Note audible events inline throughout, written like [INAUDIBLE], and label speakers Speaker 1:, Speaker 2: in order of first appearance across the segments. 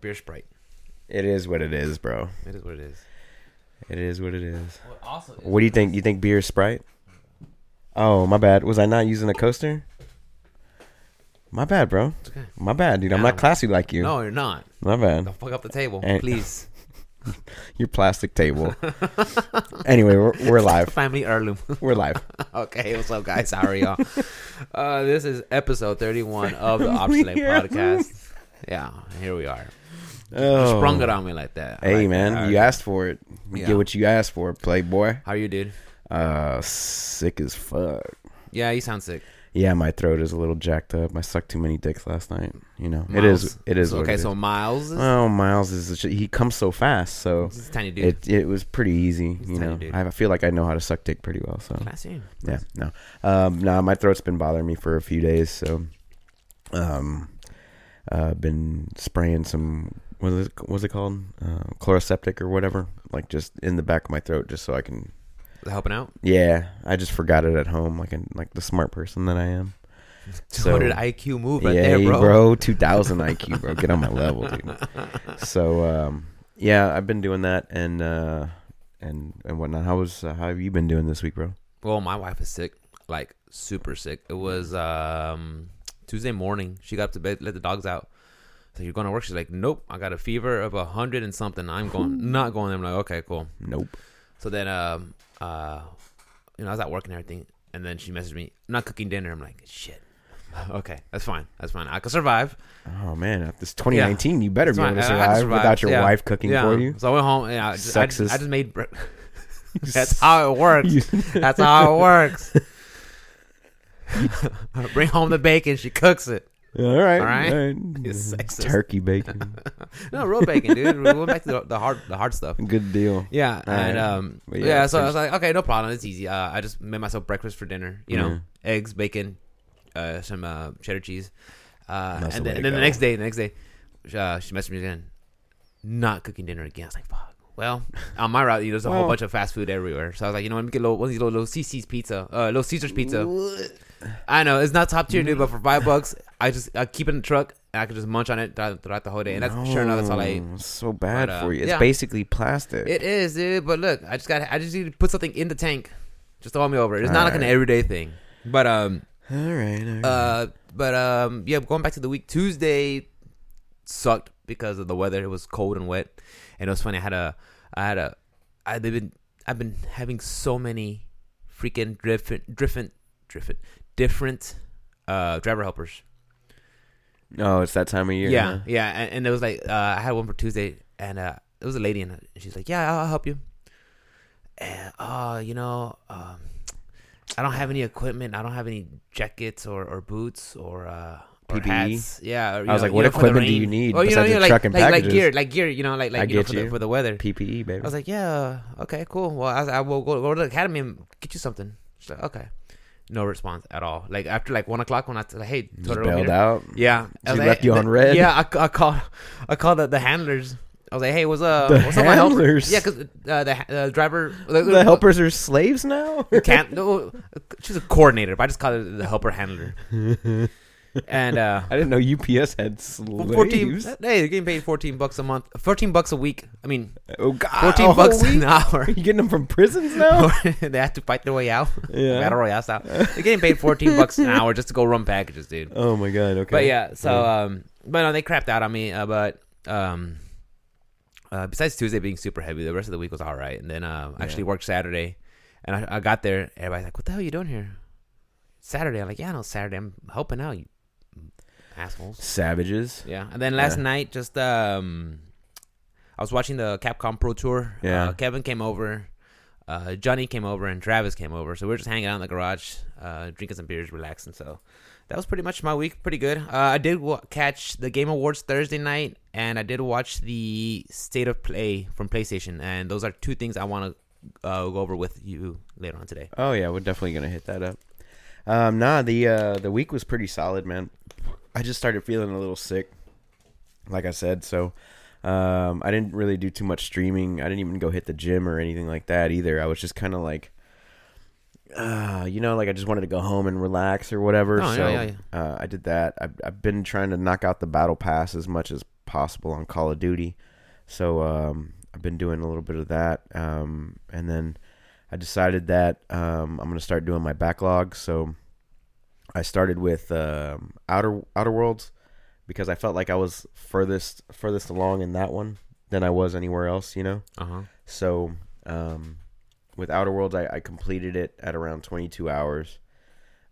Speaker 1: beer Sprite.
Speaker 2: It is what it is, bro.
Speaker 1: It is what it is.
Speaker 2: It is what it is.
Speaker 3: What also is
Speaker 2: What do you think? You think beer is Sprite? Oh, my bad. Was I not using a coaster? My bad, bro.
Speaker 1: It's okay.
Speaker 2: My bad, dude. I'm not
Speaker 1: No.
Speaker 2: classy like you.
Speaker 1: No, you're not.
Speaker 2: My bad.
Speaker 1: Don't fuck up the table,
Speaker 2: Hey. [LAUGHS]
Speaker 1: please.
Speaker 2: Your
Speaker 1: [LAUGHS]
Speaker 2: plastic table. anyway, we're, we're live.
Speaker 1: Family heirloom. [LAUGHS]
Speaker 2: We're live.
Speaker 1: okay, what's up, guys? How are y'all?
Speaker 2: [LAUGHS]
Speaker 1: uh, this is episode 31 of the Obsolete
Speaker 2: heirloom.
Speaker 1: Podcast. Yeah, here we are.
Speaker 2: Oh.
Speaker 1: Sprung it on me like that. I
Speaker 2: Hey,
Speaker 1: like
Speaker 2: man.
Speaker 1: that. All
Speaker 2: You
Speaker 1: right.
Speaker 2: asked for it. You
Speaker 1: Yeah.
Speaker 2: get what you asked for, playboy.
Speaker 1: How are you, dude?
Speaker 2: Uh, sick as fuck.
Speaker 1: Yeah, you sound sick.
Speaker 2: Yeah, my throat is a little jacked up. I sucked too many dicks last night. You know, it
Speaker 1: Miles.
Speaker 2: is. It is.
Speaker 1: So,
Speaker 2: what
Speaker 1: okay,
Speaker 2: it is.
Speaker 1: so Miles is
Speaker 2: Oh, Miles is a sh- he comes so fast, so
Speaker 1: this is tiny dude.
Speaker 2: it it was pretty easy.
Speaker 1: He's a
Speaker 2: You
Speaker 1: tiny
Speaker 2: know,
Speaker 1: dude.
Speaker 2: I have- I feel like I know how to suck dick pretty well. So
Speaker 1: Classy.
Speaker 2: yeah, no, um, no, my throat's been bothering me for a few days, so um, uh, been spraying some what is it, what's it called, uh, chloroseptic or whatever, like just in the back of my throat, just so I can.
Speaker 1: Helping out.
Speaker 2: Yeah, I just forgot it at home, like an, like the smart person that I am.
Speaker 1: [LAUGHS] 200
Speaker 2: So-
Speaker 1: IQ move right
Speaker 2: yeah,
Speaker 1: there, bro.
Speaker 2: 2000 IQ, bro. Get on my level,
Speaker 1: [LAUGHS]
Speaker 2: dude. So, um, yeah, I've been doing that and uh, and and whatnot. How was uh, how have you been doing this week, bro?
Speaker 1: Well, my wife is sick, like super sick. It was um Tuesday morning. She got up to bed, let the dogs out. So you're going to work? She's like, nope. I got a fever of a hundred and something. I'm
Speaker 2: [LAUGHS]
Speaker 1: going, not going. I'm like, okay, cool.
Speaker 2: Nope.
Speaker 1: So then, um, uh, you know, I was at work and everything, and then she messaged me, I'm not cooking dinner. I'm like, shit. [SIGHS] Okay, that's fine. That's fine. I can survive.
Speaker 2: Oh man, at this 2019, you better
Speaker 1: It's
Speaker 2: be able
Speaker 1: fine. I-
Speaker 2: to
Speaker 1: I can
Speaker 2: survive, without your
Speaker 1: yeah.
Speaker 2: wife cooking
Speaker 1: Yeah.
Speaker 2: for you.
Speaker 1: So I went home and I just, I just,
Speaker 2: Sexist.
Speaker 1: I just made.
Speaker 2: [LAUGHS]
Speaker 1: Bre- [LAUGHS] that's how it works. That's how it
Speaker 2: [LAUGHS]
Speaker 1: works. [LAUGHS] Bring home the bacon. She cooks it.
Speaker 2: all right,
Speaker 1: All right.
Speaker 2: all right.
Speaker 1: You're sexist.
Speaker 2: Turkey
Speaker 1: [LAUGHS]
Speaker 2: bacon,
Speaker 1: No, real bacon, dude. We went back to the, the hard, the hard stuff.
Speaker 2: good deal.
Speaker 1: Yeah, and
Speaker 2: right.
Speaker 1: um,
Speaker 2: But
Speaker 1: yeah.
Speaker 2: yeah,
Speaker 1: So I
Speaker 2: finish-
Speaker 1: was like, okay, no problem. It's easy. Uh, I just made myself breakfast for dinner. You know,
Speaker 2: Yeah.
Speaker 1: eggs, bacon, uh, some uh, cheddar cheese, uh,
Speaker 2: That's
Speaker 1: and
Speaker 2: the way
Speaker 1: then,
Speaker 2: to
Speaker 1: and then the
Speaker 2: go.
Speaker 1: next day, the next day, uh, she messaged me again, not cooking dinner again. I was like, fuck. Well, on my route, you know, there's a whole
Speaker 2: Well-
Speaker 1: bunch of fast food everywhere. So I was like, you know, let me get a little, one of these little, little CC's pizza, uh, little Caesar's pizza. I know it's not top tier, dude, but for five bucks, I just I keep it in the truck and I can just munch on it throughout throughout the whole day. And that's sure enough, that's all I ate.
Speaker 2: No, it's so bad
Speaker 1: But, uh,
Speaker 2: for you. It's
Speaker 1: yeah.
Speaker 2: basically plastic.
Speaker 1: It is, dude. But look, I just got I just need to put something in the tank. Just to hold me over. It's not like an
Speaker 2: Alright.
Speaker 1: everyday thing. But um
Speaker 2: all right. All right.
Speaker 1: uh but um yeah, going back to the week Tuesday sucked because of the weather. It was cold and wet. And it was funny. I had a I had a I've been I've been having so many freaking different different different different uh driver helpers.
Speaker 2: oh, it's that time of year.
Speaker 1: Yeah,
Speaker 2: huh?
Speaker 1: yeah, and, and it was like uh, I had one for Tuesday, and uh, it was a lady, and she's like, "Yeah, I'll, I'll help you." And uh, you know, um, I don't have any equipment. I don't have any jackets or, or boots or uh, or
Speaker 2: PPE?
Speaker 1: hats. Yeah, or, you
Speaker 2: E? was like,
Speaker 1: you
Speaker 2: "What
Speaker 1: for the
Speaker 2: equipment do you
Speaker 1: rain."
Speaker 2: need
Speaker 1: Oh, you know,
Speaker 2: besides
Speaker 1: you
Speaker 2: your
Speaker 1: know, like,
Speaker 2: truck and
Speaker 1: like, like
Speaker 2: packages?
Speaker 1: gear, like gear. You know, like like
Speaker 2: I
Speaker 1: you know,
Speaker 2: get
Speaker 1: for, The,
Speaker 2: you.
Speaker 1: for the weather.
Speaker 2: PPE, E, baby.
Speaker 1: I was like, yeah, okay, cool. Well, I, was- I will go, go to the academy and get you something. She's like, okay. No response at all. Like after like one o'clock when I said, hey,
Speaker 2: Just
Speaker 1: total
Speaker 2: bailed
Speaker 1: meter.
Speaker 2: out.
Speaker 1: Yeah,
Speaker 2: She
Speaker 1: I was
Speaker 2: left you on red?
Speaker 1: Yeah, I, ca- I called, I called the, the handlers. I was like, "Hey, what's up?
Speaker 2: The
Speaker 1: what's up, my helper?"
Speaker 2: handlers?
Speaker 1: Yeah, because uh, the ha- uh, driver, the,
Speaker 2: [LAUGHS] The helpers are slaves [LAUGHS] now.
Speaker 1: can't. No, she's a coordinator, but I just call her the helper handler. and
Speaker 2: [LAUGHS]
Speaker 1: uh,
Speaker 2: I didn't know UPS had
Speaker 1: well,
Speaker 2: slaves.
Speaker 1: fourteen. uh, Hey, you're getting paid fourteen bucks a month, fourteen bucks a week. I mean,
Speaker 2: [LAUGHS] Oh God,
Speaker 1: fourteen
Speaker 2: a whole
Speaker 1: bucks
Speaker 2: week?
Speaker 1: an hour. [LAUGHS]
Speaker 2: You getting them from prisons now?
Speaker 1: they have to fight their way out.
Speaker 2: Yeah.
Speaker 1: Battle royale style. They're getting paid fourteen bucks an hour just to go run packages, dude.
Speaker 2: oh my God. Okay.
Speaker 1: But yeah, so um, but no, they crapped out on me. Uh, but um, uh, besides Tuesday being super heavy, the rest of the week was all right. And then um, I actually worked Saturday, and I, I got there. Everybody's like, "What the hell are you doing here?" Saturday, I'm like, "Yeah, no, Saturday, I'm helping out, you assholes."
Speaker 2: savages.
Speaker 1: Yeah, and then last
Speaker 2: Yeah.
Speaker 1: night, just um, I was watching the Capcom Pro Tour.
Speaker 2: Yeah.
Speaker 1: uh, Kevin came over. Uh, Johnny came over and Travis came over, so we were just hanging out in the garage, uh, drinking some beers, relaxing. So that was pretty much my week. Pretty good. Uh, I did wa catch the Game Awards Thursday night, and I did watch the State of Play from PlayStation, and those are two things I want to uh, go over with you later on today.
Speaker 2: Oh yeah, we're definitely gonna hit that up. Um, nah, the uh, the week was pretty solid, man. I just started feeling a little sick, like I said. So, um, I didn't really do too much streaming. I didn't even go hit the gym or anything like that either. I was just kind of like, uh, you know, like I just wanted to go home and relax or whatever.
Speaker 1: No, Oh, yeah,
Speaker 2: so
Speaker 1: yeah,
Speaker 2: Uh, I did that. I've, I've been trying to knock out the battle pass as much as possible on Call of Duty. So um, I've been doing a little bit of that, um, and then I decided that um, I'm gonna start doing my backlog. So I started with um, Outer Outer Worlds because I felt like I was furthest furthest along in that one than I was anywhere else. You know.
Speaker 1: Uh huh.
Speaker 2: So, um, with Outer Worlds, I, I completed it at around 22 hours.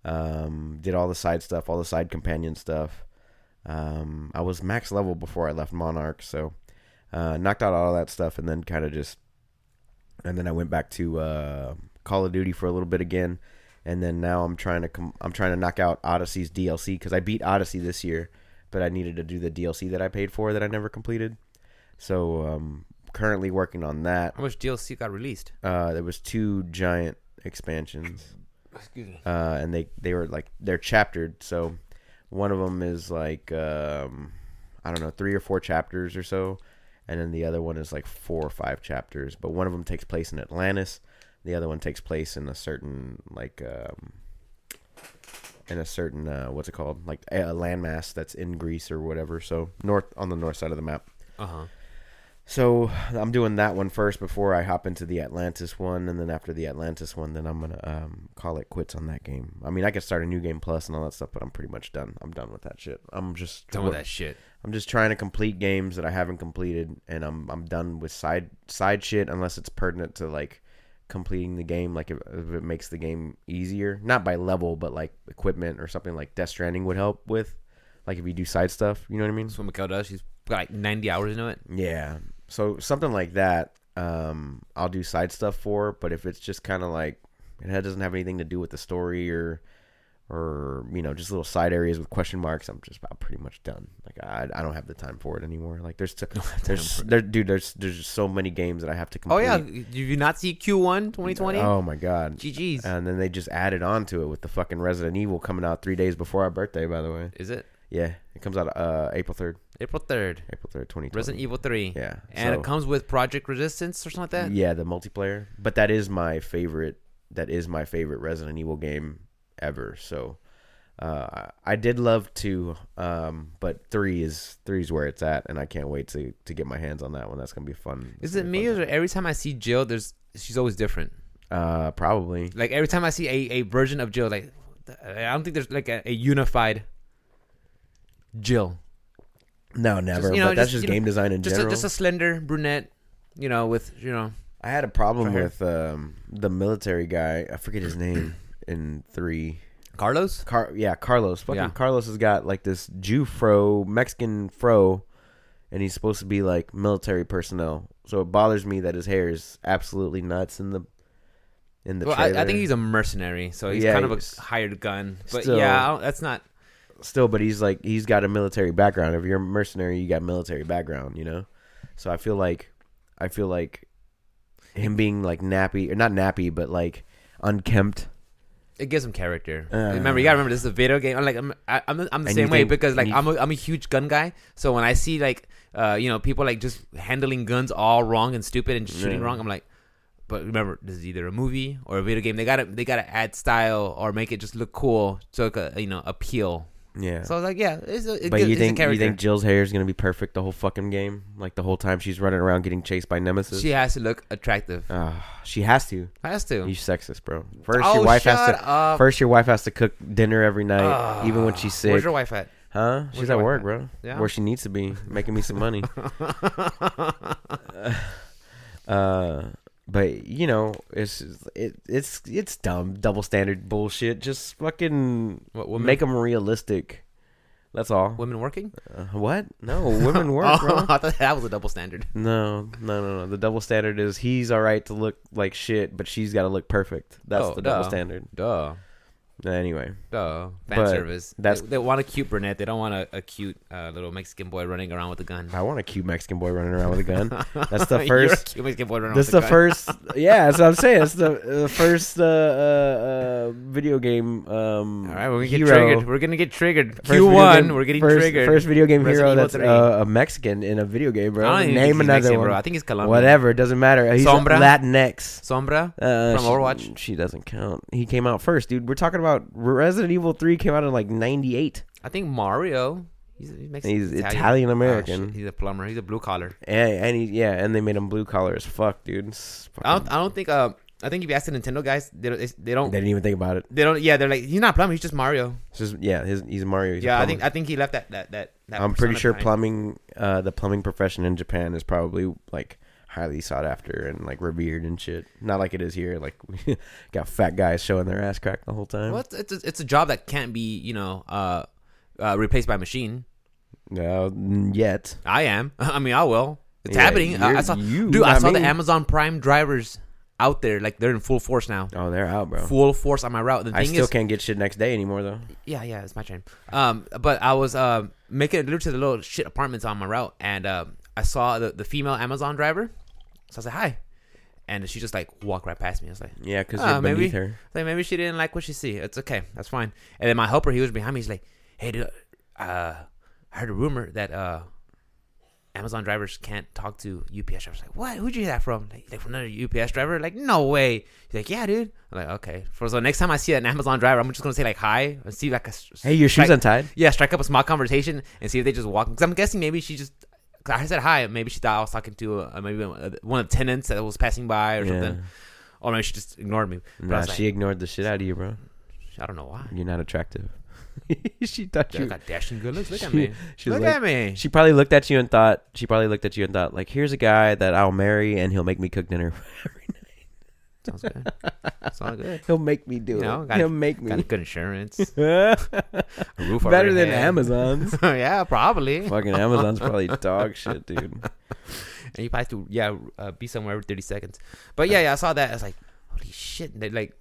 Speaker 2: Um, did all the side stuff, all the side companion stuff. Um, I was max level before I left Monarch, so uh, knocked out all that stuff, and then kind of just, and then I went back to uh, Call of Duty for a little bit again, and then now I'm trying to com- I'm trying to knock out Odyssey's DLC because I beat Odyssey this year, but I needed to do the DLC that I paid for that I never completed. So um, currently working on that.
Speaker 1: How much DLC got released?
Speaker 2: Uh, there was two giant expansions,
Speaker 1: Excuse me.
Speaker 2: uh, and they they were like they're chaptered. So one of them is like um, I don't know three or four chapters or so, and then the other one is like four or five chapters. But one of them takes place in Atlantis. The other one takes place in a certain like um, in a certain uh, what's it called like a a landmass that's in Greece or whatever. So north on the north side of the map.
Speaker 1: Uh huh.
Speaker 2: So I'm doing that one first before I hop into the Atlantis one, and then after the Atlantis one, then I'm gonna um, call it quits on that game. I mean, I could start a new game plus and all that stuff, but I'm pretty much done. I'm done with that shit. I'm just
Speaker 1: Done with that shit.
Speaker 2: I'm just trying to complete games that I haven't completed, and I'm I'm done with side side shit unless it's pertinent to like completing the game, like if, if it makes the game easier, not by level, but like equipment or something like Death Stranding would help with, like if you do side stuff. You know what I mean?
Speaker 1: That's what Mikhail does. He's got like 90 hours into it.
Speaker 2: Yeah. So something like that, um, I'll do side stuff for. But if it's just kind of like it ha- doesn't have anything to do with the story or, or you know, just little side areas with question marks, I'm just about pretty much done. Like I, I don't have the time for it anymore.
Speaker 1: [LAUGHS]
Speaker 2: Like there's t- there's there, dude, there's there's just so many games that I have to
Speaker 1: Oh
Speaker 2: complete.
Speaker 1: yeah, did you not see Q1 2020?
Speaker 2: Oh my god.
Speaker 1: GG's.
Speaker 2: And then they just added on to it with the fucking Resident Evil coming out three days before our birthday. By the way,
Speaker 1: Is it
Speaker 2: yeah, it comes out uh April third,
Speaker 1: April 3rd?
Speaker 2: April third, twenty twenty.
Speaker 1: Resident Evil 3.
Speaker 2: Yeah,
Speaker 1: And
Speaker 2: so-
Speaker 1: it comes with Project Resistance or something like that.
Speaker 2: Yeah, the multiplayer. But that is my favorite. That is my favorite Resident Evil game ever. So uh, I did love two, um, but three is three's where it's at, and I can't wait to to get my hands on that one. That's gonna be fun.
Speaker 1: Is
Speaker 2: That's
Speaker 1: it
Speaker 2: gonna be
Speaker 1: me
Speaker 2: fun.
Speaker 1: or every time I see Jill, there's she's always different.
Speaker 2: Uh, probably.
Speaker 1: Like every time I see a, a version of Jill, like I don't think there's like a, a unified Jill.
Speaker 2: No, never.
Speaker 1: you know,
Speaker 2: but that's
Speaker 1: just,
Speaker 2: just
Speaker 1: you know,
Speaker 2: game design in
Speaker 1: Just a,
Speaker 2: general.
Speaker 1: just a slender brunette, you know, with you know.
Speaker 2: I had a problem
Speaker 1: For her.
Speaker 2: with um, the military guy. I forget his name in three.
Speaker 1: Carlos?
Speaker 2: Car yeah, Carlos. Fucking
Speaker 1: Yeah.
Speaker 2: Carlos has got like this Jew fro, Mexican fro, and he's supposed to be like military personnel. So it bothers me that his hair is absolutely nuts in the in the
Speaker 1: Well, I,
Speaker 2: trailer.
Speaker 1: I think he's a mercenary, so he's
Speaker 2: Yeah,
Speaker 1: kind of
Speaker 2: he's-
Speaker 1: a hired gun. But
Speaker 2: Still-
Speaker 1: yeah, I don't, that's not.
Speaker 2: still, but he's like he's got a military background. If you're a mercenary, you got military background, you know. So I feel like I feel like him being like nappy or not nappy, but like unkempt.
Speaker 1: It gives him character.
Speaker 2: Uh.
Speaker 1: remember, you gotta remember this is a video game. I'm like, I'm, I, I'm, I'm the
Speaker 2: And
Speaker 1: same
Speaker 2: you
Speaker 1: way
Speaker 2: think-
Speaker 1: because like
Speaker 2: and you-
Speaker 1: I'm, a, I'm a huge gun guy. So when I see like, uh, you know, people like just handling guns all wrong and stupid and just shooting
Speaker 2: Yeah.
Speaker 1: wrong, I'm like, but remember, this is either a movie or a video game. They gotta, they gotta add style or make it just look cool to like a, you know appeal.
Speaker 2: Yeah.
Speaker 1: So I was like, yeah, it's a, it
Speaker 2: but
Speaker 1: gives,
Speaker 2: you
Speaker 1: it's
Speaker 2: think
Speaker 1: a
Speaker 2: you
Speaker 1: character.
Speaker 2: think Jill's hair is gonna be perfect the whole fucking game? Like the whole time she's running around getting chased by Nemesis.
Speaker 1: she has to look attractive.
Speaker 2: Ah, [SIGHS] she has to.
Speaker 1: Has to.
Speaker 2: You sexist, bro. First,
Speaker 1: Oh,
Speaker 2: your wife has
Speaker 1: shut
Speaker 2: to.
Speaker 1: up. Ah,
Speaker 2: First, your wife has to cook dinner every night, even when she's sick.
Speaker 1: Where's your wife at?
Speaker 2: huh?
Speaker 1: where's
Speaker 2: She's
Speaker 1: your
Speaker 2: at
Speaker 1: wife
Speaker 2: work,
Speaker 1: at?
Speaker 2: bro.
Speaker 1: Yeah.
Speaker 2: Where she needs to be, making me
Speaker 1: [LAUGHS]
Speaker 2: some money. [LAUGHS] uh, but you know, it's it, it's it's dumb, double standard bullshit. Just fucking
Speaker 1: What,
Speaker 2: make 'em
Speaker 1: women,
Speaker 2: make them realistic. That's all.
Speaker 1: women working?
Speaker 2: Uh, what?
Speaker 1: [LAUGHS]
Speaker 2: No, women work,
Speaker 1: oh,
Speaker 2: bro.
Speaker 1: I thought that was a double standard.
Speaker 2: No, no, no, no. The double standard is he's all right to look like shit, but she's got to look perfect. That's
Speaker 1: Oh,
Speaker 2: the double
Speaker 1: duh.
Speaker 2: standard.
Speaker 1: Duh.
Speaker 2: Anyway,
Speaker 1: Duh. Fan
Speaker 2: But
Speaker 1: service.
Speaker 2: that's-
Speaker 1: they, they want a cute brunette. They don't want a, a cute uh, little Mexican boy running around with a gun.
Speaker 2: I want a cute Mexican boy running around with
Speaker 1: [LAUGHS]
Speaker 2: a gun. That's the
Speaker 1: You're a
Speaker 2: first.
Speaker 1: cute Mexican boy running
Speaker 2: That's
Speaker 1: around
Speaker 2: the
Speaker 1: with a gun.
Speaker 2: first.
Speaker 1: [LAUGHS]
Speaker 2: Yeah, that's what I'm saying. It's the uh, first uh, uh, uh, video game. Um,
Speaker 1: All right, we're gonna get
Speaker 2: hero-
Speaker 1: triggered. We're gonna get triggered.
Speaker 2: first video
Speaker 1: Q1,
Speaker 2: game-
Speaker 1: we're getting
Speaker 2: first,
Speaker 1: triggered.
Speaker 2: First video game
Speaker 1: Resident
Speaker 2: hero
Speaker 1: Evil
Speaker 2: that's
Speaker 1: 3.
Speaker 2: uh, a Mexican in a video game, bro.
Speaker 1: I don't even
Speaker 2: Name
Speaker 1: think he's
Speaker 2: another
Speaker 1: Mexican,
Speaker 2: one.
Speaker 1: Bro. I think he's Colombian.
Speaker 2: Whatever, doesn't matter. He's
Speaker 1: Sombra?
Speaker 2: Latinx.
Speaker 1: Sombra.
Speaker 2: Uh,
Speaker 1: From
Speaker 2: she-
Speaker 1: Overwatch?
Speaker 2: She doesn't count. He came out first, dude. We're talking about Resident Evil 3 came out in like 98.
Speaker 1: I think Mario. He's, he makes
Speaker 2: He's
Speaker 1: Italian.
Speaker 2: Italian-American.
Speaker 1: Oh, shit. he's a plumber. He's a blue collar.
Speaker 2: And, and he, yeah, and they made him blue collar as fuck, dude. It's
Speaker 1: I
Speaker 2: fucking-
Speaker 1: don't. I don't think. Uh, I think if you ask the Nintendo guys, they don't. They, they don't.
Speaker 2: [LAUGHS] they didn't even think about it.
Speaker 1: They don't. Yeah, they're like he's not a plumber. He's just Mario.
Speaker 2: It's just yeah, his, he's a Mario. He's a
Speaker 1: yeah, I
Speaker 2: plumber.
Speaker 1: think. I think he left that. That. That. that
Speaker 2: I'm pretty
Speaker 1: persona
Speaker 2: sure
Speaker 1: behind.
Speaker 2: plumbing, uh, the plumbing profession in Japan is probably like highly sought after and like revered and shit. Not like it is here. Like [LAUGHS] we got fat guys showing their ass crack the whole time.
Speaker 1: Well, it's, it's a, it's a job that can't be you know uh, uh replaced by machine.
Speaker 2: No, n- yet
Speaker 1: I am. [LAUGHS] I mean, I will. It's
Speaker 2: Yeah,
Speaker 1: happening. I, I
Speaker 2: you're-
Speaker 1: saw,
Speaker 2: you,
Speaker 1: dude. I
Speaker 2: not
Speaker 1: saw the
Speaker 2: me.
Speaker 1: Amazon Prime drivers out there. Like they're in full force now.
Speaker 2: Oh, they're out, bro.
Speaker 1: Full force on my route. The thing
Speaker 2: I still
Speaker 1: is,
Speaker 2: can't get shit next day anymore though.
Speaker 1: yeah, yeah, it's my train. Um, but I was uh, making a loop to the little shit apartments on my route, and um, I saw the, the female Amazon driver. So I said hi, and she just like walked right past me. I was like,
Speaker 2: Yeah, because
Speaker 1: Ah,
Speaker 2: you're beneath
Speaker 1: maybe.
Speaker 2: her.
Speaker 1: like maybe she didn't like what she see. It's okay, that's fine. And then my helper, he was behind me. He's like, hey, dude, uh, I heard a rumor that uh, Amazon drivers can't talk to UPS drivers. Like, what? Who'd you hear that from? Like, like from another UPS driver? Like, no way. He's like, yeah, dude. I'm like, okay. For so next time I see an Amazon driver, I'm just gonna say like hi and see like a s-
Speaker 2: Hey, your shoes
Speaker 1: strike-
Speaker 2: untied.
Speaker 1: yeah, strike up a small conversation and see if they just walk. Because I'm guessing maybe she just. Cause I said hi. Maybe she thought I was talking to uh, maybe one of the tenants that was passing by or
Speaker 2: Yeah.
Speaker 1: something. Or maybe she just ignored me. But I
Speaker 2: Nah,
Speaker 1: was like,
Speaker 2: she ignored the shit out of you, bro.
Speaker 1: I don't know why.
Speaker 2: You're not attractive. [LAUGHS] she thought
Speaker 1: She
Speaker 2: you.
Speaker 1: got dashing good looks. Look at
Speaker 2: She-
Speaker 1: me.
Speaker 2: [LAUGHS] she's
Speaker 1: Look
Speaker 2: like-
Speaker 1: at me.
Speaker 2: She probably looked at you and thought. She probably looked at you and thought, like, here's a guy that I'll marry and he'll make me cook dinner. [LAUGHS]
Speaker 1: Sounds good. Sounds good.
Speaker 2: he'll make me do
Speaker 1: You know,
Speaker 2: it.
Speaker 1: gotta-
Speaker 2: he'll make
Speaker 1: Got
Speaker 2: [LAUGHS]
Speaker 1: a
Speaker 2: me.
Speaker 1: good insurance. A roof over
Speaker 2: Better
Speaker 1: her
Speaker 2: than
Speaker 1: head.
Speaker 2: Amazon's.
Speaker 1: [LAUGHS] yeah, probably.
Speaker 2: Fucking Amazon's probably dog shit, dude.
Speaker 1: And you probably have to yeah uh, be somewhere every thirty seconds. But yeah, yeah, I saw that. I was like, holy shit! They, like,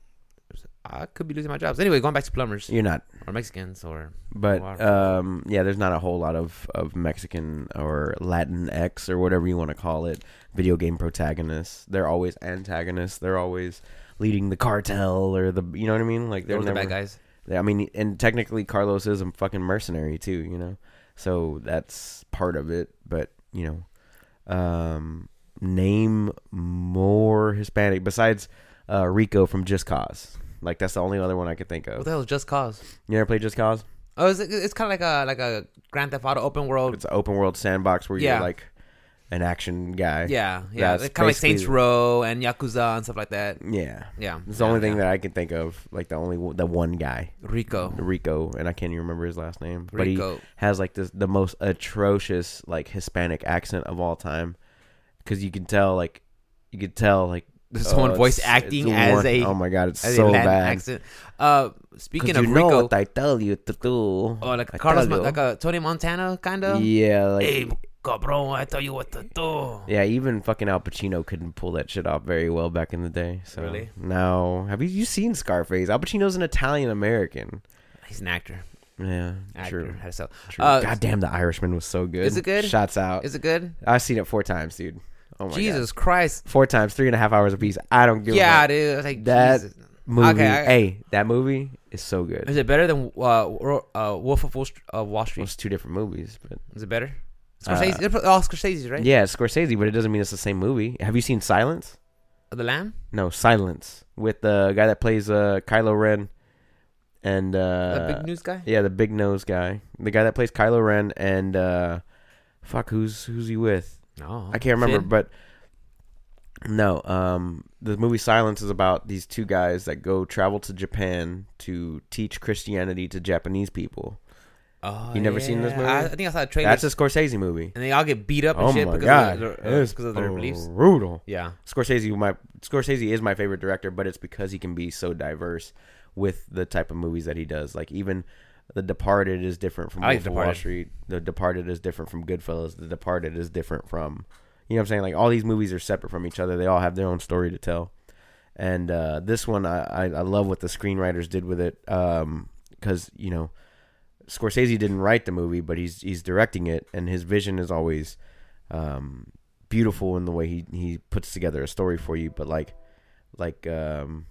Speaker 1: I could be losing my jobs. Anyway, going back to plumbers
Speaker 2: You're not.
Speaker 1: or Mexicans or
Speaker 2: But
Speaker 1: Wow.
Speaker 2: um, yeah, there's not a whole lot of, of Mexican or Latin X or whatever you want to call it. Video game protagonists. They're always antagonists. They're always leading the cartel or the you know what I mean. Like
Speaker 1: they're the
Speaker 2: they're
Speaker 1: bad
Speaker 2: never.
Speaker 1: guys.
Speaker 2: they- I mean, and technically Carlos is a fucking mercenary too. You know, so that's part of it. But you know, um, name more Hispanic besides uh, Rico from Just Cause. Like that's the only other one I could think
Speaker 1: What
Speaker 2: of.
Speaker 1: the hell is Just Cause?
Speaker 2: You ever play Just Cause?
Speaker 1: Oh, it's, it's kind of like a like a Grand Theft Auto open world.
Speaker 2: It's an open world sandbox where
Speaker 1: Yeah.
Speaker 2: you're like an action guy.
Speaker 1: Yeah, yeah,
Speaker 2: that's
Speaker 1: kind of like Saints
Speaker 2: basically-
Speaker 1: Row and Yakuza and stuff like that.
Speaker 2: Yeah.
Speaker 1: Yeah,
Speaker 2: It's the
Speaker 1: yeah,
Speaker 2: only thing
Speaker 1: yeah.
Speaker 2: that I can think of. Like the only the one guy,
Speaker 1: Rico.
Speaker 2: Rico, and I can't even remember his last name. But he
Speaker 1: Rico.
Speaker 2: has like this the most atrocious like Hispanic accent of all time, because you can tell like you could tell like
Speaker 1: This
Speaker 2: uh,
Speaker 1: one voice
Speaker 2: it's-
Speaker 1: acting
Speaker 2: it's
Speaker 1: as
Speaker 2: one-
Speaker 1: a
Speaker 2: oh my god it's
Speaker 1: as a
Speaker 2: so
Speaker 1: Latin
Speaker 2: bad.
Speaker 1: accent. Uh,
Speaker 2: 'Cause
Speaker 1: speaking of
Speaker 2: you know
Speaker 1: Rico,
Speaker 2: what I tell you to do.
Speaker 1: oh, like
Speaker 2: I
Speaker 1: a Carlos,
Speaker 2: tell
Speaker 1: Mon-
Speaker 2: you.
Speaker 1: like a Tony Montana kind of.
Speaker 2: yeah, like
Speaker 1: Hey, cabrón, I tell you what to do.
Speaker 2: Yeah, even fucking Al Pacino couldn't pull that shit off very well back in the day. So
Speaker 1: Really?
Speaker 2: No. Have you you seen Scarface? Al Pacino's an Italian American.
Speaker 1: He's an actor.
Speaker 2: Yeah,
Speaker 1: Actor.
Speaker 2: true.
Speaker 1: How to sell.
Speaker 2: True.
Speaker 1: Uh,
Speaker 2: God damn, the Irishman was so good.
Speaker 1: Is it good?
Speaker 2: Shots out.
Speaker 1: Is it good?
Speaker 2: I've seen it four times, dude. Oh my Jesus.
Speaker 1: Jesus Christ.
Speaker 2: Four times, three and a half hours apiece. I don't give
Speaker 1: Yeah,
Speaker 2: a fuck.
Speaker 1: dude. I was like,
Speaker 2: That-
Speaker 1: Jesus.
Speaker 2: movie.
Speaker 1: Okay, I-
Speaker 2: hey, that movie is so good.
Speaker 1: Is it better than uh, Ro- uh, Wolf of Wall, St- uh, Wall
Speaker 2: Well,
Speaker 1: Street?
Speaker 2: it's two different movies, but
Speaker 1: Is it better? Scorsese. They're pro- all Scorsese's, right?
Speaker 2: Uh, yeah, it's Scorsese, but it doesn't mean it's the same movie. Have you seen Silence?
Speaker 1: The Lamb?
Speaker 2: No, Silence with the guy that plays uh, Kylo Ren and uh,
Speaker 1: the big news guy?
Speaker 2: Yeah, the big nose guy, the guy that plays Kylo Ren, and uh, fuck, who's who's he with?
Speaker 1: No.
Speaker 2: I can't remember,
Speaker 1: Oh, Finn?
Speaker 2: but no. Um, the movie Silence is about these two guys that go travel to Japan to teach Christianity to Japanese people.
Speaker 1: Oh,
Speaker 2: You never seen this
Speaker 1: yeah. I, I
Speaker 2: movie?
Speaker 1: think I saw a trailer.
Speaker 2: That's a Scorsese movie.
Speaker 1: and they all get beat up and
Speaker 2: Oh
Speaker 1: shit
Speaker 2: my
Speaker 1: because,
Speaker 2: god,
Speaker 1: Of their,
Speaker 2: it
Speaker 1: uh,
Speaker 2: is
Speaker 1: because of their beliefs.
Speaker 2: brutal.
Speaker 1: Yeah.
Speaker 2: Scorsese, my Scorsese is my favorite director, but it's because he can be so diverse with the type of movies that he does. Like even The Departed is different from
Speaker 1: I like
Speaker 2: Wolf of Wall
Speaker 1: Departed.
Speaker 2: Street. The Departed is different from Goodfellas. The Departed is different from you know what I'm saying. Like all these movies are separate from each other. They all have their own story to tell. And uh, this one, I, I I love what the screenwriters did with it because you know Scorsese didn't write the movie, but he's he's directing it, and his vision is always um, beautiful in the way he he puts together a story for you. But like like um,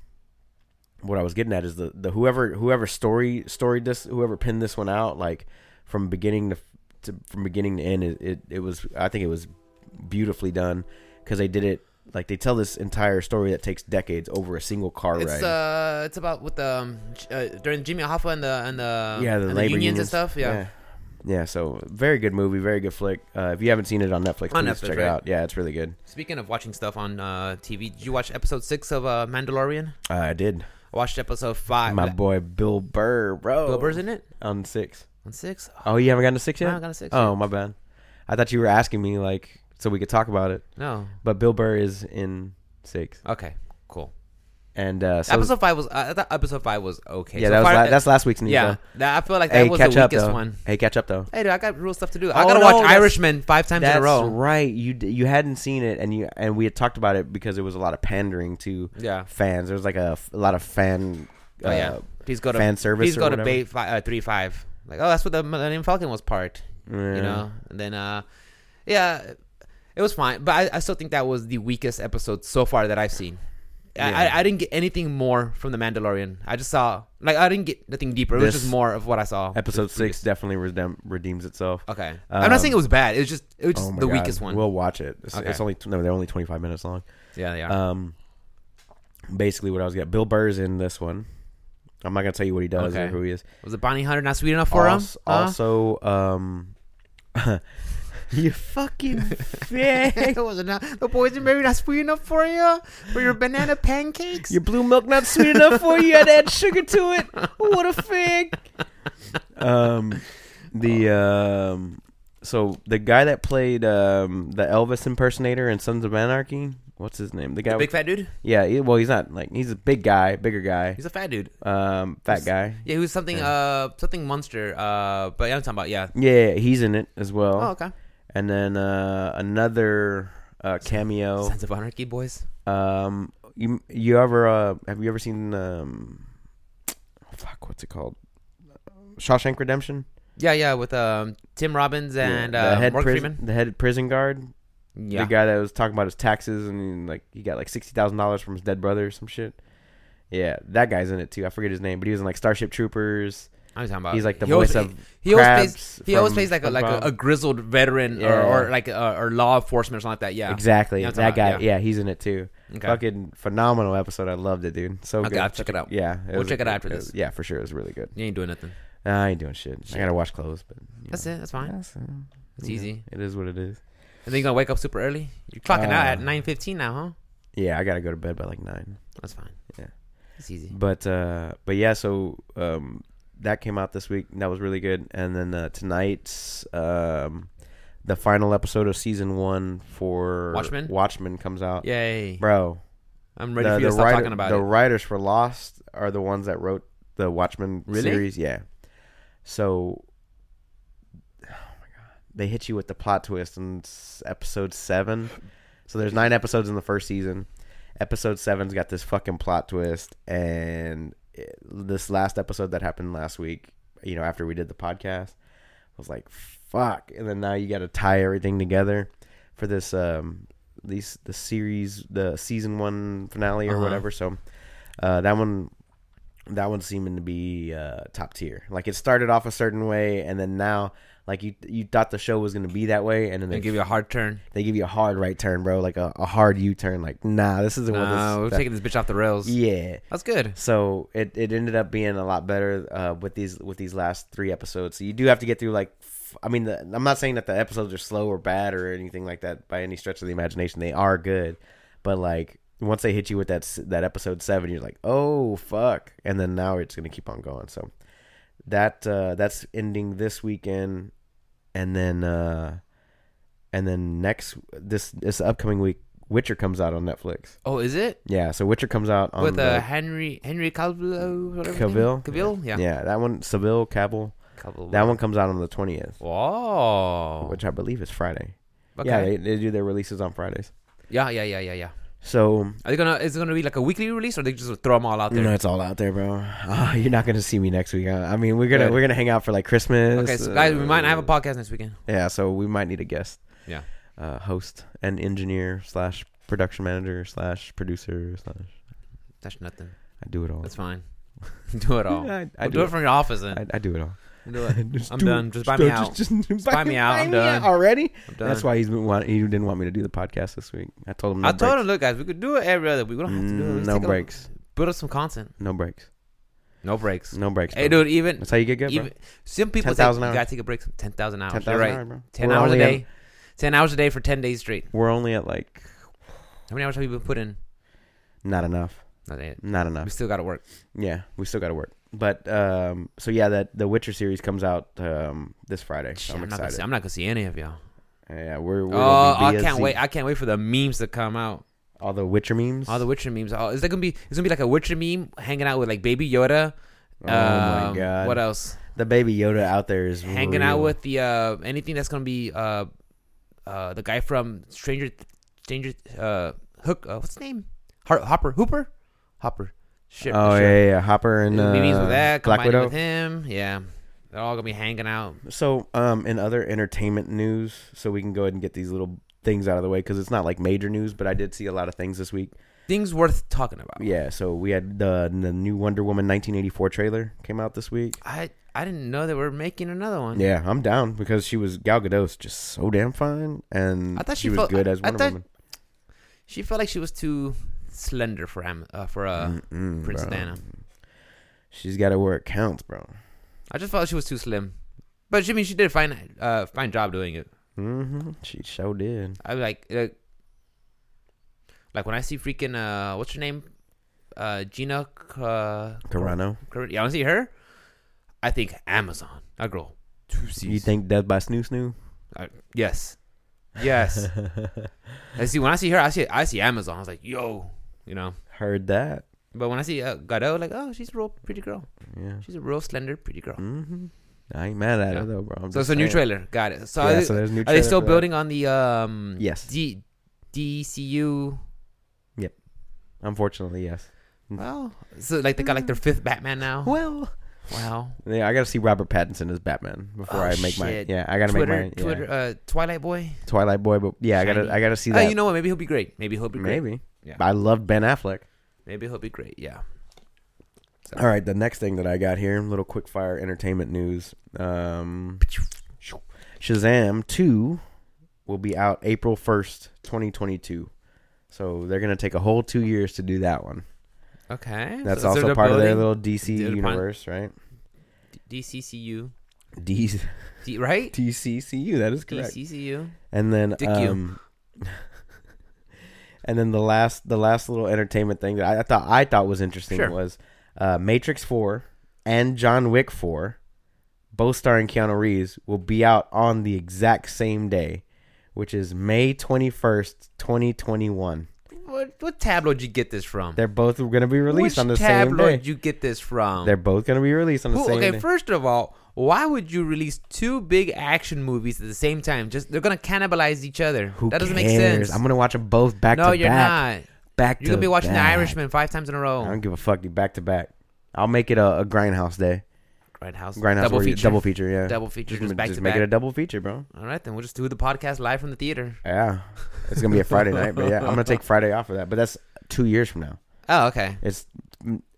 Speaker 2: what I was getting at is the the whoever whoever story story this whoever pinned this one out like from beginning to, to from beginning to end it, it it was I think it was beautifully done because they did it like they tell this entire story that takes decades over a single car
Speaker 1: It's
Speaker 2: ride.
Speaker 1: uh, it's about with the um, J- uh, during Jimmy Hoffa and the and the
Speaker 2: yeah, the
Speaker 1: and
Speaker 2: labor
Speaker 1: unions, and stuff. Yeah.
Speaker 2: Yeah, so very good movie, very good flick. Uh, if you haven't seen it on Netflix,
Speaker 1: On
Speaker 2: please
Speaker 1: Netflix,
Speaker 2: check
Speaker 1: right?
Speaker 2: it out. Yeah, it's really good.
Speaker 1: Speaking of watching stuff on uh, TV, did you watch episode six of uh, Mandalorian?
Speaker 2: Uh, I did.
Speaker 1: I watched episode five.
Speaker 2: My Oh. boy Bill Burr, bro.
Speaker 1: Bill Burr's in it
Speaker 2: on six.
Speaker 1: on six.
Speaker 2: Oh, you haven't gotten to six
Speaker 1: No, I
Speaker 2: yet?
Speaker 1: haven't gotten to six
Speaker 2: Oh, my bad. I thought you were asking me like so we could talk about it.
Speaker 1: No,
Speaker 2: But Bill Burr is in six,
Speaker 1: okay, cool.
Speaker 2: and uh, so
Speaker 1: episode five was uh, I thought episode five was okay.
Speaker 2: yeah,
Speaker 1: So
Speaker 2: that was
Speaker 1: far-
Speaker 2: la- that's last week's news.
Speaker 1: yeah.
Speaker 2: though.
Speaker 1: That, I feel like that
Speaker 2: Hey,
Speaker 1: was the
Speaker 2: catch up
Speaker 1: weakest
Speaker 2: though.
Speaker 1: one.
Speaker 2: Hey, catch up though.
Speaker 1: Hey, dude, I got real stuff to do. I
Speaker 2: Oh,
Speaker 1: gotta
Speaker 2: no,
Speaker 1: watch
Speaker 2: that's-
Speaker 1: Irishman five times in a row.
Speaker 2: right. You d- you hadn't seen it, and you and we had talked about it because it was a lot of pandering to
Speaker 1: Yeah.
Speaker 2: fans. There was like a, f- a lot of fan. Uh,
Speaker 1: Oh yeah, please go to
Speaker 2: fan service
Speaker 1: Please
Speaker 2: or
Speaker 1: go to
Speaker 2: whatever.
Speaker 1: Bay fi- uh, three five. Like, oh, that's where the Millennium Falcon was parked.
Speaker 2: Yeah.
Speaker 1: You know, and then uh, yeah, it was fine, but I, I still think that was the weakest episode so far that I've seen. I,
Speaker 2: Yeah.
Speaker 1: I, I didn't get anything more from the Mandalorian. I just saw like I didn't get nothing deeper. It was
Speaker 2: This
Speaker 1: just more of what I saw.
Speaker 2: Episode six definitely redeem, redeems itself.
Speaker 1: Okay, I'm not saying it was bad. It was just it was just
Speaker 2: Oh my
Speaker 1: the
Speaker 2: God.
Speaker 1: weakest one.
Speaker 2: We'll watch it. It's,
Speaker 1: Okay.
Speaker 2: it's only no, they're only twenty five minutes long.
Speaker 1: yeah, yeah.
Speaker 2: Um, basically what I was getting. Bill Burr's in this one. I'm not gonna tell you what he does or
Speaker 1: Okay.
Speaker 2: who he is.
Speaker 1: was it Bonnie Hunter not sweet enough for him? Uh.
Speaker 2: Als- Also, um, [LAUGHS] you [LAUGHS] fucking
Speaker 1: Huh? was [LAUGHS] it not, the boysenberry not sweet enough for you for your banana pancakes?
Speaker 2: Your blue milk not sweet enough for you. I'd add sugar to it. What a fig. Um, the um, so the guy that played um the Elvis impersonator in Sons of Anarchy. What's his name? The guy.
Speaker 1: The big fat dude.
Speaker 2: yeah. He, well, he's not like he's a big guy, bigger guy,
Speaker 1: He's a fat dude.
Speaker 2: um, fat
Speaker 1: he's-
Speaker 2: guy.
Speaker 1: Yeah, he was something
Speaker 2: Yeah.
Speaker 1: uh something monster. Uh but yeah, I'm talking about yeah.
Speaker 2: Yeah, he's in it as well.
Speaker 1: Oh, okay.
Speaker 2: And then uh, another uh, cameo.
Speaker 1: Sons of Anarchy boys.
Speaker 2: Um, you you ever uh, have you ever seen um, fuck, what's it called? Shawshank Redemption.
Speaker 1: Yeah, yeah, with um Tim Robbins and
Speaker 2: Yeah, the
Speaker 1: uh
Speaker 2: head
Speaker 1: Morgan
Speaker 2: prison,
Speaker 1: Freeman.
Speaker 2: the head prison guard,
Speaker 1: Yeah.
Speaker 2: the guy that was talking about his taxes and like he got like sixty thousand dollars from his dead brother or some shit. Yeah, that guy's in it too. I forget his name, but he was in like Starship Troopers.
Speaker 1: I'm talking about.
Speaker 2: He's like
Speaker 1: Uh,
Speaker 2: the
Speaker 1: he
Speaker 2: voice
Speaker 1: always,
Speaker 2: of
Speaker 1: he always
Speaker 2: Krabs
Speaker 1: plays he always
Speaker 2: from
Speaker 1: plays like a like a,
Speaker 2: SpongeBob.
Speaker 1: a grizzled veteran
Speaker 2: Yeah.
Speaker 1: or, or like a, or law enforcement or something like that. Yeah.
Speaker 2: exactly
Speaker 1: Yeah, I'm
Speaker 2: that
Speaker 1: talking
Speaker 2: guy.
Speaker 1: about-
Speaker 2: yeah. he's in it too.
Speaker 1: Okay.
Speaker 2: Fucking phenomenal episode. I loved it, dude. So
Speaker 1: Okay,
Speaker 2: good.
Speaker 1: I'll check it out.
Speaker 2: Yeah,
Speaker 1: We'll
Speaker 2: was-
Speaker 1: check it out after
Speaker 2: was-
Speaker 1: this.
Speaker 2: Yeah, for sure, it was really good.
Speaker 1: You ain't doing nothing.
Speaker 2: I ain't doing shit. I gotta wash clothes, but you
Speaker 1: That's
Speaker 2: know,
Speaker 1: it. That's fine.
Speaker 2: that's, uh,
Speaker 1: It's
Speaker 2: you know,
Speaker 1: easy.
Speaker 2: It is what it is.
Speaker 1: And then you're gonna wake up super early. You're clocking out at
Speaker 2: Uh,
Speaker 1: 9:15 now, huh?
Speaker 2: Yeah, I gotta go to bed by like nine.
Speaker 1: That's fine.
Speaker 2: Yeah.
Speaker 1: It's easy.
Speaker 2: But uh, but yeah, so um, that came out this week. and That was really good. And then uh, tonight's um, the final episode of season one for
Speaker 1: Watchmen?
Speaker 2: Watchmen comes out.
Speaker 1: Yay.
Speaker 2: bro.
Speaker 1: I'm ready
Speaker 2: the,
Speaker 1: for you to
Speaker 2: the
Speaker 1: stop
Speaker 2: writer-
Speaker 1: talking about
Speaker 2: the
Speaker 1: it.
Speaker 2: writers for Lost are the ones that wrote the Watchmen
Speaker 1: Really?
Speaker 2: series. Yeah. So, oh my god, they hit you with the plot twist in s- episode seven. So there's nine episodes in the first season. Episode seven's got this fucking plot twist, and it- this last episode that happened last week, you know, after we did the podcast, I was like, fuck. And then now you got to tie everything together for this um these the series the season one finale or
Speaker 1: Uh-huh.
Speaker 2: whatever. So uh, that one that one's seeming to be uh, top tier. Like it started off a certain way, and then now like you you thought the show was gonna be that way, and then
Speaker 1: They
Speaker 2: they
Speaker 1: give you a hard turn.
Speaker 2: they give you a hard right turn, bro, like a, a hard U turn. Like nah, this isn't
Speaker 1: Nah, Ah, we're
Speaker 2: what this.
Speaker 1: taking this bitch off the rails.
Speaker 2: that- yeah.
Speaker 1: That's good.
Speaker 2: So it, it ended up being a lot better uh, with these with these last three episodes. So you do have to get through like f- I mean the, I'm not saying that the episodes are slow or bad or anything like that by any stretch of the imagination. They are good, but like once they hit you with that s- that episode seven, you're like oh fuck, and then now it's gonna keep on going. So that uh, that's ending this weekend, and then uh, and then next this this upcoming week, Witcher comes out on Netflix.
Speaker 1: Oh, is it?
Speaker 2: Yeah, so Witcher comes out on
Speaker 1: with
Speaker 2: the,
Speaker 1: uh, Henry Henry Cavill, whatever his name-
Speaker 2: Cavill?
Speaker 1: Cavill, yeah,
Speaker 2: Yeah, that one, Seville, Cabell.
Speaker 1: Cavill.
Speaker 2: That one comes out on the 20th,
Speaker 1: Wow.
Speaker 2: which I believe is Friday.
Speaker 1: Oh. okay.
Speaker 2: Yeah, they, they do their releases on Fridays.
Speaker 1: yeah, yeah, yeah, yeah, yeah.
Speaker 2: So,
Speaker 1: Are they gonna? Is it gonna be like a weekly release, or they just throw them all out
Speaker 2: you
Speaker 1: there?
Speaker 2: know, it's all out there, bro. [LAUGHS] Ah, you're not going to see me next week. I I mean, we're going to
Speaker 1: Good.
Speaker 2: we're gonna hang out for like Christmas.
Speaker 1: okay, so guys, we might have a
Speaker 2: uh,
Speaker 1: podcast next weekend.
Speaker 2: Yeah, so we might need a guest.
Speaker 1: Yeah.
Speaker 2: Uh, host and engineer slash production manager slash producer slash
Speaker 1: That's nothing.
Speaker 2: I do it all.
Speaker 1: That's fine. [LAUGHS] do it all.
Speaker 2: I, I
Speaker 1: we'll
Speaker 2: do,
Speaker 1: do
Speaker 2: it.
Speaker 1: it from your office then.
Speaker 2: I, I do it all. [LAUGHS]
Speaker 1: do it.
Speaker 2: Just
Speaker 1: I'm
Speaker 2: do it.
Speaker 1: done. Just buy me out.
Speaker 2: Just, just
Speaker 1: buy me out. I'm done.
Speaker 2: already.
Speaker 1: I'm done.
Speaker 2: [LAUGHS] That's why he's been want, he didn't want me to do the podcast this week. I told him. No
Speaker 1: I told
Speaker 2: breaks.
Speaker 1: him, look, guys, we could do it every other. week. We don't have to do it.
Speaker 2: Mm,
Speaker 1: Let's
Speaker 2: no
Speaker 1: take a-
Speaker 2: breaks.
Speaker 1: Build up some content.
Speaker 2: No breaks.
Speaker 1: No breaks.
Speaker 2: No breaks.
Speaker 1: Hey,
Speaker 2: bro.
Speaker 1: dude, even,
Speaker 2: That's how you get good,
Speaker 1: even some people
Speaker 2: 10,000
Speaker 1: take,
Speaker 2: hours.
Speaker 1: gotta take a break. Ten thousand hours.
Speaker 2: bro.
Speaker 1: You're
Speaker 2: 10,000
Speaker 1: right.
Speaker 2: hours, bro.
Speaker 1: Ten
Speaker 2: We're
Speaker 1: hours a
Speaker 2: only at-
Speaker 1: day. Ten hours a day for ten days straight.
Speaker 2: we're only at like
Speaker 1: How many hours have you been put in?
Speaker 2: not enough.
Speaker 1: Not yet.
Speaker 2: Not
Speaker 1: We
Speaker 2: enough.
Speaker 1: still gotta work.
Speaker 2: Yeah, we still got to work. But um, so yeah, that the Witcher series comes out um this Friday. So I'm,
Speaker 1: I'm, not gonna
Speaker 2: excited.
Speaker 1: see, I'm not gonna see any of y'all.
Speaker 2: yeah, we're. we're
Speaker 1: Oh,
Speaker 2: gonna
Speaker 1: I
Speaker 2: be
Speaker 1: can't
Speaker 2: busy.
Speaker 1: wait! I can't wait for the memes to come out.
Speaker 2: All the Witcher memes.
Speaker 1: All the Witcher memes. Oh, is that gonna be? It's gonna be like a Witcher meme hanging out with like Baby Yoda.
Speaker 2: oh my
Speaker 1: Um,
Speaker 2: god!
Speaker 1: What else?
Speaker 2: The baby Yoda out there is
Speaker 1: Hanging out
Speaker 2: real.
Speaker 1: with the uh, anything that's gonna be uh, uh, the guy from Stranger, Stranger uh, Hook. Uh, what's his name? Har- Hopper, Hooper, Hopper. Shit.
Speaker 2: Oh
Speaker 1: shit.
Speaker 2: yeah, yeah, yeah, Hopper and uh,
Speaker 1: It'll be memes with that,
Speaker 2: Black
Speaker 1: combining
Speaker 2: Widow.
Speaker 1: with him. Yeah, they're all gonna be hanging out.
Speaker 2: So, um, in other entertainment news, so we can go ahead and get these little things out of the way because it's not like major news, but I did see a lot of things this week.
Speaker 1: Things worth talking about.
Speaker 2: Yeah, so we had the the new Wonder Woman 1984 trailer came out this week.
Speaker 1: I I didn't know they were making another one.
Speaker 2: Yeah, I'm down because she was Gal Gadot's just so damn fine, and
Speaker 1: I thought
Speaker 2: she,
Speaker 1: she
Speaker 2: was
Speaker 1: felt-
Speaker 2: good as
Speaker 1: I
Speaker 2: Wonder
Speaker 1: thought-
Speaker 2: Woman.
Speaker 1: She felt like she was too slender for Am- uh, for uh,
Speaker 2: Mm-mm,
Speaker 1: Prince
Speaker 2: bro.
Speaker 1: Diana.
Speaker 2: She's got to where it counts, bro.
Speaker 1: I just felt she was too slim. But she- I mean, she did a fine uh, fine job doing it.
Speaker 2: hmm She sure did.
Speaker 1: I like uh, like when I see freaking uh, what's her name, uh, Gina C- uh,
Speaker 2: Carano,
Speaker 1: Car- yeah, I see her. I think Amazon. That girl. Two
Speaker 2: you
Speaker 1: C's.
Speaker 2: think Death by Snoo Snoo?
Speaker 1: Yes.
Speaker 2: [LAUGHS]
Speaker 1: Yes. I see. When I see her, I see I see Amazon. I was like, yo, you know.
Speaker 2: Heard that?
Speaker 1: But when I see uh, Godot, like, oh, she's a real pretty girl.
Speaker 2: Yeah.
Speaker 1: She's a real slender, pretty girl.
Speaker 2: hmm I ain't mad at
Speaker 1: Yeah.
Speaker 2: her though, bro. I'm
Speaker 1: So
Speaker 2: just
Speaker 1: it's a new
Speaker 2: saying.
Speaker 1: trailer. Got it. So,
Speaker 2: yeah,
Speaker 1: are,
Speaker 2: so there's new
Speaker 1: are they
Speaker 2: trailer
Speaker 1: still
Speaker 2: for that.
Speaker 1: building on the um
Speaker 2: Yes.
Speaker 1: D- DCU?
Speaker 2: Unfortunately, yes.
Speaker 1: Well, so like they got like their
Speaker 2: Mm.
Speaker 1: fifth Batman now.
Speaker 2: Well,
Speaker 1: Wow.
Speaker 2: yeah, I gotta see Robert Pattinson as Batman before
Speaker 1: Oh,
Speaker 2: I make my
Speaker 1: shit.
Speaker 2: yeah. I gotta
Speaker 1: Twitter,
Speaker 2: make my yeah,
Speaker 1: Twitter, uh, Twilight Boy.
Speaker 2: Twilight Boy, but yeah, I
Speaker 1: Shiny.
Speaker 2: gotta I gotta see
Speaker 1: Oh,
Speaker 2: that.
Speaker 1: you know what? Maybe he'll be great. Maybe he'll be great.
Speaker 2: Maybe
Speaker 1: Yeah.
Speaker 2: I love Ben Affleck.
Speaker 1: Maybe he'll be great. Yeah.
Speaker 2: All right, the next thing that I got here, little quick fire entertainment news. Um, Shazam two will be out April first, twenty twenty two. So they're gonna take a whole two years to do that one.
Speaker 1: Okay.
Speaker 2: That's
Speaker 1: so- so
Speaker 2: also
Speaker 1: they're
Speaker 2: part of their
Speaker 1: building
Speaker 2: little DC
Speaker 1: They're pon-
Speaker 2: universe, right?
Speaker 1: DCCU.
Speaker 2: D- [LAUGHS]
Speaker 1: D- right?
Speaker 2: DCCU. That is correct.
Speaker 1: DCCU.
Speaker 2: And then
Speaker 1: Dick you.
Speaker 2: um [LAUGHS] And then the last the last little entertainment thing that I, I thought I thought was interesting
Speaker 1: Sure.
Speaker 2: was uh Matrix 4 and John Wick 4 both starring Keanu Reeves will be out on the exact same day, which is May 21st, 2021.
Speaker 1: What what tabloid you get this from?
Speaker 2: They're both going to be released
Speaker 1: Which
Speaker 2: on the same
Speaker 1: tabloid
Speaker 2: day.
Speaker 1: you get this from?
Speaker 2: They're both going to be released on the
Speaker 1: Who-
Speaker 2: same
Speaker 1: okay,
Speaker 2: day.
Speaker 1: first of all, why would you release two big action movies at the same time? Just they're gonna cannibalize each other.
Speaker 2: Who
Speaker 1: that doesn't
Speaker 2: cares?
Speaker 1: make sense.
Speaker 2: I'm going to watch them both back
Speaker 1: no,
Speaker 2: to
Speaker 1: you're
Speaker 2: back.
Speaker 1: not.
Speaker 2: Back
Speaker 1: You're
Speaker 2: to
Speaker 1: gonna be watching
Speaker 2: back.
Speaker 1: The Irishman five times in a
Speaker 2: I
Speaker 1: row.
Speaker 2: don't give a fuck, dude. Back to back. I'll make it a, a grindhouse day.
Speaker 1: Grindhouse,
Speaker 2: Grindhouse
Speaker 1: double
Speaker 2: where you-
Speaker 1: feature,
Speaker 2: double feature, yeah.
Speaker 1: double feature,
Speaker 2: just
Speaker 1: just, back
Speaker 2: just
Speaker 1: to
Speaker 2: make
Speaker 1: back.
Speaker 2: it a double feature, bro.
Speaker 1: all right, then we'll just do the podcast live from the theater.
Speaker 2: Yeah, it's gonna be a Friday night, but yeah, I'm gonna
Speaker 1: [LAUGHS]
Speaker 2: take Friday off of that. But that's two years from now.
Speaker 1: Oh, okay.
Speaker 2: It's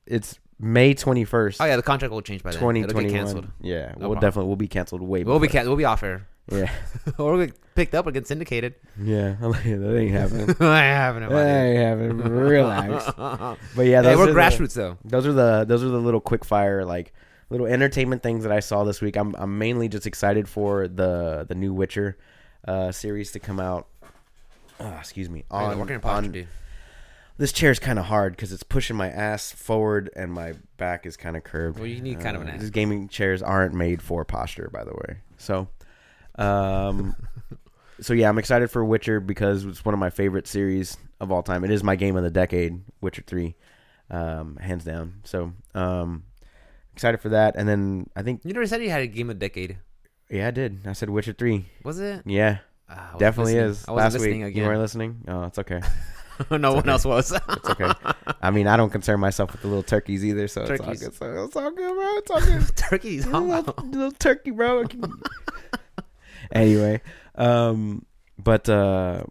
Speaker 2: it's May 21st,
Speaker 1: Oh yeah, the contract will change by then. It'll get
Speaker 2: 2021.
Speaker 1: canceled.
Speaker 2: Yeah,
Speaker 1: No
Speaker 2: we'll
Speaker 1: problem.
Speaker 2: definitely we'll be canceled way.
Speaker 1: We'll be
Speaker 2: before
Speaker 1: can- we'll be off air, [LAUGHS]
Speaker 2: that. yeah,
Speaker 1: or we'll get picked up or get syndicated.
Speaker 2: yeah. [LAUGHS] that ain't happening.
Speaker 1: [LAUGHS] I haven't.
Speaker 2: that ain't happening. Relax.
Speaker 1: [LAUGHS]
Speaker 2: But
Speaker 1: Hey,
Speaker 2: yeah, those
Speaker 1: we're
Speaker 2: are the-
Speaker 1: grassroots though.
Speaker 2: Those are the those are the little quick fire like little entertainment things that I saw this week. I'm I'm mainly just excited for the the new Witcher uh, series to come out. Ah, excuse me.
Speaker 1: Hey,
Speaker 2: On,
Speaker 1: we're gonna
Speaker 2: on-
Speaker 1: posture, dude.
Speaker 2: this chair is kind of hard because it's pushing my ass forward and my back is kind of curved. Uh,
Speaker 1: Well, you need kind of an ass.
Speaker 2: These gaming chairs aren't made for posture, by the way. So,
Speaker 1: [LAUGHS]
Speaker 2: um, so yeah, I'm excited for Witcher because it's one of my favorite series of all time. It is my game of the decade, Witcher Three, um, hands down. So, um, excited for that. And then I think
Speaker 1: You never said you had a game of decade.
Speaker 2: yeah, I did. I said Witcher Three.
Speaker 1: Was it?
Speaker 2: Yeah,
Speaker 1: Ah, I wasn't
Speaker 2: definitely
Speaker 1: listening.
Speaker 2: is.
Speaker 1: I
Speaker 2: Last
Speaker 1: wasn't
Speaker 2: week
Speaker 1: listening
Speaker 2: you weren't
Speaker 1: again.
Speaker 2: listening. Oh, it's okay.
Speaker 1: [LAUGHS] no one
Speaker 2: okay.
Speaker 1: else was.
Speaker 2: It's okay. I mean, I don't concern myself with the little turkeys either, so
Speaker 1: Turkeys.
Speaker 2: it's all good. So it's all good, bro. It's
Speaker 1: [LAUGHS]
Speaker 2: all good.
Speaker 1: Turkeys.
Speaker 2: Little- little, turkey, bro. anyway, um, but uh,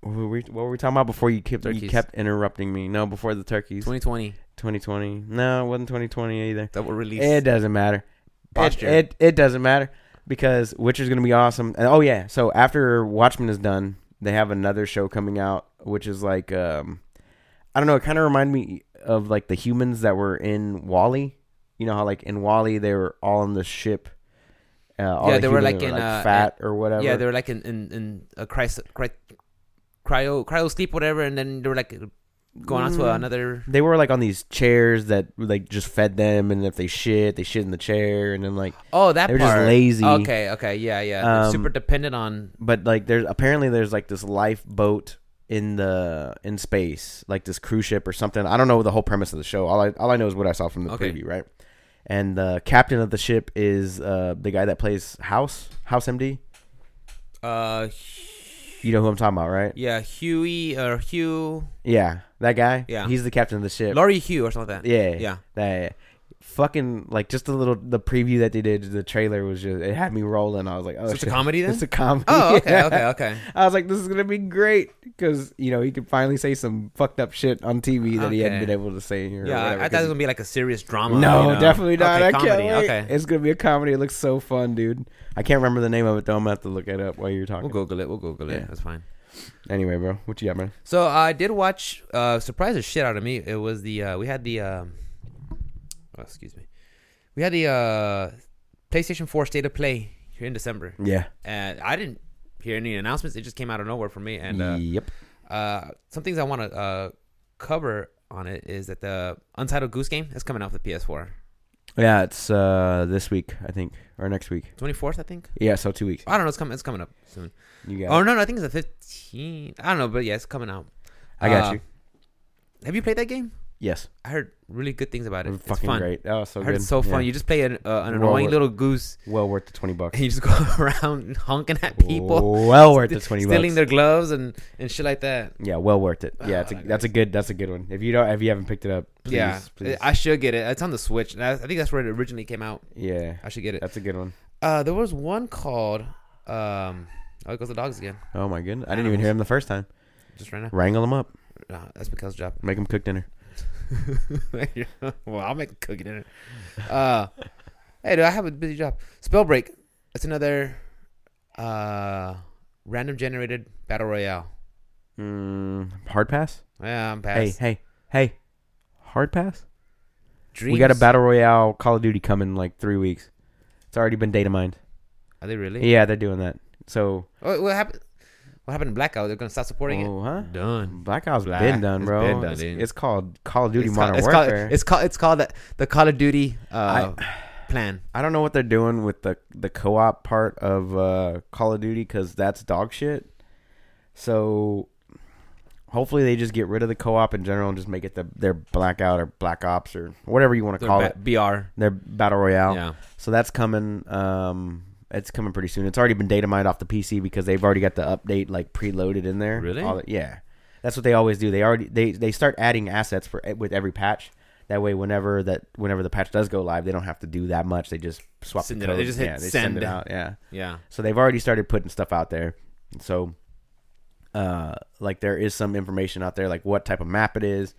Speaker 2: what were, we, what were we talking about before you kept you
Speaker 1: Turkeys.
Speaker 2: kept interrupting me? No, before the turkeys.
Speaker 1: 2020
Speaker 2: 2020. No, it wasn't 2020 either.
Speaker 1: double release.
Speaker 2: It doesn't matter. It,
Speaker 1: Posture.
Speaker 2: it it doesn't matter because Witcher's gonna be awesome. And oh yeah, so after Watchmen is done, they have another show coming out, which is like um, I don't know. It kind of reminded me of like the humans that were in Wally. You know how like in Wally they were all on the ship. Uh, all
Speaker 1: Yeah,
Speaker 2: the
Speaker 1: they were,
Speaker 2: humans
Speaker 1: like, in, uh,
Speaker 2: fat or whatever.
Speaker 1: Yeah, they were like in in, in a cryo, cryo cryo cryo sleep whatever, and then they were like going on to
Speaker 2: Mm.
Speaker 1: another.
Speaker 2: they were like on these chairs that like just fed them, and if they shit, they shit in the chair, and then like,
Speaker 1: Oh, that
Speaker 2: They were just
Speaker 1: part.
Speaker 2: lazy.
Speaker 1: Okay, okay, yeah, yeah.
Speaker 2: Um,
Speaker 1: Super dependent on.
Speaker 2: but like there's apparently there's like this lifeboat in the in space, like this cruise ship or something. I don't know the whole premise of the show. All I all I know is what I saw from the
Speaker 1: Okay.
Speaker 2: preview, right? And the captain of the ship is uh, the guy that plays House House MD.
Speaker 1: Uh,
Speaker 2: You know who I'm talking about, right?
Speaker 1: yeah, Huey or Hugh,
Speaker 2: Yeah, that guy.
Speaker 1: Yeah.
Speaker 2: he's the captain of the ship.
Speaker 1: Laurie Hugh or something like that.
Speaker 2: yeah,
Speaker 1: Yeah.
Speaker 2: that fucking like just the little the preview that they did the trailer was just it had me rolling i was like oh
Speaker 1: So it's a
Speaker 2: shit.
Speaker 1: comedy then.
Speaker 2: it's a comedy
Speaker 1: oh, okay,
Speaker 2: [LAUGHS] Yeah.
Speaker 1: okay, okay.
Speaker 2: i was like this is gonna be great because you know he could finally say some fucked up shit on tv that he hadn't
Speaker 1: Okay.
Speaker 2: been able to say or
Speaker 1: Yeah, I-
Speaker 2: whatever,
Speaker 1: I thought it
Speaker 2: 'cause
Speaker 1: was gonna be like a serious drama.
Speaker 2: no,
Speaker 1: you know?
Speaker 2: definitely not.
Speaker 1: Okay,
Speaker 2: I
Speaker 1: comedy.
Speaker 2: can't wait.
Speaker 1: Okay,
Speaker 2: It's gonna be a comedy. It looks so fun, dude. I can't remember the name of it though. I'm gonna have to look it up while you're talking.
Speaker 1: we'll Google it. We'll Google it.
Speaker 2: Yeah.
Speaker 1: That's fine.
Speaker 2: Anyway, bro, what you got, man?
Speaker 1: So I did watch. Uh, surprised the shit out of me. It was the uh, we had the. Um, oh, excuse me. We had the uh, PlayStation Four State of Play here in December,
Speaker 2: Yeah.
Speaker 1: and I didn't hear any announcements. It just came out of nowhere for me. And uh,
Speaker 2: yep.
Speaker 1: uh, some things I want to uh, cover on it is that the Untitled Goose Game is coming out for the PS4,
Speaker 2: Yeah, it's uh this week, I think, or next week.
Speaker 1: 24th, I think.
Speaker 2: Yeah, so two weeks.
Speaker 1: I don't know. It's coming. It's coming up soon.
Speaker 2: You got.
Speaker 1: Oh
Speaker 2: it.
Speaker 1: no, no, I think it's the 15th. I don't know, but yeah, it's coming out.
Speaker 2: I got
Speaker 1: Uh,
Speaker 2: you.
Speaker 1: Have you played that game?
Speaker 2: Yes.
Speaker 1: I heard really good things about it.
Speaker 2: They're
Speaker 1: It's
Speaker 2: fucking
Speaker 1: fun.
Speaker 2: great. Oh, so
Speaker 1: I heard
Speaker 2: good.
Speaker 1: it's so fun. You
Speaker 2: Yeah.
Speaker 1: just play an, uh, an
Speaker 2: Well
Speaker 1: annoying
Speaker 2: worth-
Speaker 1: little goose, [LAUGHS]
Speaker 2: well worth the twenty bucks.
Speaker 1: and you just go [LAUGHS] around honking at people,
Speaker 2: Well
Speaker 1: [LAUGHS]
Speaker 2: worth the
Speaker 1: st-
Speaker 2: twenty
Speaker 1: stealing
Speaker 2: bucks.
Speaker 1: their gloves and, and shit like that.
Speaker 2: yeah, well worth it. Yeah,
Speaker 1: [SIGHS]
Speaker 2: it's a,
Speaker 1: Ah,
Speaker 2: that's a good that's a good one. If you don't if you haven't picked it up, please,
Speaker 1: yeah,
Speaker 2: please.
Speaker 1: I should get it. It's on the Switch, and I, I think that's where it originally came out.
Speaker 2: yeah,
Speaker 1: I should get it.
Speaker 2: that's a good one.
Speaker 1: Uh, there was one called. Um, oh, it goes the dogs again.
Speaker 2: Oh my goodness, I didn't even hear him the first time.
Speaker 1: Just right now.
Speaker 2: Wrangle him up,
Speaker 1: Nah, that's Mikael's job.
Speaker 2: make him cook dinner.
Speaker 1: [LAUGHS] well, I'll make cookie dinner. Uh, hey, dude, I have a busy job. Spellbreak. It's another uh, random generated battle royale.
Speaker 2: Mm, hard pass.
Speaker 1: Yeah, I'm past.
Speaker 2: Hey, hey, hey, hard pass.
Speaker 1: Dreams.
Speaker 2: We got a battle royale Call of Duty coming in like three weeks. It's already been data mined.
Speaker 1: Are they really?
Speaker 2: Yeah, they're doing that. So
Speaker 1: Oh, what happened? What happened in Blackout? They're gonna stop supporting
Speaker 2: oh, huh?
Speaker 1: it. Done.
Speaker 2: Black Ops
Speaker 1: Black-
Speaker 2: been done,
Speaker 1: it's
Speaker 2: bro.
Speaker 1: been done,
Speaker 2: it's,
Speaker 1: dude.
Speaker 2: it's called Call of Duty
Speaker 1: It's called,
Speaker 2: Modern
Speaker 1: it's, called,
Speaker 2: Warfare.
Speaker 1: it's called. It's called the, the Call of Duty uh, plan.
Speaker 2: I don't know what they're doing with the the co-op part of uh, Call of Duty because that's dog shit. So hopefully they just get rid of the co-op in general and just make it the, their blackout or black ops or whatever you want to
Speaker 1: Their
Speaker 2: call
Speaker 1: ba-
Speaker 2: it. Oh.
Speaker 1: BR.
Speaker 2: Their battle royale.
Speaker 1: Yeah.
Speaker 2: So that's coming. Um, it's coming pretty soon. It's already been data mined off the PC because they've already got the update like preloaded in there.
Speaker 1: Really?
Speaker 2: All the- yeah. That's what they always do. They already they, they start adding assets for with every patch. That way, whenever that whenever the patch does go live, they don't have to do that much. They just swap
Speaker 1: Send
Speaker 2: the
Speaker 1: it out.
Speaker 2: code.
Speaker 1: They just hit
Speaker 2: yeah, they
Speaker 1: send.
Speaker 2: it out. Yeah.
Speaker 1: Yeah.
Speaker 2: So they've already started putting stuff out there. So, uh, like there is some information out there, like what type of map it is.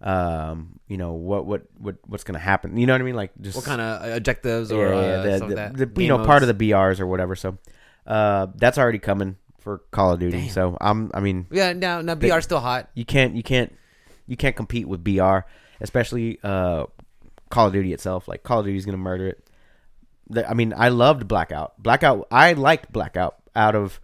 Speaker 2: Um, you know what what what what's gonna happen. You know what I mean? Like just
Speaker 1: What kind of objectives or uh,
Speaker 2: the-
Speaker 1: stuff like
Speaker 2: the-
Speaker 1: that?
Speaker 2: the-
Speaker 1: Game
Speaker 2: you know
Speaker 1: modes?
Speaker 2: part of the BRs or whatever. So uh, that's already coming for Call of Duty.
Speaker 1: Damn.
Speaker 2: So I'm I mean
Speaker 1: Yeah, now now BR's still hot.
Speaker 2: you can't you can't you can't compete with BR, especially uh, Call of Duty itself. Like Call of Duty's gonna murder it. The- I mean I loved Blackout. Blackout I liked Blackout out of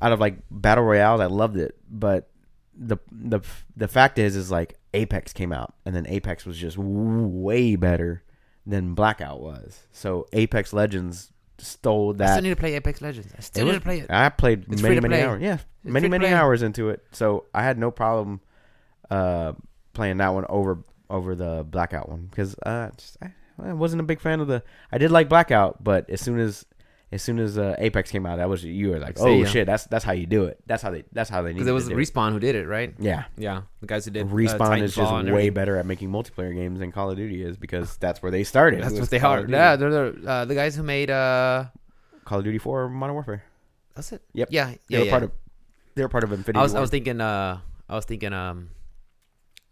Speaker 2: out of like battle royales. I loved it, but the the the fact is is like Apex came out and then Apex was just way better than Blackout was. So Apex Legends stole
Speaker 1: I still
Speaker 2: that.
Speaker 1: need to play Apex Legends. I still
Speaker 2: It
Speaker 1: need
Speaker 2: was-
Speaker 1: to play it.
Speaker 2: I played
Speaker 1: It's free
Speaker 2: many
Speaker 1: to
Speaker 2: many
Speaker 1: play.
Speaker 2: hours. Yeah,
Speaker 1: It's
Speaker 2: many
Speaker 1: free to
Speaker 2: many
Speaker 1: play.
Speaker 2: hours into it. So I had no problem uh, playing that one over over the blackout one because uh, just, I, I wasn't a big fan of the. I did like blackout, but as soon as as soon as uh, Apex came out, that was you were like,
Speaker 1: See
Speaker 2: oh
Speaker 1: ya."
Speaker 2: shit, that's that's how you do it. That's how they that's how they need
Speaker 1: Because it was
Speaker 2: to do it.
Speaker 1: Respawn who did it, right?
Speaker 2: Yeah,
Speaker 1: Yeah, the guys who did uh,
Speaker 2: Respawn is
Speaker 1: Titanfall
Speaker 2: just
Speaker 1: and
Speaker 2: way
Speaker 1: everything.
Speaker 2: better at making multiplayer games than Call of Duty is because that's where they started.
Speaker 1: That's
Speaker 2: was
Speaker 1: what they
Speaker 2: Call
Speaker 1: are.
Speaker 2: of Duty.
Speaker 1: Yeah, they're the uh, the guys who made uh,
Speaker 2: Call of Duty Four, Modern Warfare.
Speaker 1: that's it.
Speaker 2: Yep.
Speaker 1: Yeah,
Speaker 2: They
Speaker 1: yeah,
Speaker 2: were
Speaker 1: yeah.
Speaker 2: part of. They were part of Infinity.
Speaker 1: I was I
Speaker 2: Ward.
Speaker 1: was thinking uh I was thinking um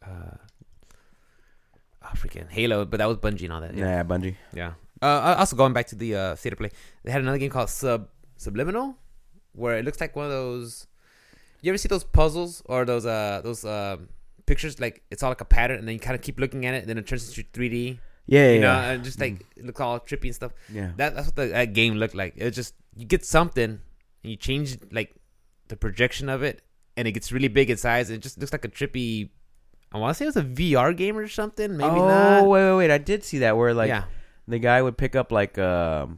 Speaker 1: uh oh, freaking Halo, but that was Bungie and all that. Yeah.
Speaker 2: Nah, Bungie.
Speaker 1: yeah. Uh, also going back to the uh, state of play, they had another game called Sub Subliminal, where it looks like one of those. You ever see those puzzles or those uh those um pictures like it's all like a pattern, and then you kind of keep looking at it, and then it turns into 3D.
Speaker 2: Yeah, yeah,
Speaker 1: you know,
Speaker 2: yeah. Mm.
Speaker 1: and just like it looks all trippy and stuff.
Speaker 2: yeah.
Speaker 1: That, that's what the, that game looked like. It was just you get something and you change like the projection of it, and it gets really big in size. And it just looks like a trippy. I want to say it was a VR game or something. Maybe
Speaker 2: oh,
Speaker 1: not.
Speaker 2: wait, wait, wait! I did see that where like
Speaker 1: yeah,
Speaker 2: the guy would pick up like a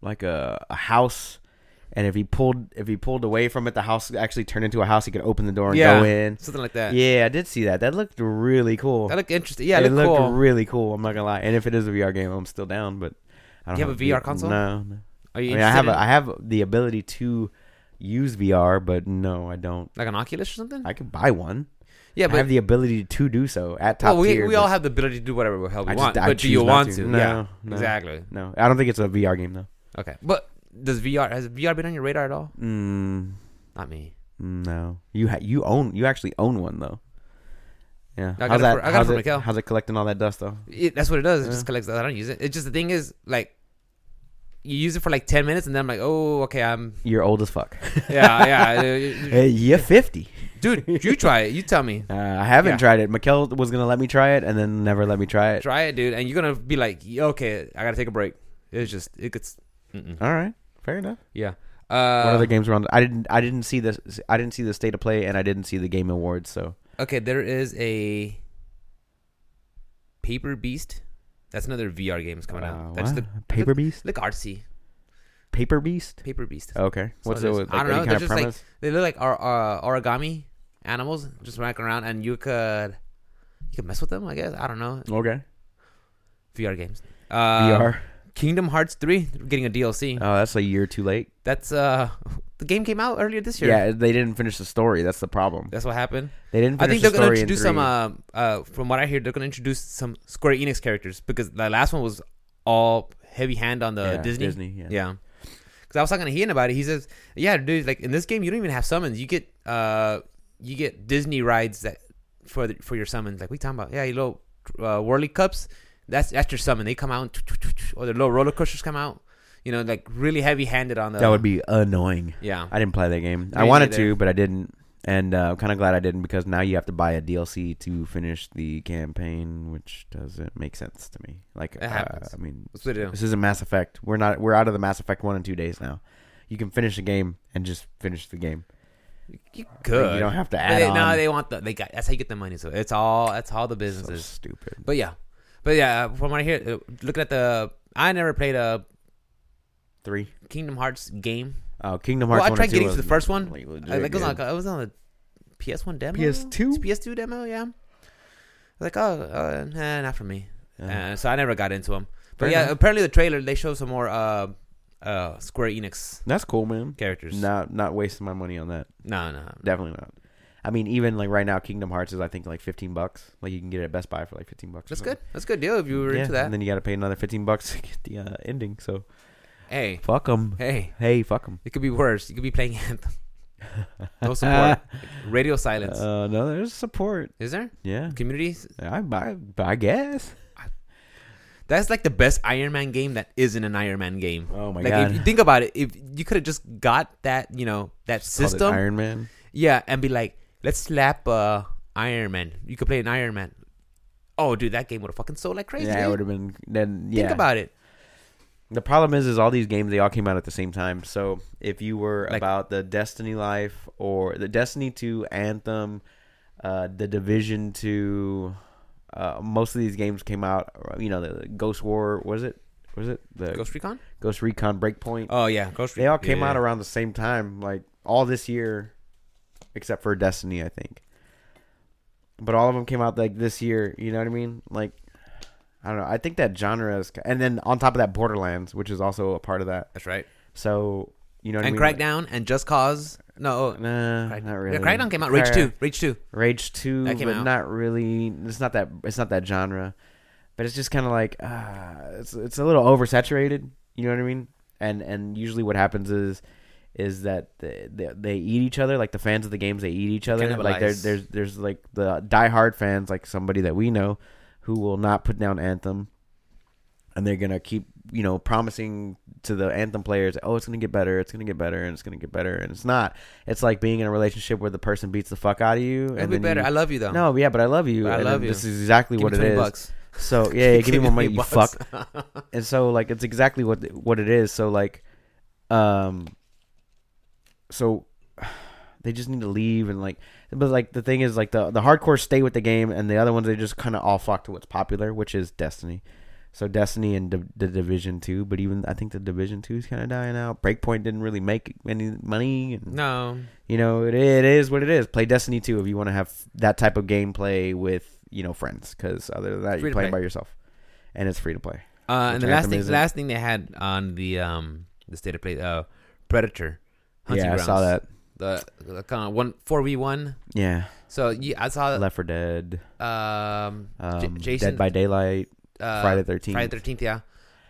Speaker 2: like a, a house, and if he pulled if he pulled away from it, the house would actually turned into a house. He could open the door and
Speaker 1: Yeah.
Speaker 2: go in.
Speaker 1: something like that.
Speaker 2: Yeah, I did see that. That looked really cool.
Speaker 1: That looked interesting. Yeah, it,
Speaker 2: it
Speaker 1: looked,
Speaker 2: looked
Speaker 1: cool.
Speaker 2: really cool. I'm not gonna lie. And if it is a VR game, I'm still down. But I don't
Speaker 1: Do you have a VR console?
Speaker 2: No, no.
Speaker 1: Are
Speaker 2: I
Speaker 1: you
Speaker 2: mean, I have
Speaker 1: interested
Speaker 2: a,
Speaker 1: in,
Speaker 2: I have the ability to use VR, but no, I don't.
Speaker 1: like an Oculus or something?
Speaker 2: I could buy one.
Speaker 1: yeah,
Speaker 2: I
Speaker 1: but
Speaker 2: have the ability to do so at top
Speaker 1: well, we,
Speaker 2: tier.
Speaker 1: we all
Speaker 2: but
Speaker 1: have the ability to do whatever the hell we
Speaker 2: I just-
Speaker 1: want.
Speaker 2: I
Speaker 1: but do
Speaker 2: choose
Speaker 1: you
Speaker 2: not
Speaker 1: want
Speaker 2: to.
Speaker 1: to?
Speaker 2: No,
Speaker 1: yeah,
Speaker 2: no.
Speaker 1: exactly.
Speaker 2: no. I don't think it's a VR game though.
Speaker 1: Okay, but does VR has VR been on your radar at all?
Speaker 2: Mm,
Speaker 1: Not me.
Speaker 2: no, you ha- you own you actually own one though. Yeah,
Speaker 1: I got
Speaker 2: how's
Speaker 1: it
Speaker 2: that?
Speaker 1: for- I got it
Speaker 2: how's,
Speaker 1: for
Speaker 2: it,
Speaker 1: Mikel.
Speaker 2: how's it collecting all that dust though?
Speaker 1: It, that's what it does. It
Speaker 2: Yeah.
Speaker 1: just collects. I don't use it. It's just the thing is like. You use it for like ten minutes, and then I'm like, "Oh, okay, I'm
Speaker 2: You're old as fuck.
Speaker 1: [LAUGHS]
Speaker 2: [LAUGHS]
Speaker 1: yeah, yeah." uh, you-
Speaker 2: Hey, you're fifty.
Speaker 1: dude, you try it. You tell
Speaker 2: [LAUGHS]
Speaker 1: me.
Speaker 2: Uh, I haven't
Speaker 1: Yeah.
Speaker 2: tried it. Mikel was gonna let me try it, and then never let me try it.
Speaker 1: Try it, dude, and you're gonna be like, "Yeah, "Okay, I gotta take a break." It's just it gets, mm-mm.
Speaker 2: All right, fair enough.
Speaker 1: yeah.
Speaker 2: what
Speaker 1: Uh,
Speaker 2: other games were on? I didn't. I didn't see this. I didn't see the state of play, and I didn't see the game awards. So
Speaker 1: Okay, there is a Paper Beast. That's another VR game that's coming
Speaker 2: Uh,
Speaker 1: out. That just
Speaker 2: what?
Speaker 1: look,
Speaker 2: Paper Beast.
Speaker 1: look artsy.
Speaker 2: Paper Beast.
Speaker 1: Paper Beast.
Speaker 2: Okay. What's
Speaker 1: it
Speaker 2: it?
Speaker 1: is.
Speaker 2: With,
Speaker 1: I
Speaker 2: like,
Speaker 1: don't know,
Speaker 2: Any
Speaker 1: they're
Speaker 2: kind of
Speaker 1: just, like,
Speaker 2: premise?
Speaker 1: They look like our, uh, origami animals, just walking around, and you could you could mess with them. I guess I don't know
Speaker 2: okay.
Speaker 1: VR games. Uh,
Speaker 2: VR.
Speaker 1: Kingdom Hearts three they're getting a DLC.
Speaker 2: Oh, that's a year too late.
Speaker 1: That's uh, [LAUGHS] the game came out earlier this year.
Speaker 2: Yeah, they didn't finish the story. That's the problem.
Speaker 1: that's what happened.
Speaker 2: They didn't.
Speaker 1: I think
Speaker 2: Finish
Speaker 1: they're
Speaker 2: the
Speaker 1: gonna
Speaker 2: story in
Speaker 1: introduce some.
Speaker 2: three.
Speaker 1: Uh, uh, from what I hear, they're gonna introduce some Square Enix characters because the last one was all heavy hand on the
Speaker 2: Yeah,
Speaker 1: uh, Disney.
Speaker 2: yeah.
Speaker 1: Yeah. Because I was talking to Ian about it. He says, "Yeah, dude, like in this game, you don't even have summons. You get uh, you get Disney rides that for the, for your summons. Like we talking about, yeah, your little uh, whirly cups. That's that's your summon. They come out, or the little roller coasters come out. You know, like really heavy handed on the.
Speaker 2: That would be annoying.
Speaker 1: yeah.
Speaker 2: I didn't play that game. I
Speaker 1: Me
Speaker 2: wanted
Speaker 1: neither.
Speaker 2: to, but I didn't. And uh, I'm kind of glad I didn't because now you have to buy a DLC to finish the campaign, which doesn't make sense to me. Like,
Speaker 1: It
Speaker 2: uh,
Speaker 1: happens.
Speaker 2: I mean,
Speaker 1: That's what it is.
Speaker 2: This is a Mass Effect. We're not. We're out of the Mass Effect one in two days now. You can finish the game and just finish the game.
Speaker 1: You
Speaker 2: You
Speaker 1: could.
Speaker 2: don't have to add
Speaker 1: They,
Speaker 2: on.
Speaker 1: no, they want the. They got. That's how you get the money. So it's all. That's all the
Speaker 2: so
Speaker 1: businesses.
Speaker 2: stupid.
Speaker 1: But yeah, but yeah. From what I hear, uh, looking at the, I never played a
Speaker 2: Three.
Speaker 1: Kingdom Hearts game.
Speaker 2: Oh, Kingdom
Speaker 1: Well,
Speaker 2: Hearts.
Speaker 1: I
Speaker 2: one
Speaker 1: tried
Speaker 2: and two
Speaker 1: getting
Speaker 2: was
Speaker 1: to the first one.
Speaker 2: like legit
Speaker 1: I, like, it, was on,
Speaker 2: good.
Speaker 1: it was on the PS1 demo.
Speaker 2: PS2?
Speaker 1: It's PS2 demo, yeah. Like, oh, uh, nah, not for me.
Speaker 2: Yeah.
Speaker 1: Uh, so I never got into them. But
Speaker 2: Fair
Speaker 1: yeah, uh,
Speaker 2: enough.
Speaker 1: apparently the trailer they show some more uh, uh, Square Enix
Speaker 2: That's cool, man.
Speaker 1: characters. No,
Speaker 2: Not not wasting my money on that.
Speaker 1: no, no.
Speaker 2: Definitely not. I mean, even like right now, Kingdom Hearts is I think like fifteen bucks. Like you can get it at Best Buy for like fifteen bucks. or
Speaker 1: That's
Speaker 2: something.
Speaker 1: good. That's a good deal if you were
Speaker 2: Yeah,
Speaker 1: into that.
Speaker 2: And then you got to pay another fifteen bucks [LAUGHS] to get the uh, ending. So
Speaker 1: hey,
Speaker 2: fuck them.
Speaker 1: hey,
Speaker 2: Hey, fuck them.
Speaker 1: it could be worse. You could be playing [LAUGHS]
Speaker 2: [LAUGHS]
Speaker 1: Anthem. No support. Radio silence.
Speaker 2: Uh, no, there's support.
Speaker 1: Is there?
Speaker 2: Yeah,
Speaker 1: Communities?
Speaker 2: I I, I guess.
Speaker 1: That's like the best Iron Man game that isn't an Iron Man game.
Speaker 2: Oh my
Speaker 1: like
Speaker 2: god.
Speaker 1: if you think about it, if you could have just got that, you know, that
Speaker 2: Called it
Speaker 1: system,
Speaker 2: Iron Man.
Speaker 1: yeah, and be like, let's slap uh, Iron Man. You could play an Iron Man. Oh, dude, that game would have fucking sold like crazy.
Speaker 2: Yeah, it
Speaker 1: dude.
Speaker 2: would have been then. Yeah.
Speaker 1: Think about it.
Speaker 2: the problem is, is all these games they all came out at the same time. So if you were
Speaker 1: Like-
Speaker 2: about the Destiny life or the Destiny Two Anthem, uh, the Division Two, uh, most of these games came out. You know, the Ghost War was it? Was it the Ghost,
Speaker 1: Ghost Recon.
Speaker 2: Recon Breakpoint?
Speaker 1: Oh yeah, Ghost
Speaker 2: they all came out
Speaker 1: yeah.
Speaker 2: around the same time, like all this year, except for Destiny, I think. But all of them came out like this year. You know what I mean? Like, I don't know. I think that genre is, and then on top of that, Borderlands, which is also a part of that.
Speaker 1: That's right.
Speaker 2: So you know, what
Speaker 1: And
Speaker 2: I mean?
Speaker 1: Crackdown and Just Cause. No,
Speaker 2: Like,
Speaker 1: oh,
Speaker 2: nah,
Speaker 1: Crack-
Speaker 2: not really.
Speaker 1: Yeah, Crackdown came out. Rage
Speaker 2: Crack-
Speaker 1: Two. Rage Two.
Speaker 2: Rage Two,
Speaker 1: That came
Speaker 2: but
Speaker 1: out.
Speaker 2: not really. It's not that. It's not that genre. But it's just kind of like uh, it's it's a little oversaturated. You know what I mean? And and usually what happens is is that they, they, they eat each other. Like the fans of the games, they eat each other. Like there,
Speaker 1: cannibalize.
Speaker 2: there's there's like the diehard fans, like somebody that we know, who will not put down Anthem. and they're gonna keep you know promising to the anthem players oh it's gonna get better it's gonna get better and it's gonna get better and it's not it's like being in a relationship where the person beats the fuck out of you
Speaker 1: It'll
Speaker 2: and
Speaker 1: be
Speaker 2: then
Speaker 1: better.
Speaker 2: you-
Speaker 1: I love you though.
Speaker 2: no yeah but i love you
Speaker 1: I
Speaker 2: and
Speaker 1: love
Speaker 2: then this
Speaker 1: you.
Speaker 2: is exactly
Speaker 1: Give
Speaker 2: what
Speaker 1: me
Speaker 2: it is
Speaker 1: 20 bucks.
Speaker 2: so
Speaker 1: [LAUGHS]
Speaker 2: yeah, yeah give me more money you
Speaker 1: 20
Speaker 2: fuck
Speaker 1: bucks. [LAUGHS]
Speaker 2: and so like it's exactly what what it is so like um so they just need to leave and like but like the thing is like the the hardcore stay with the game and the other ones they just kind of all flock to what's popular which is destiny so destiny and Div- the division 2 but even i think the division 2 is kind of dying out breakpoint didn't really make any money and
Speaker 1: no. Uh,
Speaker 2: you know it, it is what it is play destiny 2 if you want to have that type of gameplay with you know friends because other than that
Speaker 1: Free
Speaker 2: you're
Speaker 1: to
Speaker 2: playing
Speaker 1: play.
Speaker 2: by yourself and it's free to play
Speaker 1: Uh, and
Speaker 2: Which
Speaker 1: the last
Speaker 2: Anthem
Speaker 1: thing,
Speaker 2: isn't.
Speaker 1: last thing they had on the um the state of play, uh, Predator, Hunting
Speaker 2: yeah
Speaker 1: Grounds.
Speaker 2: i saw that
Speaker 1: The, the kind of one four v one.
Speaker 2: Yeah,
Speaker 1: So yeah, I saw
Speaker 2: Left for Dead,
Speaker 1: um, Uh, J-
Speaker 2: um,
Speaker 1: Jason
Speaker 2: Dead by Daylight,
Speaker 1: uh,
Speaker 2: Friday Thirteenth.
Speaker 1: Friday Thirteenth. Yeah.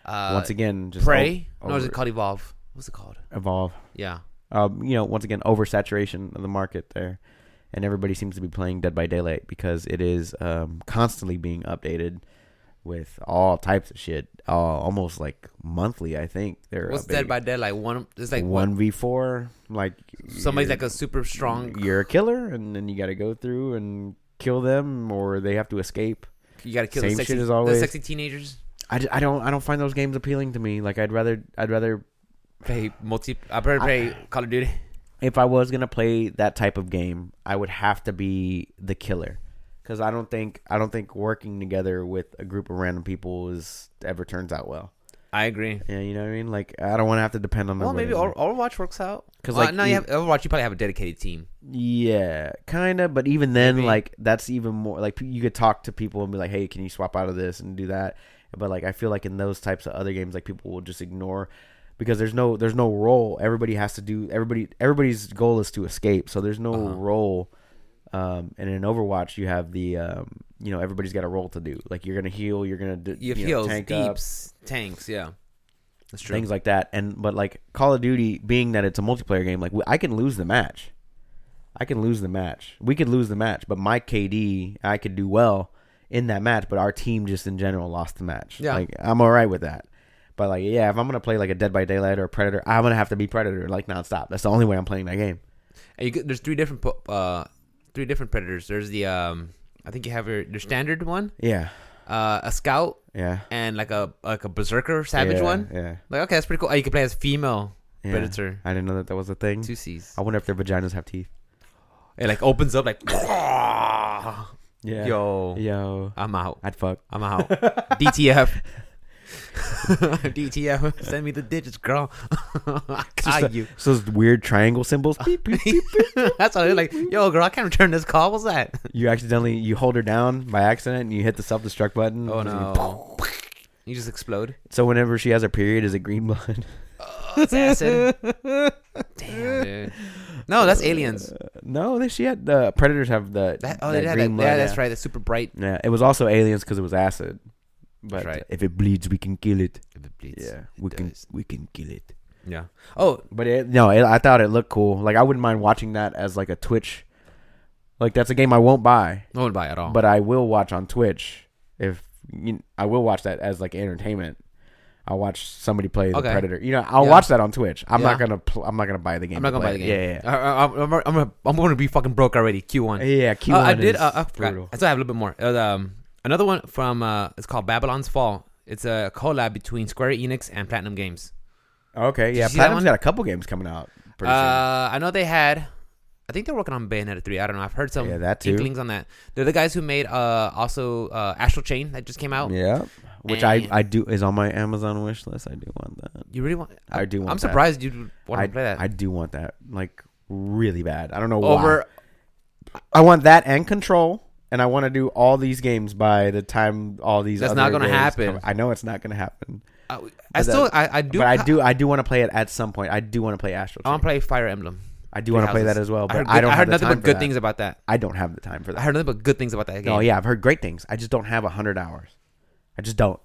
Speaker 1: Uh,
Speaker 2: once again, just
Speaker 1: Prey.
Speaker 2: o-
Speaker 1: no, is it
Speaker 2: over-
Speaker 1: called Evolve? What's it called?
Speaker 2: evolve.
Speaker 1: Yeah.
Speaker 2: Um, you know, once again, oversaturation of the market there, and everybody seems to be playing Dead by Daylight because it is um, constantly being updated with all types of shit. Uh, almost like monthly, I think. They're
Speaker 1: What's Dead by Deadlight? One. It's like
Speaker 2: one v four. Like
Speaker 1: Somebody's
Speaker 2: you're-
Speaker 1: like a super strong.
Speaker 2: You're a killer, and then you got to go through and kill them, or they have to escape.
Speaker 1: You gotta kill the
Speaker 2: Same
Speaker 1: sexy,
Speaker 2: shit as
Speaker 1: the
Speaker 2: always.
Speaker 1: sexy teenagers.
Speaker 2: I, ju- I don't I don't find those games appealing to me. Like I'd rather I'd rather
Speaker 1: Play multi. I better play Call of Duty.
Speaker 2: if I was gonna play that type of game, I would have to be the killer, because I don't think I don't think working together with a group of random people is ever turns out well.
Speaker 1: I agree.
Speaker 2: Yeah, you know what I mean. Like I don't want to have to depend on.
Speaker 1: Well,
Speaker 2: nobody.
Speaker 1: maybe Over- Overwatch works out.
Speaker 2: 'Cause,
Speaker 1: well,
Speaker 2: like,
Speaker 1: no, you
Speaker 2: you-
Speaker 1: have, Overwatch. You probably have a dedicated team.
Speaker 2: Yeah, kind of. But even then,
Speaker 1: Maybe.
Speaker 2: like that's even more. Like you could talk to people and be like, "Hey, can you swap out of this and do that?" But like I feel like in those types of other games, like people will just ignore because there's no there's no role. Everybody has to do everybody. Everybody's goal is to escape. So there's no
Speaker 1: Uh-huh.
Speaker 2: role. Um, and in Overwatch, you have the um, you know everybody's got a role to do. Like you're gonna heal. You're gonna d-
Speaker 1: You have
Speaker 2: know,
Speaker 1: heals,
Speaker 2: tank up,
Speaker 1: deeps, tanks. Yeah, that's true.
Speaker 2: things like that. And but like Call of Duty, being that it's a multiplayer game, like we- I can lose the match. I can lose the match. We could lose the match, but my KD, I could do well in that match. But our team, just in general, lost the match.
Speaker 1: Yeah.
Speaker 2: like I'm all right with that. But like, yeah, if I'm gonna play like a Dead by Daylight or a Predator, I'm gonna have to be Predator like nonstop. That's the only way I'm playing that game.
Speaker 1: And you, get- there's three different po- uh, three different predators. There's the um, I think you have your your standard one,
Speaker 2: Yeah,
Speaker 1: uh, a scout,
Speaker 2: yeah.
Speaker 1: and like a like a berserker savage
Speaker 2: Yeah,
Speaker 1: one.
Speaker 2: Yeah,
Speaker 1: Like okay, that's pretty cool. Oh, you can play as female
Speaker 2: yeah.
Speaker 1: predator.
Speaker 2: I didn't know that that was a thing.
Speaker 1: Two C's.
Speaker 2: I wonder if their vaginas have teeth.
Speaker 1: It like opens up like. [LAUGHS]
Speaker 2: Yeah. Yo.
Speaker 1: Yo,
Speaker 2: Yo.
Speaker 1: I'm out.
Speaker 2: I'd fuck.
Speaker 1: I'm out. [LAUGHS] DTF. DTF. Send me the digits, girl. [LAUGHS] I
Speaker 2: Just
Speaker 1: got
Speaker 2: a-
Speaker 1: you. [LAUGHS]
Speaker 2: It's those weird triangle symbols. Beep, beep, beep.
Speaker 1: That's all. They're like, yo, girl, I can't return this call. What's that?
Speaker 2: You accidentally you hold her down by accident and you hit the self destruct button.
Speaker 1: [LAUGHS] Oh
Speaker 2: and then you-
Speaker 1: no. You just explode.
Speaker 2: So whenever she has her period, is it green blood?
Speaker 1: It's [LAUGHS] acid. Damn, dude. No, that's aliens.
Speaker 2: Uh, [LAUGHS] no, they, she had the predators have the
Speaker 1: That, oh,
Speaker 2: that
Speaker 1: they had that.
Speaker 2: green blood.
Speaker 1: Yeah, that's
Speaker 2: yeah.
Speaker 1: right. That's super bright.
Speaker 2: Yeah, it was also aliens because it was acid. But
Speaker 1: That's right.
Speaker 2: if it bleeds, we can kill it.
Speaker 1: If it bleeds.
Speaker 2: yeah, we
Speaker 1: it
Speaker 2: can
Speaker 1: does.
Speaker 2: we can kill it.
Speaker 1: Yeah. Oh,
Speaker 2: But it, no, it, I thought it looked cool. Like I wouldn't mind watching that as like a Twitch. Like that's a game I won't buy,
Speaker 1: no one buy it at all.
Speaker 2: but I will watch on Twitch. If you, I will watch that as like entertainment. I'll watch somebody play the
Speaker 1: Okay.
Speaker 2: Predator. You know, I'll
Speaker 1: Yeah.
Speaker 2: watch that on Twitch. I'm not
Speaker 1: Yeah.
Speaker 2: gonna. Pl- I'm not gonna buy the game.
Speaker 1: I'm not
Speaker 2: to
Speaker 1: gonna buy the
Speaker 2: play
Speaker 1: game.
Speaker 2: it. Yeah, yeah,
Speaker 1: I, am I'm, I'm, I'm going to be fucking broke already. Q1.
Speaker 2: yeah. yeah Q1
Speaker 1: Uh, I did.
Speaker 2: Is
Speaker 1: Uh, I forgot.
Speaker 2: brutal.
Speaker 1: I still have a little bit more. Uh, um, another one from uh, it's called Babylon's Fall. It's a collab between Square Enix and Platinum Games.
Speaker 2: Okay,
Speaker 1: Did
Speaker 2: yeah.
Speaker 1: you see that
Speaker 2: Platinum's
Speaker 1: one?
Speaker 2: got a couple games coming out.
Speaker 1: Uh,
Speaker 2: Pretty
Speaker 1: I know they had. I think they're working on Bayonetta three. I don't know. I've heard some
Speaker 2: Yeah, that too.
Speaker 1: inklings on that. They're the guys who made uh also uh Astral Chain that just came out.
Speaker 2: soon. Yeah, which I, I do is on my Amazon wish list. I do want that.
Speaker 1: You really want?
Speaker 2: I do want.
Speaker 1: I'm
Speaker 2: that.
Speaker 1: surprised you want
Speaker 2: I
Speaker 1: to play that
Speaker 2: I do want that like really bad. I don't know
Speaker 1: over.
Speaker 2: why. I want that and Control, and I want to do all these games by the time all these.
Speaker 1: That's
Speaker 2: other
Speaker 1: not gonna
Speaker 2: games
Speaker 1: happen.
Speaker 2: come- I know it's not gonna happen.
Speaker 1: I, uh, I
Speaker 2: But
Speaker 1: still.
Speaker 2: that-
Speaker 1: I, I do.
Speaker 2: but
Speaker 1: ca-
Speaker 2: I do I do want to play it at some point. I do want to play Astral
Speaker 1: I
Speaker 2: Chain.
Speaker 1: want to play Fire Emblem.
Speaker 2: I do want to
Speaker 1: Three
Speaker 2: play that
Speaker 1: Houses.
Speaker 2: as well,
Speaker 1: I
Speaker 2: but I,
Speaker 1: heard, good-
Speaker 2: don't
Speaker 1: I
Speaker 2: have
Speaker 1: heard
Speaker 2: the
Speaker 1: nothing
Speaker 2: time
Speaker 1: but
Speaker 2: for
Speaker 1: good
Speaker 2: that.
Speaker 1: things about that.
Speaker 2: I don't have the time for
Speaker 1: I
Speaker 2: that.
Speaker 1: heard nothing but good things about that game.
Speaker 2: Oh yeah, I've heard great things. I just don't have 100 hours. I just don't.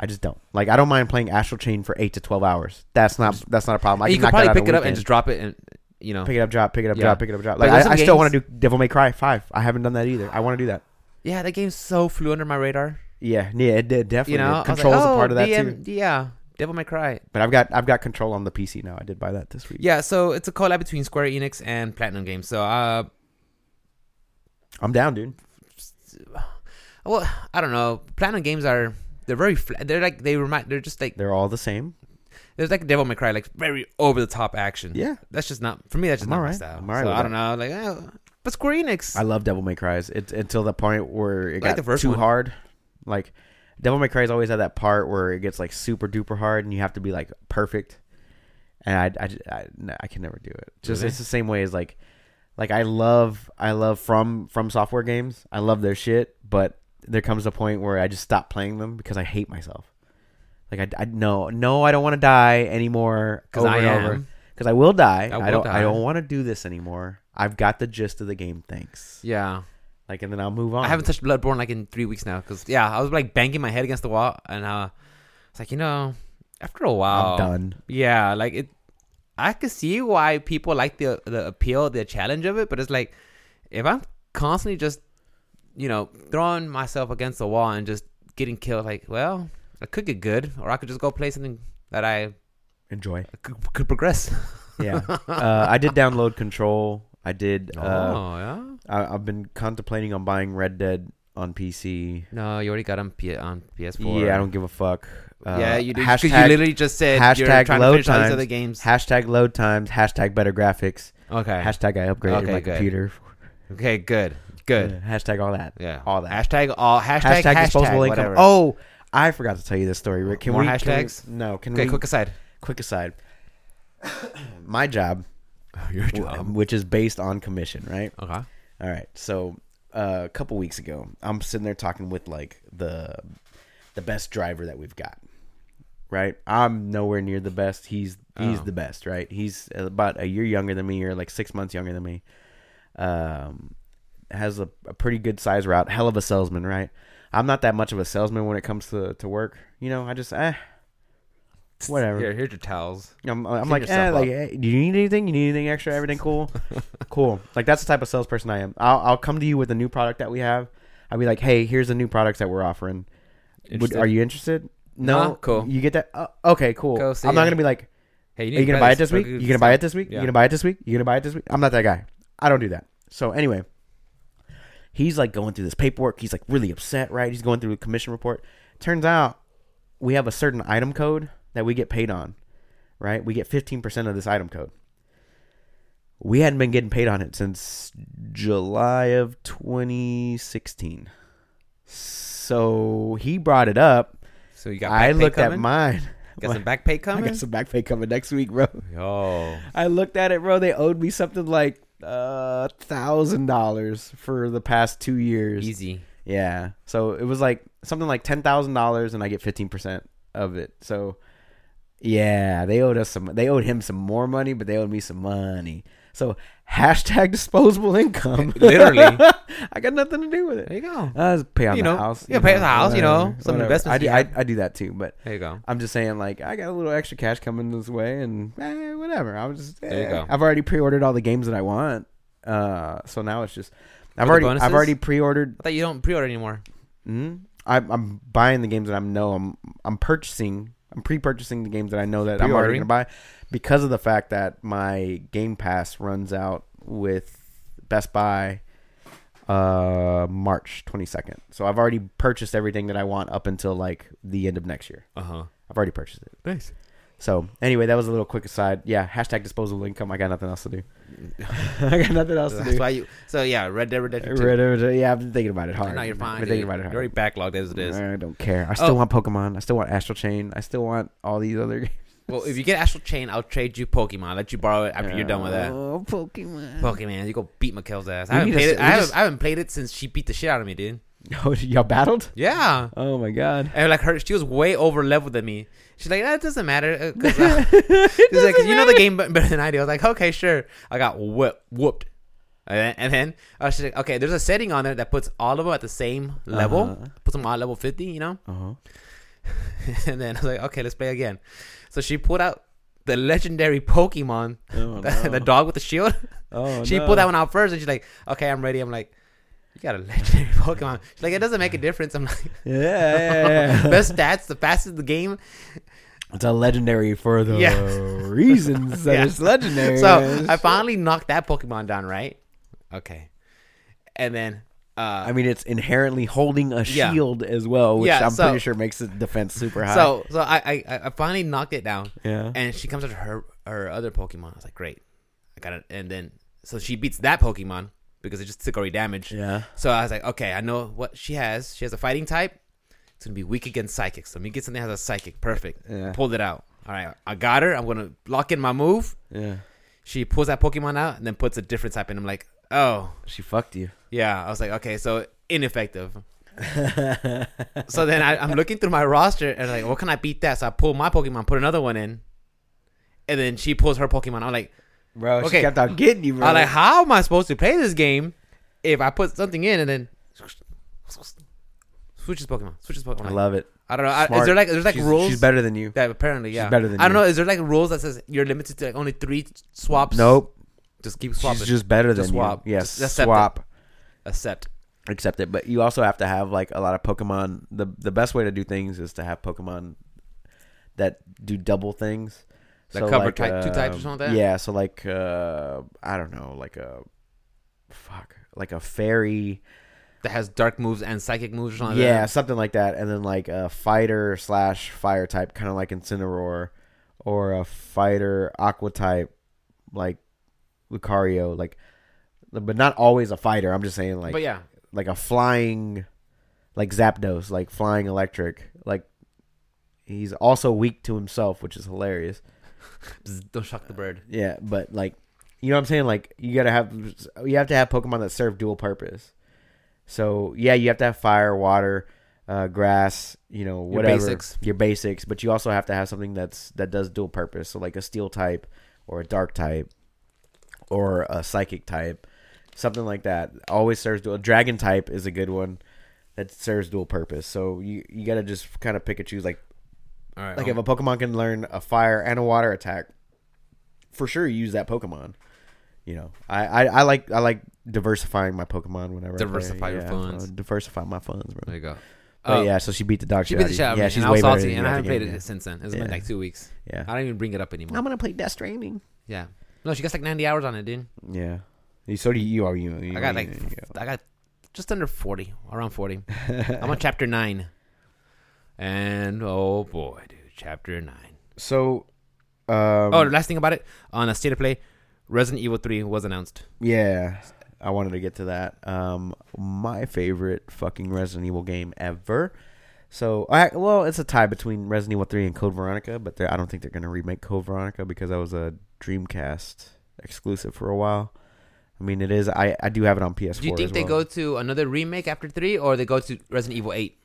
Speaker 2: I just don't. Like I don't mind playing Astral Chain for 8 to 12 hours. That's not that's not a problem. I
Speaker 1: you
Speaker 2: can
Speaker 1: could
Speaker 2: knock that
Speaker 1: probably
Speaker 2: out in a
Speaker 1: pick it up and
Speaker 2: weekend.
Speaker 1: just drop it and you know
Speaker 2: pick it up, drop, pick it up,
Speaker 1: Yeah.
Speaker 2: drop, pick it up, drop.
Speaker 1: But
Speaker 2: Like
Speaker 1: there's
Speaker 2: I,
Speaker 1: some
Speaker 2: I still want
Speaker 1: games-
Speaker 2: to do Devil May Cry 5. I haven't done that either. I want to do that.
Speaker 1: Yeah, that game's so flew under my radar.
Speaker 2: Yeah, yeah, it did definitely.
Speaker 1: You know, I was like,
Speaker 2: Control's a
Speaker 1: "Oh,
Speaker 2: part of that
Speaker 1: DM
Speaker 2: too.
Speaker 1: Yeah, Devil May Cry.
Speaker 2: But I've got I've got Control on the PC now. I did buy that this week.
Speaker 1: Yeah, so it's a collab between Square Enix and Platinum Games. So, uh,
Speaker 2: I'm down, dude.
Speaker 1: well, I don't know. Platinum Games are they're very fla- they're like they remind they're just like
Speaker 2: They're all the same.
Speaker 1: there's like Devil May Cry like very over the top action.
Speaker 2: Yeah.
Speaker 1: that's just not for me. That's just
Speaker 2: I'm
Speaker 1: not my
Speaker 2: alright.
Speaker 1: style.
Speaker 2: I'm alright
Speaker 1: so
Speaker 2: with
Speaker 1: I don't know. Like, eh, but Square Enix.
Speaker 2: I love Devil May Cry's. It until the point where it
Speaker 1: Like
Speaker 2: got
Speaker 1: the first
Speaker 2: too
Speaker 1: one.
Speaker 2: hard. Like Devil May Cry's always had that part where it gets like super duper hard, and you have to be like perfect. And I, I, j- I, no, I can never do it. Just
Speaker 1: Really?
Speaker 2: it's the same way as like, like I love I love from from software games. I love their shit, but there comes a point where I just stop playing them because I hate myself. Like I, I no no I don't want to die anymore.
Speaker 1: 'Cause
Speaker 2: over
Speaker 1: I
Speaker 2: and over.
Speaker 1: am.
Speaker 2: Because I will die.
Speaker 1: I
Speaker 2: I,
Speaker 1: will
Speaker 2: don't.
Speaker 1: die.
Speaker 2: I don't want to do this anymore. I've got the gist of the game. Thanks.
Speaker 1: yeah,
Speaker 2: Like, and then I'll move on.
Speaker 1: I haven't touched Bloodborne like in three weeks now because yeah, I was like banging my head against the wall and uh, it's like you know, after a while,
Speaker 2: I'm done.
Speaker 1: Yeah, like it. I could see why people like the the appeal, the challenge of it, but it's like if I'm constantly just you know throwing myself against the wall and just getting killed, like well, I could get good, or I could just go play something that I
Speaker 2: Enjoy.
Speaker 1: could, could progress.
Speaker 2: Yeah. uh, I did download Control. I did. Uh,
Speaker 1: oh yeah.
Speaker 2: I, I've been contemplating on buying Red Dead on PC.
Speaker 1: No, you already got on, P- on PS4.
Speaker 2: Yeah, I don't give a fuck. Uh,
Speaker 1: yeah, you did because you
Speaker 2: Hashtag,
Speaker 1: literally just said you're
Speaker 2: hashtag
Speaker 1: trying to
Speaker 2: load
Speaker 1: finish all these
Speaker 2: times.
Speaker 1: other games.
Speaker 2: hashtag load times. Hashtag better graphics.
Speaker 1: Okay.
Speaker 2: Hashtag I upgraded
Speaker 1: Okay,
Speaker 2: my
Speaker 1: good.
Speaker 2: computer.
Speaker 1: okay. Good. Good.
Speaker 2: Yeah, hashtag all that.
Speaker 1: Yeah.
Speaker 2: All that.
Speaker 1: Hashtag all. Hashtag.
Speaker 2: Hashtag,
Speaker 1: Hashtag.
Speaker 2: disposable income.
Speaker 1: whatever.
Speaker 2: Oh, I forgot to tell you this story, Rick. Can
Speaker 1: More
Speaker 2: we
Speaker 1: hashtags?
Speaker 2: Can we, no, can
Speaker 1: Oh, Okay.
Speaker 2: we
Speaker 1: Quick aside.
Speaker 2: quick aside. My job,
Speaker 1: Oh, Your Oh.
Speaker 2: w- which is based on commission, right?
Speaker 1: Okay.
Speaker 2: All right. So uh, a couple weeks ago, I'm sitting there talking with like the the best driver that we've got. Right? I'm nowhere near the best. He's he's
Speaker 1: Oh.
Speaker 2: the best, right? He's about a year younger than me or like 6 months younger than me. Um has a, a pretty good size route. Hell of a salesman, right? I'm not that much of a salesman when it comes to, to work. You know, I just eh, whatever.
Speaker 1: Here, here's your towels.
Speaker 2: I'm, I'm
Speaker 1: Clean
Speaker 2: like, eh,
Speaker 1: yourself
Speaker 2: like, eh, do you need anything? You need anything extra? Everything cool? [LAUGHS] cool. Like, that's the type of salesperson I am. I'll, I'll come to you with a new product that we have. I'll be like, hey, here's the new products that we're offering. Would,
Speaker 1: Interested?
Speaker 2: are you interested?
Speaker 1: Nah, cool.
Speaker 2: You get that? Uh, okay, cool.
Speaker 1: Go see
Speaker 2: I'm not
Speaker 1: ya.
Speaker 2: going to be like,
Speaker 1: Hey, you,
Speaker 2: are you going to buy it this week? You going to buy it this week?
Speaker 1: Yeah.
Speaker 2: You going to buy it this week? You going to buy it this week? I'm not that guy. I don't do that. So, anyway, he's like going through this paperwork. He's like really upset, right? He's going through a commission report. Turns out we have a certain item code that we get paid on, right? We get 15% of this item code. We hadn't been getting paid on it since July of 2016. So he brought it up.
Speaker 1: So you got. Back
Speaker 2: I looked at
Speaker 1: my.
Speaker 2: mine.
Speaker 1: Got some back pay
Speaker 2: [LAUGHS] I
Speaker 1: coming.
Speaker 2: got some back pay coming next week, bro.
Speaker 1: Yo.
Speaker 2: I looked at it, bro. They owed me something like uh thousand dollars for the past two years.
Speaker 1: Easy.
Speaker 2: Yeah. So it was like something like ten thousand dollars, and I get fifteen percent of it. So yeah, they owed us some. They owed him some more money, but they owed me some money. So hashtag disposable income.
Speaker 1: [LAUGHS] Literally.
Speaker 2: [LAUGHS] I got nothing to do with
Speaker 1: There
Speaker 2: it.
Speaker 1: you go.
Speaker 2: I just pay on
Speaker 1: You
Speaker 2: the
Speaker 1: know,
Speaker 2: house.
Speaker 1: yeah, pay on the house, you know, some investments
Speaker 2: I do,
Speaker 1: you
Speaker 2: I,
Speaker 1: have.
Speaker 2: I do that too, but
Speaker 1: There you go.
Speaker 2: I'm just saying, like, I got a little extra cash coming this way, and eh, whatever. I was just,
Speaker 1: There you
Speaker 2: eh,
Speaker 1: go.
Speaker 2: I've already pre-ordered all the games that I want, uh, so now it's just, I've
Speaker 1: the
Speaker 2: already,
Speaker 1: bonuses?
Speaker 2: I've already pre-ordered.
Speaker 1: I thought you don't pre-order anymore.
Speaker 2: Mm, I'm, I'm buying the games that I know I'm, I'm purchasing. I'm pre-purchasing the games that I know that I'm already
Speaker 1: Pre-ordering?
Speaker 2: gonna buy, because of the fact that my Game Pass runs out with Best Buy, uh, March 22nd. So I've already purchased everything that I want up until like the end of next year.
Speaker 1: Uh huh.
Speaker 2: I've already purchased it.
Speaker 1: Nice.
Speaker 2: So anyway, that was a little quick aside. Yeah, hashtag disposable income. I got nothing else to do. [LAUGHS] I got nothing else to
Speaker 1: That's
Speaker 2: do.
Speaker 1: why you. So yeah, Red Dead Redemption. 2.
Speaker 2: Right, right, right. Yeah, I've been thinking about it hard.
Speaker 1: No, you're fine.
Speaker 2: I've been
Speaker 1: dude.
Speaker 2: thinking about it
Speaker 1: You're already
Speaker 2: hard.
Speaker 1: backlogged as it is.
Speaker 2: I don't care. I still
Speaker 1: Oh.
Speaker 2: want Pokemon. I still want Astral Chain. I still want all these other. games.
Speaker 1: Well, if you get Astral Chain, I'll trade you Pokemon. I'll let you borrow it after Ah, you're done with that.
Speaker 2: [LAUGHS] Oh, Pokemon. [LAUGHS]
Speaker 1: Pokemon, you go beat Mikkel's ass. I
Speaker 2: We
Speaker 1: haven't
Speaker 2: need to
Speaker 1: played
Speaker 2: s-
Speaker 1: it. I
Speaker 2: we
Speaker 1: haven't,
Speaker 2: just-
Speaker 1: I haven't played it since she beat the shit out of me, dude.
Speaker 2: Oh, y'all battled?
Speaker 1: Yeah.
Speaker 2: Oh my god.
Speaker 1: And like her, she was way over level than me. She's like, that doesn't matter. uh, 'cause,
Speaker 2: [LAUGHS]
Speaker 1: uh," she's like, 'cause you know the game be- better than I do. I was like, okay, sure. I got whoop, whooped. And then, and then uh, she's like, okay, there's a setting on there that puts all of them at the same level.
Speaker 2: Uh-huh.
Speaker 1: Puts them all at level 50, you know? [LAUGHS]
Speaker 2: Uh huh.
Speaker 1: and then I was like, okay, let's play again. So she pulled out the legendary Pokemon, [LAUGHS]
Speaker 2: Oh, [LAUGHS]
Speaker 1: the dog with the shield.
Speaker 2: Oh,
Speaker 1: she
Speaker 2: no.
Speaker 1: pulled that one out first and she's like, okay, I'm ready. I'm like, You got a [LAUGHS] legendary Pokemon. She's like, it doesn't make a difference. I'm like, [LAUGHS]
Speaker 2: Yeah.
Speaker 1: best stats, the fastest the game.
Speaker 2: [LAUGHS] It's a legendary for
Speaker 1: [LAUGHS]
Speaker 2: the
Speaker 1: Yeah.
Speaker 2: reasons that
Speaker 1: Yeah.
Speaker 2: it's legendary.
Speaker 1: So I finally knocked that Pokemon down, right? Okay. And then, uh,
Speaker 2: I mean, it's inherently holding a
Speaker 1: Yeah.
Speaker 2: shield as well, which
Speaker 1: Yeah,
Speaker 2: I'm
Speaker 1: so-
Speaker 2: pretty sure makes the defense super high.
Speaker 1: so so I, I I finally knocked it down.
Speaker 2: yeah,
Speaker 1: And she comes after her her other Pokemon. I was like, great, I got it. And then so she beats that Pokemon because it just took already damage.
Speaker 2: yeah,
Speaker 1: So I was like, okay, I know what she has. She has a fighting type. It's gonna be weak against psychic. So let me get something that has a psychic. Perfect.
Speaker 2: Yeah.
Speaker 1: Pulled it out. All right, I got her. I'm gonna lock in my move.
Speaker 2: yeah.
Speaker 1: She pulls that Pokemon out and then puts a different type in. I'm like, oh
Speaker 2: She fucked you.
Speaker 1: yeah. I was like, okay, so
Speaker 2: [LAUGHS]
Speaker 1: ineffective. So then I, I'm looking through my roster and like, what can I beat that? So I pull my Pokemon, put another one in, and then she pulls her Pokemon. I'm like,
Speaker 2: bro, she
Speaker 1: Okay.
Speaker 2: kept on getting you, bro.
Speaker 1: I'm like, how am I supposed to play this game if I put something in and then switches Pokemon, switches Pokemon?
Speaker 2: I
Speaker 1: Like,
Speaker 2: love it.
Speaker 1: I don't know. I, is
Speaker 2: Smart.
Speaker 1: there like there's like
Speaker 2: she's,
Speaker 1: rules
Speaker 2: She's better than you.
Speaker 1: that apparently yeah.
Speaker 2: better than
Speaker 1: I don't
Speaker 2: you.
Speaker 1: know. Is there like rules that says you're limited to like only three swaps?
Speaker 2: Nope,
Speaker 1: just keep swapping.
Speaker 2: she's just better
Speaker 1: Just
Speaker 2: than
Speaker 1: swap.
Speaker 2: you. Yes,
Speaker 1: Just accept it.
Speaker 2: swap.
Speaker 1: accept.
Speaker 2: Accept it, but you also have to have like a lot of Pokemon. the The best way to do things is to have Pokemon that do double things.
Speaker 1: Like cover type- two types or something like that?
Speaker 2: Yeah, so like uh, I don't know, like a fuck, like a fairy.
Speaker 1: That has dark moves and psychic moves or something.
Speaker 2: yeah,
Speaker 1: Like
Speaker 2: something like that, and then like a fighter slash fire type, kind of like Incineroar, or a fighter aqua type, like Lucario, like, but not always a fighter. I'm just saying
Speaker 1: that.
Speaker 2: like
Speaker 1: but yeah,
Speaker 2: like a flying, like Zapdos, like flying electric, like. He's also weak to himself, which is hilarious.
Speaker 1: Bzz, don't shock the bird.
Speaker 2: Yeah, but like, you know what I'm saying? Like, you gotta have, you have to have Pokemon that serve dual purpose. So yeah, you have to have fire, water, uh, grass, you know, whatever
Speaker 1: basics.
Speaker 2: your basics, but you also have to have something that's that does dual purpose. So like a steel type, or a dark type, or a psychic type, something like that. Always serves dual. Dragon type is a good one that serves dual purpose. So you you gotta just kind of pick and choose. Like
Speaker 1: All right,
Speaker 2: like
Speaker 1: I'm-
Speaker 2: if a Pokemon can learn a fire and a water attack, for sure you use that Pokemon. You know, I, I, I like I like diversifying my Pokemon whenever I play.
Speaker 1: Diversify your
Speaker 2: Yeah,
Speaker 1: funds.
Speaker 2: so Diversify my funds, bro.
Speaker 1: there you go.
Speaker 2: But
Speaker 1: Um,
Speaker 2: yeah, so she beat the dog.
Speaker 1: She
Speaker 2: shit
Speaker 1: beat
Speaker 2: out
Speaker 1: the
Speaker 2: of
Speaker 1: shit
Speaker 2: you.
Speaker 1: out of me.
Speaker 2: Yeah,
Speaker 1: and
Speaker 2: she's
Speaker 1: I
Speaker 2: way
Speaker 1: was
Speaker 2: better
Speaker 1: salty,
Speaker 2: than
Speaker 1: and
Speaker 2: you
Speaker 1: I
Speaker 2: at
Speaker 1: haven't
Speaker 2: the
Speaker 1: played
Speaker 2: game,
Speaker 1: it since then. It's
Speaker 2: Yeah.
Speaker 1: been like two weeks.
Speaker 2: Yeah,
Speaker 1: I don't even bring it Um, up anymore.
Speaker 2: I'm gonna play Death Stranding.
Speaker 1: yeah. No, she gets like 90 hours on it, dude.
Speaker 2: Yeah. You- So do you. Are you? you-
Speaker 1: I got
Speaker 2: you-
Speaker 1: like,
Speaker 2: you-
Speaker 1: I got just under 40, around
Speaker 2: [LAUGHS]
Speaker 1: 40. I'm on chapter 9. And oh boy, dude, chapter 9.
Speaker 2: So. Um,
Speaker 1: oh, the last thing about it on a state of play, Resident Evil 3 was announced.
Speaker 2: yeah. I wanted to get to that. Um, my favorite fucking Resident Evil game ever. So, I, well, it's a tie between Resident Evil 3 and Code Veronica, but they're- I don't think they're going to remake Code Veronica because that was a Dreamcast exclusive for a while. I mean, it is. I, I do have it on PS4.
Speaker 1: Do you think
Speaker 2: as
Speaker 1: they go
Speaker 2: well.
Speaker 1: to another remake after 3 or they go to Resident Evil 8?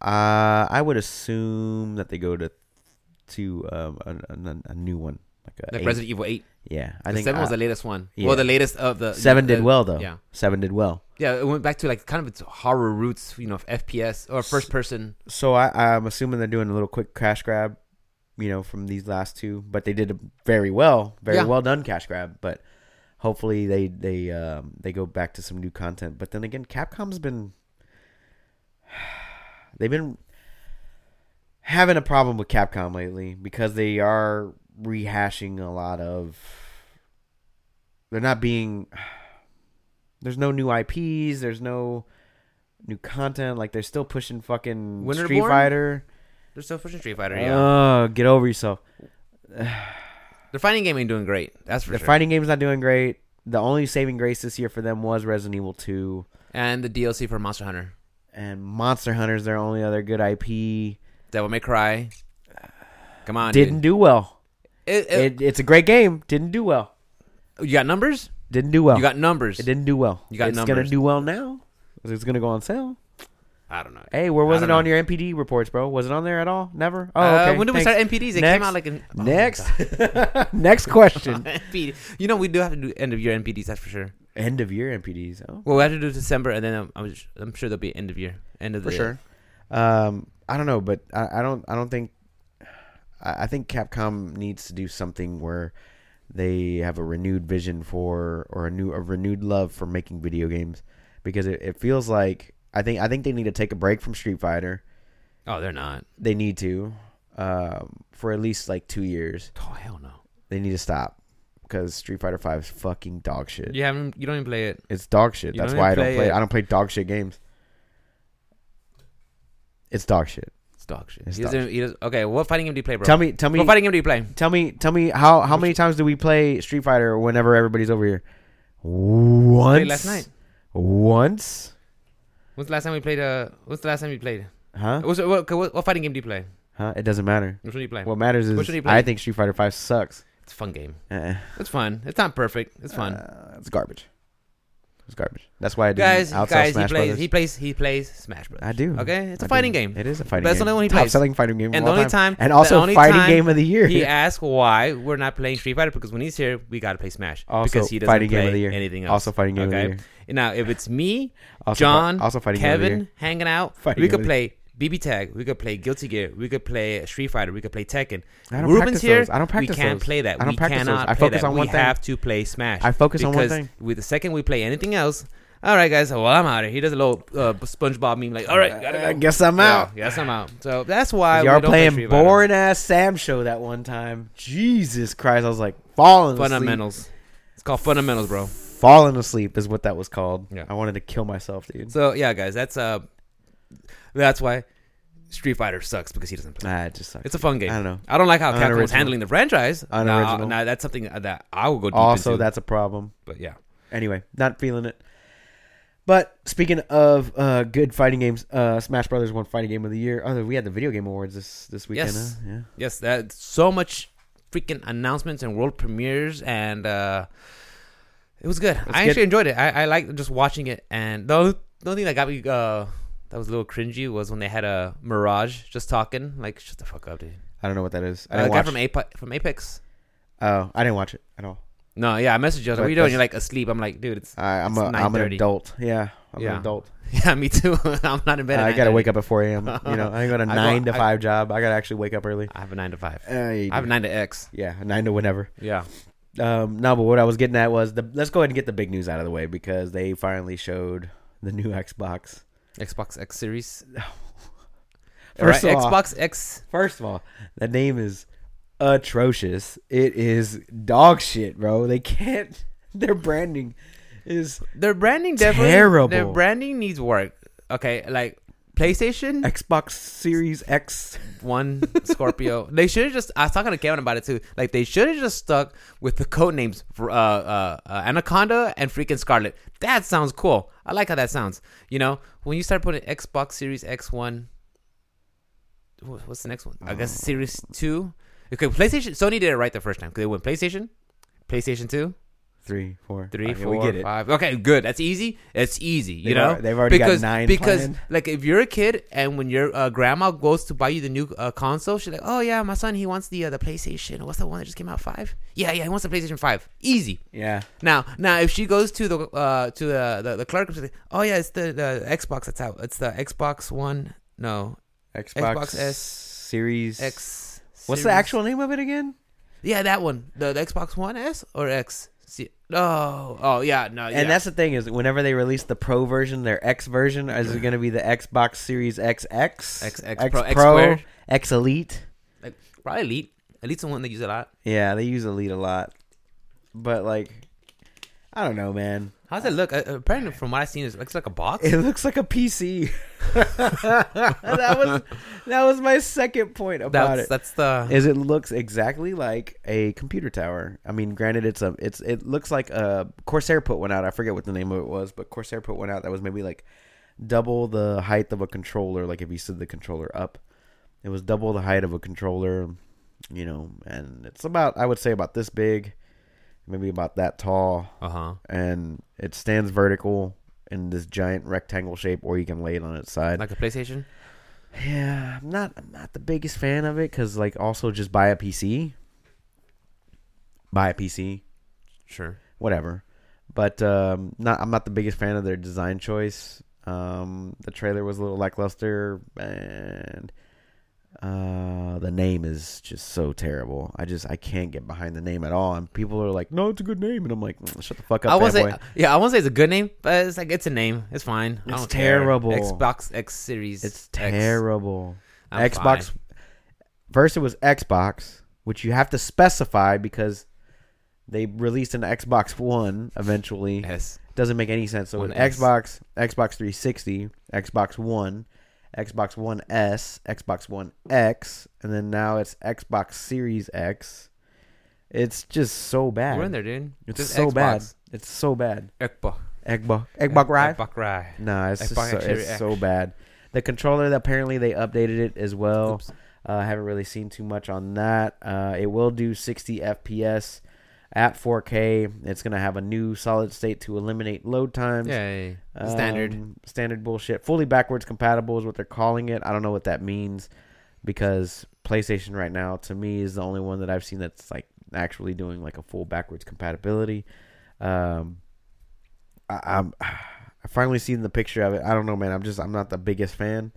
Speaker 2: Uh, I would assume that they go to to um, a, a, a new one, like, a
Speaker 1: Like
Speaker 2: Uh, eight.
Speaker 1: Resident Evil 8?
Speaker 2: Yeah, I
Speaker 1: The
Speaker 2: think
Speaker 1: 7 was
Speaker 2: uh,
Speaker 1: the latest one.
Speaker 2: yeah.
Speaker 1: Well, the latest of the.
Speaker 2: seven
Speaker 1: the-
Speaker 2: did well though.
Speaker 1: Yeah.
Speaker 2: seven did well.
Speaker 1: Yeah, it went back to like kind of its horror roots, you know, FPS or first person.
Speaker 2: So I, I'm assuming they're doing a little quick cash grab, you know, from these last two. But they did a very well, very
Speaker 1: Yeah.
Speaker 2: well done cash grab. But hopefully they they um, they go back to some new content. But then again, Capcom's been [SIGHS] they've been having a problem with Capcom lately because they are rehashing a lot of they're not being [SIGHS] there's no new IPs, there's no new content, like they're still pushing fucking
Speaker 1: Winterborn?
Speaker 2: Street Fighter.
Speaker 1: They're still pushing Street Fighter, yeah.
Speaker 2: Oh, get over yourself.
Speaker 1: The fighting game ain't doing great. That's for
Speaker 2: The
Speaker 1: sure.
Speaker 2: fighting game's not doing great. The only saving grace this year for them was Resident Evil 2
Speaker 1: and the DLC for Monster Hunter,
Speaker 2: and Monster Hunter's their only other good IP.
Speaker 1: Devil May Cry. Come on,
Speaker 2: Didn't
Speaker 1: dude.
Speaker 2: do well.
Speaker 1: It, it-
Speaker 2: It, it's a great game. Didn't do well.
Speaker 1: you got numbers?
Speaker 2: Didn't do well.
Speaker 1: You got numbers.
Speaker 2: Oh. It didn't do well.
Speaker 1: You got
Speaker 2: it's gonna
Speaker 1: numbers.
Speaker 2: do well now. 'cause It's gonna go on sale.
Speaker 1: I don't know.
Speaker 2: Hey, where was
Speaker 1: I
Speaker 2: it
Speaker 1: don't know.
Speaker 2: on your NPD reports, bro? Was it on there at all? Never. Oh,
Speaker 1: Uh,
Speaker 2: okay.
Speaker 1: when did we
Speaker 2: Thanks.
Speaker 1: start NPDs? It came
Speaker 2: Next.
Speaker 1: out like an oh, [LAUGHS]
Speaker 2: Next, [LAUGHS] next question.
Speaker 1: NPD. You know, we do have to do end of year NPDs. That's for sure.
Speaker 2: End of year NPDs. Oh,
Speaker 1: Well, we have to do December, and then I'm, I'm, I'm sure there'll be end of year, end of
Speaker 2: for
Speaker 1: the
Speaker 2: sure. Um, I don't know, but I, I don't. I don't think. I, I think Capcom needs to do something where they have a renewed vision for or a new a renewed love for making video games. because it, it feels like I think I think they need to take a break from Street Fighter.
Speaker 1: Oh, they're not.
Speaker 2: They need to um, for at least like two years.
Speaker 1: Oh hell no.
Speaker 2: They need to stop because Street Fighter Five is fucking dog shit.
Speaker 1: You haven't. You don't even play it.
Speaker 2: It's dog shit.
Speaker 1: You
Speaker 2: That's
Speaker 1: don't
Speaker 2: why I
Speaker 1: even
Speaker 2: don't
Speaker 1: play
Speaker 2: play.
Speaker 1: it.
Speaker 2: I don't play dog shit games. It's dog shit.
Speaker 1: It's dog shit.
Speaker 2: It's
Speaker 1: He
Speaker 2: dog
Speaker 1: doesn't, he does okay, what fighting game do you play, bro?
Speaker 2: Tell me, tell me,
Speaker 1: what fighting game do you play?
Speaker 2: tell me, tell me how how many times do we play Street Fighter whenever everybody's over here? Once.
Speaker 1: Played last night.
Speaker 2: Once.
Speaker 1: When's the last time we played? Uh, what's the last time you played?
Speaker 2: Huh?
Speaker 1: What's, what, okay, what, what fighting game do you play?
Speaker 2: Huh? It doesn't matter.
Speaker 1: Which one do you play?
Speaker 2: What matters
Speaker 1: Which
Speaker 2: is
Speaker 1: one do you play?
Speaker 2: I think Street Fighter Five sucks.
Speaker 1: it's a fun game.
Speaker 2: Uh,
Speaker 1: It's fun. It's not perfect. It's fun.
Speaker 2: Uh, it's garbage. It's garbage. That's why I didn't
Speaker 1: guys,
Speaker 2: outsell
Speaker 1: guys,
Speaker 2: Smash
Speaker 1: he plays.
Speaker 2: Brothers.
Speaker 1: He plays. He plays Smash Bros.
Speaker 2: I do.
Speaker 1: Okay, it's
Speaker 2: a
Speaker 1: a fighting game.
Speaker 2: It is a fighting
Speaker 1: That's
Speaker 2: game.
Speaker 1: the only one he
Speaker 2: Top
Speaker 1: plays.
Speaker 2: selling fighting game. of
Speaker 1: And the
Speaker 2: all
Speaker 1: only time,
Speaker 2: time. and also
Speaker 1: the only
Speaker 2: fighting
Speaker 1: time
Speaker 2: game of the year. [LAUGHS]
Speaker 1: he asked why we're not playing Street Fighter because when he's here, we gotta play Smash
Speaker 2: Also
Speaker 1: because he doesn't
Speaker 2: fighting
Speaker 1: play
Speaker 2: game of the year.
Speaker 1: anything else.
Speaker 2: also fighting game
Speaker 1: okay?
Speaker 2: of the year.
Speaker 1: Now, if it's me,
Speaker 2: [SIGHS] Also fi-
Speaker 1: John,
Speaker 2: also fighting game of the
Speaker 1: Kevin
Speaker 2: year.
Speaker 1: hanging out,
Speaker 2: Fighting
Speaker 1: we
Speaker 2: game
Speaker 1: could
Speaker 2: of the
Speaker 1: play BB Tag, we could play Guilty Gear, we could play Street Fighter, we could play Tekken.
Speaker 2: I don't
Speaker 1: Ruben's
Speaker 2: practice
Speaker 1: here.
Speaker 2: those. I don't practice
Speaker 1: We can't
Speaker 2: those.
Speaker 1: play that.
Speaker 2: I don't
Speaker 1: we
Speaker 2: practice those.
Speaker 1: cannot
Speaker 2: I
Speaker 1: play
Speaker 2: focus
Speaker 1: that.
Speaker 2: on
Speaker 1: we
Speaker 2: one thing.
Speaker 1: have to play Smash.
Speaker 2: I focus on one
Speaker 1: because
Speaker 2: thing.
Speaker 1: With the second we play anything else, all right, guys. Well, I'm out of here. He does a little uh, SpongeBob meme, like, all right, gotta go.
Speaker 2: I guess I'm
Speaker 1: Yeah,
Speaker 2: out.
Speaker 1: Yes, I'm out. So that's why
Speaker 2: Y'all
Speaker 1: we don't play
Speaker 2: playing
Speaker 1: Street Fighter.
Speaker 2: boring ass Sam show that one time. Jesus Christ, I was like falling asleep.
Speaker 1: fundamentals. It's called fundamentals, bro.
Speaker 2: Falling asleep is what that was called.
Speaker 1: Yeah.
Speaker 2: I wanted to kill myself, dude.
Speaker 1: So yeah, guys, that's uh, that's why Street Fighter sucks because he doesn't play.
Speaker 2: Nah, it just sucks.
Speaker 1: It's a fun game.
Speaker 2: I don't know.
Speaker 1: I don't like how Capcom was
Speaker 2: Unoriginal.
Speaker 1: handling the franchise. Now,
Speaker 2: Unoriginal.
Speaker 1: now that's something that I will go deep
Speaker 2: Also,
Speaker 1: into.
Speaker 2: that's a problem.
Speaker 1: but yeah,
Speaker 2: anyway, not feeling it. But speaking of uh, good fighting games, uh, Smash Brothers won fighting game of the year. Oh, we had the video game awards this this weekend.
Speaker 1: Yes.
Speaker 2: Huh? Yeah,
Speaker 1: yes, that's so much freaking announcements and world premieres, and uh it was good. I
Speaker 2: good.
Speaker 1: actually enjoyed it. I, I liked just watching it, and the only, the only thing that got me uh that was a little cringy was when they had a Mirage just talking like shut the fuck up, dude.
Speaker 2: I don't know what that is. I
Speaker 1: Uh, the
Speaker 2: didn't
Speaker 1: guy
Speaker 2: watch.
Speaker 1: from Apex, from Apex.
Speaker 2: oh, I didn't watch it at all.
Speaker 1: No, yeah, I messaged you. I was like,
Speaker 2: But
Speaker 1: what are you doing?
Speaker 2: that's-
Speaker 1: You're like asleep. I'm like, dude, it's [LAUGHS]
Speaker 2: I, I'm
Speaker 1: It's
Speaker 2: a I'm an
Speaker 1: 9:30.
Speaker 2: adult. Yeah, I'm
Speaker 1: Yeah.
Speaker 2: an adult.
Speaker 1: yeah, me too. [LAUGHS] I'm not in bed. at
Speaker 2: I gotta
Speaker 1: 9:30.
Speaker 2: wake up at 4 a.m. You know, I ain't got
Speaker 1: [LAUGHS]
Speaker 2: a
Speaker 1: I go-
Speaker 2: nine to
Speaker 1: I-
Speaker 2: five job. I gotta actually wake up early.
Speaker 1: I have a nine to five.
Speaker 2: Uh, you
Speaker 1: I have a
Speaker 2: do.
Speaker 1: nine to X.
Speaker 2: yeah, nine to whenever.
Speaker 1: Yeah,
Speaker 2: Um, no, but what I was getting at was the let's go ahead and get the big news out of the way because they finally showed the new [LAUGHS] Xbox.
Speaker 1: Xbox X Series.
Speaker 2: First
Speaker 1: Alright,
Speaker 2: of all-
Speaker 1: Xbox X.
Speaker 2: First of all, the name is atrocious. It is dog shit, bro. They can't. [LAUGHS] Their branding is
Speaker 1: Their branding definitely
Speaker 2: Terrible.
Speaker 1: Their branding needs work. Okay, like PlayStation
Speaker 2: Xbox Series X.
Speaker 1: One Scorpio. they should have just. I was talking to Kevin about it too. Like they should have just stuck with the code names for uh, uh, uh, Anaconda and freaking Scarlet. That sounds cool. I like how that sounds. You know, when you start putting Xbox Series X One, wh- what's the next one? I guess Series Two. Okay, PlayStation. Sony did it right the first time 'cause they went PlayStation, PlayStation Two,
Speaker 2: Three, four,
Speaker 1: three,
Speaker 2: Okay,
Speaker 1: four, five. Okay, good. That's easy. It's easy. you
Speaker 2: They've
Speaker 1: know,
Speaker 2: al- they've already got
Speaker 1: because,
Speaker 2: nine
Speaker 1: Because
Speaker 2: planned.
Speaker 1: like if you're a kid and when your uh, grandma goes to buy you the new uh, console, she's like, "Oh yeah, my son he wants the uh, the PlayStation. What's the one that just came out? Five? Yeah, yeah, he wants the PlayStation Five. Easy.
Speaker 2: Yeah,
Speaker 1: Now, now if she goes to the uh, to the the, the clerk, she's like, "Oh yeah, it's the, the Xbox that's out. It's the Xbox One. No,
Speaker 2: Xbox,
Speaker 1: Xbox S
Speaker 2: Series
Speaker 1: X.
Speaker 2: What's the
Speaker 1: Series-
Speaker 2: actual name of it again?
Speaker 1: Yeah, that one. The, the Xbox One S or X. See, oh, oh yeah, no, yeah.
Speaker 2: And that's the thing is, whenever they release the Pro version, their X version is going to be the Xbox Series XX,
Speaker 1: X-
Speaker 2: X
Speaker 1: X Pro, X
Speaker 2: Pro,
Speaker 1: squared.
Speaker 2: X Elite.
Speaker 1: like, probably Elite. Elite's the one they use a lot.
Speaker 2: Yeah, they use Elite a lot, but like, I don't know, man. [LAUGHS]
Speaker 1: How's it look? Uh, apparently, from what I've seen, it looks like a box.
Speaker 2: It looks like a PC. [LAUGHS] that was that was my second point about
Speaker 1: That's
Speaker 2: it.
Speaker 1: that's the
Speaker 2: Is it looks exactly like a computer tower. I mean, granted, it's a it's it looks like a Corsair put one out. I forget what the name of it was, but Corsair put one out that was maybe like double the height of a controller. Like if you stood the controller up, it was double the height of a controller. You know, and it's about I would say about this big, maybe about that tall
Speaker 1: uh huh.
Speaker 2: and it stands vertical in this giant rectangle shape, or you can lay it on its side.
Speaker 1: Like a PlayStation.
Speaker 2: yeah, I'm not I'm not the biggest fan of it because like also just buy a PC, buy a PC,
Speaker 1: Sure.
Speaker 2: whatever. But um, not I'm not the biggest fan of their design choice. Um, the trailer was a little lackluster, and Uh, the name is just so terrible. I just I can't get behind the name at all. And people are like, "No, it's a good name," and I'm like, "Mm, "Shut the fuck up,
Speaker 1: I won't say,
Speaker 2: fanboy."
Speaker 1: yeah, I won't say it's a good name, but it's like it's a name. It's fine. I
Speaker 2: It's
Speaker 1: don't care.
Speaker 2: terrible.
Speaker 1: Xbox X Series.
Speaker 2: It's
Speaker 1: X.
Speaker 2: terrible.
Speaker 1: I'm
Speaker 2: Xbox.
Speaker 1: fine.
Speaker 2: First, it was Xbox, which you have to specify because they released an Xbox One eventually.
Speaker 1: Yes.
Speaker 2: Doesn't make any sense. So
Speaker 1: Eh. One
Speaker 2: an
Speaker 1: S.
Speaker 2: Xbox, Xbox 360, Xbox One, Xbox One S, Xbox One X, and then now it's Xbox Series X. It's just so bad.
Speaker 1: We're in there, dude.
Speaker 2: It's
Speaker 1: Just
Speaker 2: so bad.
Speaker 1: Xbox.
Speaker 2: It's so bad.
Speaker 1: Xbox.
Speaker 2: Eggbuck, Eggbuck Rye.
Speaker 1: Xbox Rye.
Speaker 2: Nah, it's just
Speaker 1: Xbox
Speaker 2: so,
Speaker 1: actually
Speaker 2: it's
Speaker 1: react-
Speaker 2: so bad. The controller, apparently they updated it as well.
Speaker 1: Oops.
Speaker 2: Uh, I haven't really seen too much on that. Uh, it will do 60 FPS at 4K. It's going to have a new solid state to eliminate load times.
Speaker 1: Yay. Standard.
Speaker 2: Um, standard bullshit. Fully backwards compatible is what they're calling it. I don't know what that means because PlayStation right now, to me, is the only one that I've seen that's like actually doing like a full backwards compatibility. Um, I, I'm [SIGHS] I finally seen the picture of it. I don't know, man. I'm just I'm not the biggest fan.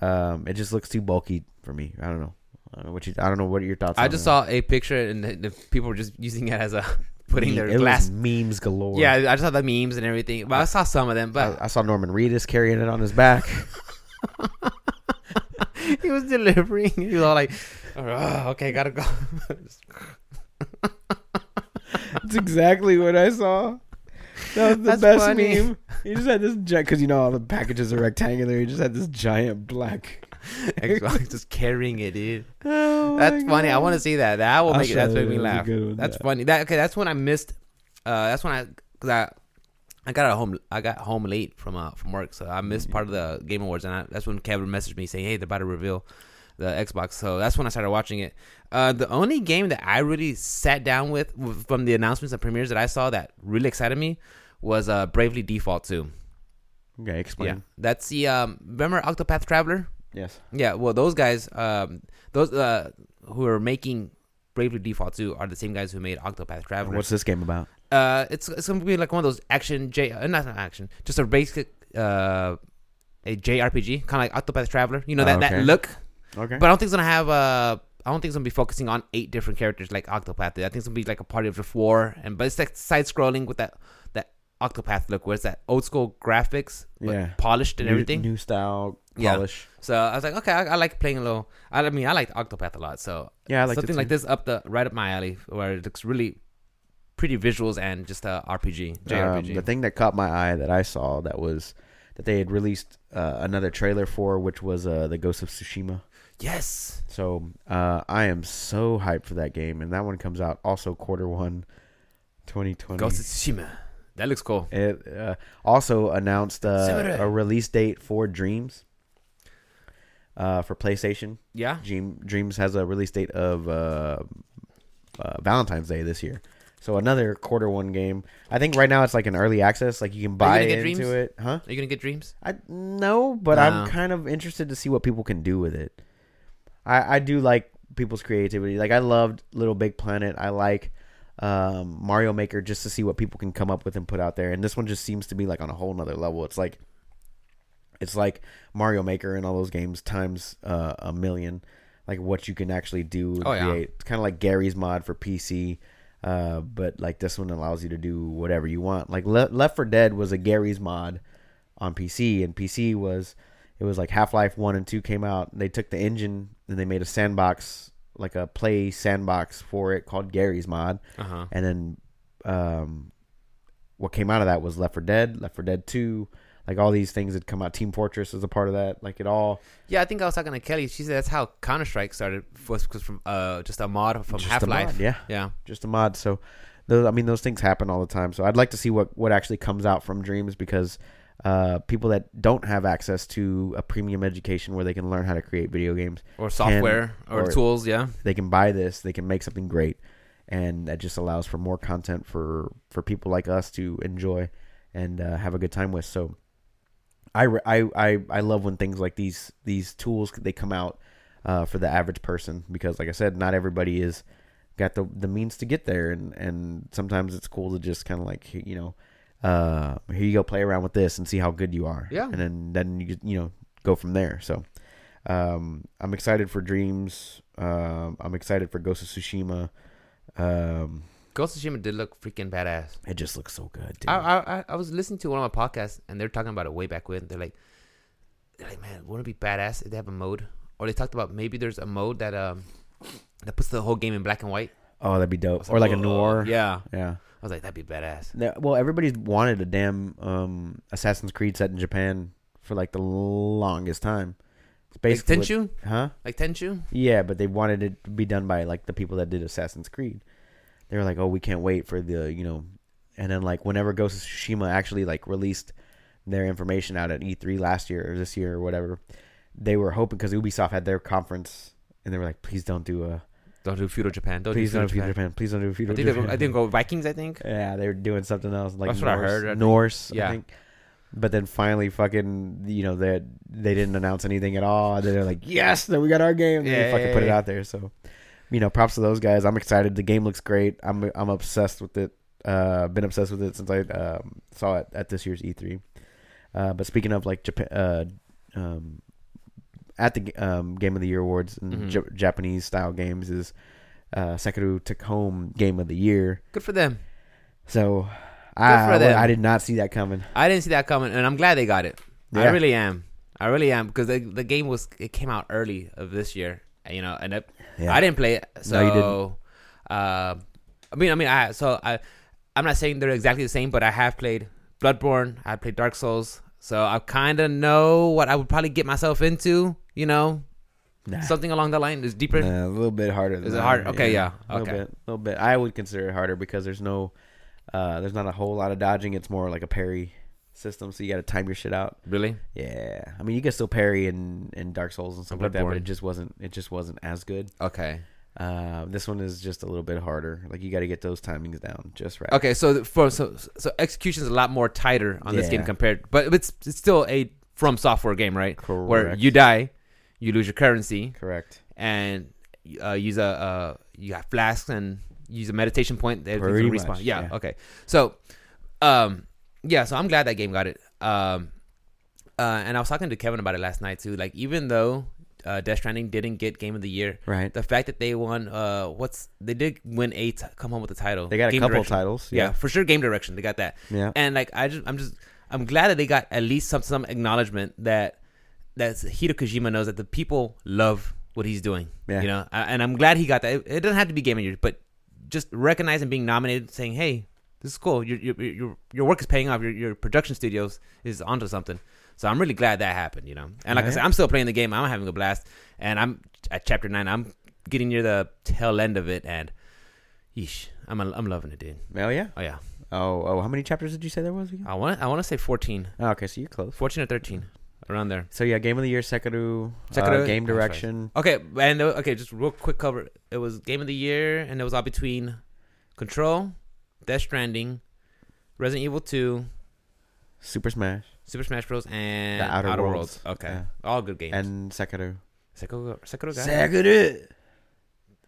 Speaker 2: Um, it just looks too bulky for me. I don't know. I don't know what you. I don't know what your thoughts.
Speaker 1: I
Speaker 2: on
Speaker 1: just
Speaker 2: that.
Speaker 1: saw a picture and the, the people were just using it as a [LAUGHS] putting their
Speaker 2: It was
Speaker 1: glass.
Speaker 2: memes galore.
Speaker 1: Yeah, I just saw the memes and everything. But I saw some of them. But
Speaker 2: I, I saw Norman Reedus carrying it on his back.
Speaker 1: [LAUGHS] he was delivering. He was all like, "Oh, "Okay, gotta [LAUGHS] go."
Speaker 2: That's exactly what I saw. That was the
Speaker 1: That's
Speaker 2: best
Speaker 1: funny.
Speaker 2: meme. He just had this giant because you know all the packages are rectangular. He just had this
Speaker 1: [LAUGHS]
Speaker 2: giant black.
Speaker 1: Xbox just carrying it, dude.
Speaker 2: Oh
Speaker 1: That's
Speaker 2: my
Speaker 1: funny. I
Speaker 2: God.
Speaker 1: want to see that. That will
Speaker 2: I'll
Speaker 1: make it. That's
Speaker 2: show
Speaker 1: make me
Speaker 2: you. That's a
Speaker 1: laugh.
Speaker 2: good one,
Speaker 1: That's
Speaker 2: yeah.
Speaker 1: funny. That okay. That's when I missed. Uh, that's when I cause I I got home. I got home late from uh from work, so I
Speaker 2: Mm-hmm.
Speaker 1: missed part of the Game Awards, and I, that's when Kevin messaged me saying, "Hey, they're about to reveal the Xbox." So that's when I started watching it. Uh, the only game that I really sat down with w- from the announcements and premieres that I saw that really excited me was uh Bravely Default 2.
Speaker 2: Okay, explain.
Speaker 1: Yeah, that's the um remember Octopath Traveler.
Speaker 2: Yes.
Speaker 1: Yeah, well, those guys, um, those uh, who are making Bravely Default 2 are the same guys who made Octopath Traveler.
Speaker 2: What's this game about?
Speaker 1: uh, it's it's gonna be like one of those action J, uh, not, not action, just a basic uh, a JRPG, kind of like Octopath Traveler. You know that,
Speaker 2: Okay.
Speaker 1: that look,
Speaker 2: Okay.
Speaker 1: but I don't think it's gonna have uh, I don't think it's gonna be focusing on eight different characters like Octopath. did. I think it's gonna be like a party of the four, and but it's like side scrolling with that that Octopath look, where it's that old school graphics, but
Speaker 2: Yeah.
Speaker 1: polished and
Speaker 2: new,
Speaker 1: everything.
Speaker 2: New style
Speaker 1: Yeah.
Speaker 2: polish.
Speaker 1: So I was like, okay, I, I like playing a little. I, I mean, I liked Octopath a lot, so
Speaker 2: Yeah, I like
Speaker 1: something like this up the right up my alley, where it looks really pretty visuals and just a RPG,
Speaker 2: Um,
Speaker 1: JRPG.
Speaker 2: the thing that caught my eye that I saw that was that they had released uh, another trailer for, which was uh, the Ghost of Tsushima.
Speaker 1: yes,
Speaker 2: So uh, I am so hyped for that game, and that one comes out also quarter one, 2020.
Speaker 1: Ghost of Tsushima. That looks cool.
Speaker 2: It uh, also announced uh,
Speaker 1: Samurai.
Speaker 2: a release date for Dreams uh, for PlayStation.
Speaker 1: Yeah,
Speaker 2: Dream, Dreams has a release date of uh, uh, Valentine's Day this year. So another quarter one game. I think right now it's like an early access. Like you can
Speaker 1: Are
Speaker 2: buy
Speaker 1: you gonna get
Speaker 2: into
Speaker 1: Dreams?
Speaker 2: it, huh?
Speaker 1: are you gonna get Dreams?
Speaker 2: I no, but I'm
Speaker 1: No.
Speaker 2: kind of interested to see what people can do with it. I I do like people's creativity. Like I loved Little Big Planet. I like um, Mario Maker just to see what people can come up with and put out there. And this one just seems to be like on a whole nother level. It's like it's like Mario Maker and all those games times uh, a million. Like what you can actually do. and
Speaker 1: Oh, yeah.
Speaker 2: create. It's kind of like Gary's mod for PC. Uh, but like this one allows you to do whatever you want. Like Le- Left for Dead was a Gary's mod on PC, and PC was it was like Half Life One and Two came out. They took the engine and they made a sandbox, like a play sandbox for it called Gary's mod.
Speaker 1: Uh huh.
Speaker 2: And then um, what came out of that was Left for Dead, Left for Dead Two, like all these things that come out. Team Fortress was a part of that. Like it all
Speaker 1: Yeah, I think I was talking to Kelly. She said that's how Counter Strike started, was because from uh just a mod from
Speaker 2: just a
Speaker 1: Half
Speaker 2: mod,
Speaker 1: Life.
Speaker 2: yeah,
Speaker 1: Yeah,
Speaker 2: just a mod. So, those, I mean, those things happen all the time. So, I'd like to see what what actually comes out from Dreams because uh, people that don't have access to a premium education where they can learn how to create video games,
Speaker 1: or software or,
Speaker 2: or-
Speaker 1: tools. Yeah,
Speaker 2: they can buy this. They can make something great, and that just allows for more content for for people like us to enjoy and uh, have a good time with. So, I, re- I I I love when things like these these tools they come out uh, for the average person because, like I said, not everybody is got the the means to get there, and and sometimes it's cool to just kind of like you know, uh, here you go, play around with this and see how good you are,
Speaker 1: Yeah.
Speaker 2: and then then you you know go from there. So Um, I'm excited for Dreams. Um, I'm excited for Ghost of Tsushima. Um,
Speaker 1: Ghost of Tsushima did look freaking badass.
Speaker 2: it just looks so good. Dude.
Speaker 1: I, I I- I was listening to one of my podcasts and they're talking about it way back when. They're like, they're like, man, wouldn't it be badass if they have a mode? Or they talked about maybe there's a mode that um that puts the whole game in black and white.
Speaker 2: oh, that'd be
Speaker 1: I was
Speaker 2: dope. Or like a
Speaker 1: "Whoa."
Speaker 2: noir.
Speaker 1: Yeah,
Speaker 2: Yeah.
Speaker 1: I was like, that'd be badass.
Speaker 2: No, Well, everybody's wanted a damn um, Assassin's Creed set in Japan for like the longest time. It's
Speaker 1: Like
Speaker 2: basically what-
Speaker 1: Tenchu,
Speaker 2: huh?
Speaker 1: like Tenchu.
Speaker 2: Yeah, but they wanted it to be done by like the people that did Assassin's Creed. They were like, "Oh, we can't wait for the you know," and then like whenever Ghost of Tsushima actually like released their information out at E3 last year or this year or whatever, they were hoping because Ubisoft had their conference and they were like, "Please don't do a,
Speaker 1: Don't do feudal Japan. Don't
Speaker 2: please
Speaker 1: do
Speaker 2: don't do
Speaker 1: feudal
Speaker 2: Japan.
Speaker 1: Japan.
Speaker 2: please don't do feudal
Speaker 1: I think
Speaker 2: Japan."
Speaker 1: they, I think go Vikings. I think
Speaker 2: Yeah, they were doing something else like
Speaker 1: That's what I
Speaker 2: Norse,
Speaker 1: heard, I think.
Speaker 2: Norse,
Speaker 1: Yeah.
Speaker 2: I think. But then finally, fucking, you know, they they didn't announce anything at all. And then they're like, "Yes, then we got our game." And then
Speaker 1: Yeah,
Speaker 2: they fucking
Speaker 1: yeah,
Speaker 2: put it
Speaker 1: yeah.
Speaker 2: out there. So, you know, props to those guys. I'm excited. The game looks great. I'm I'm obsessed with it. Uh, been obsessed with it since I um, saw it at this year's E3. Uh, but speaking of like Japan, uh, um, at the um, Game of the Year awards and
Speaker 1: Mhm.
Speaker 2: Ja- Japanese style games is uh, Sekiro took home Game of the Year.
Speaker 1: good for them.
Speaker 2: So I,
Speaker 1: for them.
Speaker 2: I did not see that coming.
Speaker 1: I didn't see that coming, and I'm glad they got it. I
Speaker 2: Yeah.
Speaker 1: really am. I really am because the, the game was it came out early of this year, and, you know, and it,
Speaker 2: Yeah.
Speaker 1: I didn't play it. So,
Speaker 2: No, you didn't.
Speaker 1: Uh, I mean, I mean, I so I, I'm not saying they're exactly the same, but I have played Bloodborne. I played Dark Souls, so I kind of know what I would probably get myself into. You know,
Speaker 2: Nah.
Speaker 1: something along that line is deeper.
Speaker 2: Nah, Uh, a little bit harder. Than
Speaker 1: Is it
Speaker 2: that.
Speaker 1: hard? Okay, yeah.
Speaker 2: A little
Speaker 1: Okay.
Speaker 2: bit. A little bit. I would consider it harder because there's no, uh, there's not a whole lot of dodging. It's more like a parry system, so you got to time your shit out.
Speaker 1: Really?
Speaker 2: Yeah. I mean, you can still parry in, in Dark Souls and stuff like that,
Speaker 1: Bloodborne.
Speaker 2: but it just wasn't. It just wasn't as good.
Speaker 1: Okay.
Speaker 2: Uh, this one is just a little bit harder. Like you got to get those timings down just right.
Speaker 1: Okay, so th- for so so execution's a lot more tighter on this game
Speaker 2: Yeah.
Speaker 1: compared, but it's, it's still a from software game, right?
Speaker 2: Correct.
Speaker 1: Where you die, you lose your currency,
Speaker 2: Correct.
Speaker 1: and uh, use a uh, you got flasks and use a meditation point. They
Speaker 2: Pretty
Speaker 1: Pretty respawn.
Speaker 2: much,
Speaker 1: yeah,
Speaker 2: yeah.
Speaker 1: Okay. So, um, yeah. So I'm glad that game got it. Um, uh, and I was talking to Kevin about it last night too. Like even though uh, Death Stranding didn't get Game of the Year,
Speaker 2: Right.
Speaker 1: the fact that they won, uh, what's they did win a t- come home with the title.
Speaker 2: They got a
Speaker 1: Game
Speaker 2: couple
Speaker 1: direction.
Speaker 2: titles.
Speaker 1: Yeah. for sure. Game direction, they got that.
Speaker 2: Yeah.
Speaker 1: And like, I just, I'm just, I'm glad that they got at least some some acknowledgement that that Hideo Kojima knows that the people love what he's doing.
Speaker 2: Yeah.
Speaker 1: You know, I- and I'm glad he got that. It, it doesn't have to be Game of the Year, but just recognizing being nominated, saying, "Hey, this is cool. Your your your, your work is paying off. Your your production studios is onto something." So I'm really glad that happened. You know, and like I
Speaker 2: Yeah.
Speaker 1: said, I'm still playing the game. I'm having a blast, and I'm at chapter nine. I'm getting near the tail end of it, and yeesh, I'm I'm loving it, dude.
Speaker 2: Oh yeah.
Speaker 1: Oh yeah,
Speaker 2: Oh oh. How many chapters did you say there was? Again?
Speaker 1: I want I want to say 14,
Speaker 2: Oh, okay, so you're close.
Speaker 1: 14 or 13, around there.
Speaker 2: So yeah, game of the year, Sekiro, uh,
Speaker 1: Sekiro,
Speaker 2: game
Speaker 1: that's right.
Speaker 2: direction.
Speaker 1: Okay, and uh, okay, just real quick cover. It was game of the year, and it was all between Control, Death Stranding, Resident Evil 2,
Speaker 2: Super Smash
Speaker 1: Super Smash Bros, and
Speaker 2: The Outer Worlds.
Speaker 1: Okay,
Speaker 2: Yeah.
Speaker 1: all good games.
Speaker 2: and Sekiro.
Speaker 1: Sekiro, Sekiro got it.
Speaker 2: Sekiro.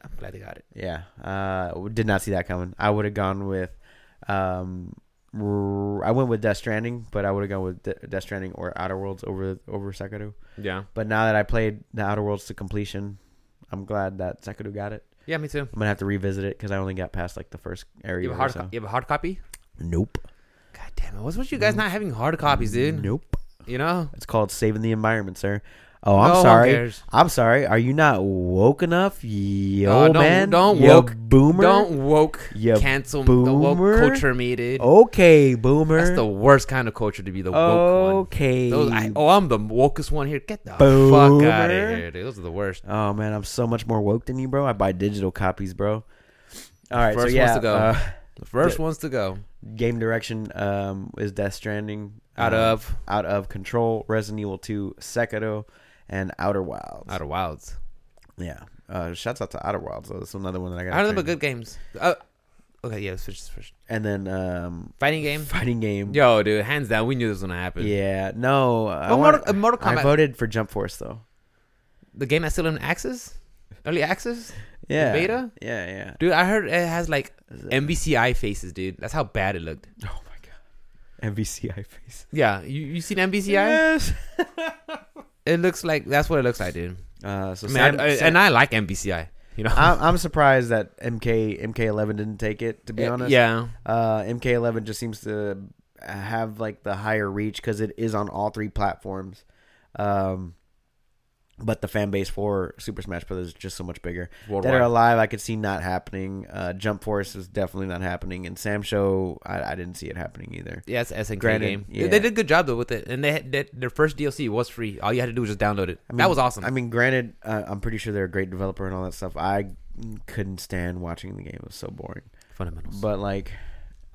Speaker 1: I'm glad they got it.
Speaker 2: Yeah, uh, w- did not see that coming. I would have gone with, um, r- I went with Death Stranding, but I would have gone with De- Death Stranding or Outer Worlds over over Sekiro.
Speaker 1: Yeah,
Speaker 2: But now that I played the Outer Worlds to completion, I'm glad that Sekiro got it.
Speaker 1: yeah, me too.
Speaker 2: I'm gonna have to revisit it because I only got past like the first area.
Speaker 1: You have a
Speaker 2: or
Speaker 1: hard,
Speaker 2: so.
Speaker 1: co- you have a hard copy.
Speaker 2: Nope.
Speaker 1: God damn it! What's with you guys not having hard copies, dude?
Speaker 2: Nope.
Speaker 1: You know.
Speaker 2: It's called saving the environment, sir. Oh, I'm
Speaker 1: No one
Speaker 2: sorry.
Speaker 1: cares.
Speaker 2: I'm sorry. Are you not woke enough, yo
Speaker 1: No, Uh, don't-
Speaker 2: man?
Speaker 1: don't
Speaker 2: yo
Speaker 1: woke.
Speaker 2: boomer.
Speaker 1: Don't woke
Speaker 2: You
Speaker 1: cancel the woke
Speaker 2: boomer.
Speaker 1: culture me, dude.
Speaker 2: Okay, boomer.
Speaker 1: That's the worst kind of culture to be the woke one.
Speaker 2: okay.
Speaker 1: Those, I, oh, I'm the wokest one here. Get the
Speaker 2: Boomer.
Speaker 1: fuck out of here, dude. Those are the worst.
Speaker 2: oh man, I'm so much more woke than you, bro. I buy digital copies, bro. All right,
Speaker 1: First
Speaker 2: so yeah,
Speaker 1: ones to go.
Speaker 2: uh,
Speaker 1: The first ones to go
Speaker 2: game direction um, is Death Stranding.
Speaker 1: out
Speaker 2: Um,
Speaker 1: of
Speaker 2: out of control, Resident Evil 2, Sekiro, and Outer Wilds.
Speaker 1: out of wilds.
Speaker 2: yeah. Uh, shouts out to Outer Wilds. Though. That's another one that I got.
Speaker 1: Out of the good games. Uh, okay, yeah, let's finish this first.
Speaker 2: And then um,
Speaker 1: Fighting game.
Speaker 2: fighting game.
Speaker 1: Yo, dude, hands down, we knew this was gonna happen.
Speaker 2: Yeah, no. I,
Speaker 1: Well,
Speaker 2: want,
Speaker 1: Mortal- uh, Mortal
Speaker 2: I
Speaker 1: Kombat-
Speaker 2: voted for Jump Force though.
Speaker 1: The game that's still in access, early access,
Speaker 2: Yeah.
Speaker 1: beta?
Speaker 2: Yeah, yeah.
Speaker 1: dude. I heard it has like
Speaker 2: Is it-
Speaker 1: MVCI faces, dude. That's how bad it looked.
Speaker 2: oh my god. MVCI face.
Speaker 1: Yeah, you you seen MVCI?
Speaker 2: Yes.
Speaker 1: it looks like that's what it looks like, dude.
Speaker 2: Uh, so
Speaker 1: I mean,
Speaker 2: Sam,
Speaker 1: I- I-
Speaker 2: Sam-
Speaker 1: and I like MBCI. You know,
Speaker 2: I'm, I'm surprised that MK MK11 didn't take it. To be
Speaker 1: Yeah,
Speaker 2: honest,
Speaker 1: yeah,
Speaker 2: Uh, MK11 just seems to have like the higher reach because it is on all three platforms. Um, but the fan base for Super Smash Bros. is just so much bigger.
Speaker 1: Worldwide.
Speaker 2: Dead or Alive, I could see not happening. Uh, Jump Force is definitely not happening, and Sam Show, I, I didn't see it happening either.
Speaker 1: yeah. It's an SNK
Speaker 2: Granted,
Speaker 1: game. They-
Speaker 2: yeah.
Speaker 1: They did a good job though with it, and they, had- they their first DLC was free. All you had to do was just download it.
Speaker 2: I mean,
Speaker 1: that was awesome.
Speaker 2: I mean, granted, uh, I'm pretty sure they're a great developer and all that stuff. I couldn't stand watching the game; it was so boring.
Speaker 1: Fundamentals.
Speaker 2: but like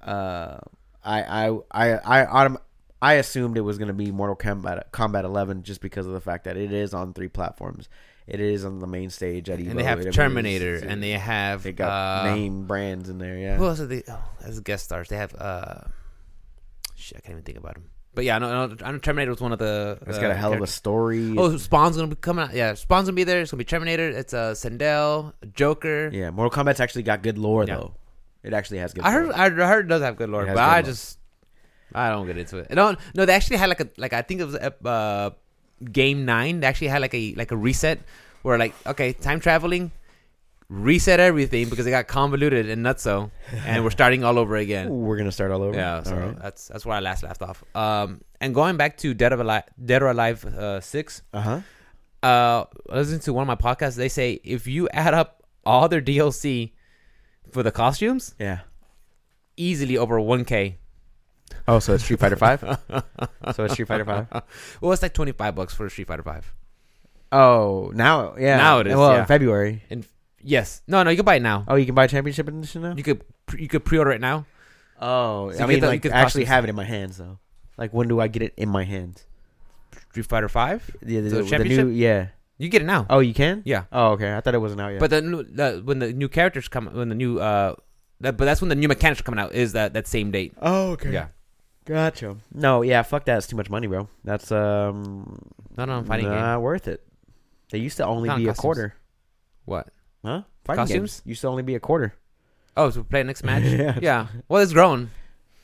Speaker 2: uh i i i i autom- i assumed it was going to be mortal kombat kombat 11 just because of the fact that it is on three platforms it is on the main stage at E Evo.
Speaker 1: and they
Speaker 2: It
Speaker 1: have
Speaker 2: is-
Speaker 1: Terminator,
Speaker 2: it's-
Speaker 1: and they have
Speaker 2: they got
Speaker 1: uh,
Speaker 2: name brands in there yeah
Speaker 1: Who else are they? Oh, as guest stars, they have. uh Shit, I can't even think about them. But yeah, no, no, I know Terminator was one of the.
Speaker 2: it's
Speaker 1: uh,
Speaker 2: got a hell of a
Speaker 1: characters.
Speaker 2: story
Speaker 1: Oh, Spawn's gonna be coming out. Yeah, Spawn's gonna be there. It's gonna be Terminator. It's uh, Sandel, Joker.
Speaker 2: yeah mortal kombat's actually got good lore
Speaker 1: Yeah.
Speaker 2: though it actually has good
Speaker 1: I heard,
Speaker 2: lore.
Speaker 1: I heard it does have good lore,
Speaker 2: It
Speaker 1: but
Speaker 2: has
Speaker 1: I
Speaker 2: good lore.
Speaker 1: just, I don't get into it. I don't. No, they actually had like a like I think it was uh, game nine. They actually had like a like a reset where like okay, time traveling, reset everything because it got convoluted and nutso, and we're starting all over again.
Speaker 2: Ooh, [LAUGHS] we're gonna start all over
Speaker 1: Yeah, so
Speaker 2: all right
Speaker 1: that's that's where I last left off. Um, and going back to Dead or Alive, Dead or Alive uh, six.
Speaker 2: uh-huh
Speaker 1: Uh, listening to one of my podcasts, they say if you add up all their DLC for the costumes,
Speaker 2: yeah
Speaker 1: easily over one k.
Speaker 2: oh so it's street fighter 5 [LAUGHS] so it's street fighter 5
Speaker 1: Well, it's like twenty five bucks for Street Fighter Five.
Speaker 2: [LAUGHS] oh now yeah
Speaker 1: Now it is,
Speaker 2: well
Speaker 1: yeah.
Speaker 2: in february
Speaker 1: And yes, no, no, you can buy it now.
Speaker 2: oh you can buy championship edition now
Speaker 1: You could pre- you could pre order it now.
Speaker 2: Oh,
Speaker 1: So you
Speaker 2: I mean,
Speaker 1: get the- you
Speaker 2: like
Speaker 1: get the
Speaker 2: actually
Speaker 1: costumes.
Speaker 2: have it in my hands though. Like when do I get it in my hands?
Speaker 1: Street Fighter Five,
Speaker 2: The, the,
Speaker 1: So
Speaker 2: the
Speaker 1: championship?
Speaker 2: new, yeah.
Speaker 1: you get it now.
Speaker 2: Oh, you can.
Speaker 1: Yeah,
Speaker 2: Oh, okay. I thought it wasn't out yet.
Speaker 1: but the, new- the when the new characters come, when the new uh, that, but that's when the new mechanics are coming out. Is that that same date?
Speaker 2: oh, okay.
Speaker 1: Yeah.
Speaker 2: Gotcha. No, yeah. Fuck that. It's too much money, bro. That's um
Speaker 1: No, no, I'm fighting game.
Speaker 2: not worth it. They used to only
Speaker 1: Not
Speaker 2: be
Speaker 1: costumes.
Speaker 2: a quarter,
Speaker 1: What?
Speaker 2: huh? Fighting
Speaker 1: Costumes?
Speaker 2: games used to only be a quarter.
Speaker 1: Oh, so we play next match?
Speaker 2: [LAUGHS] Yeah.
Speaker 1: yeah. Well, it's grown.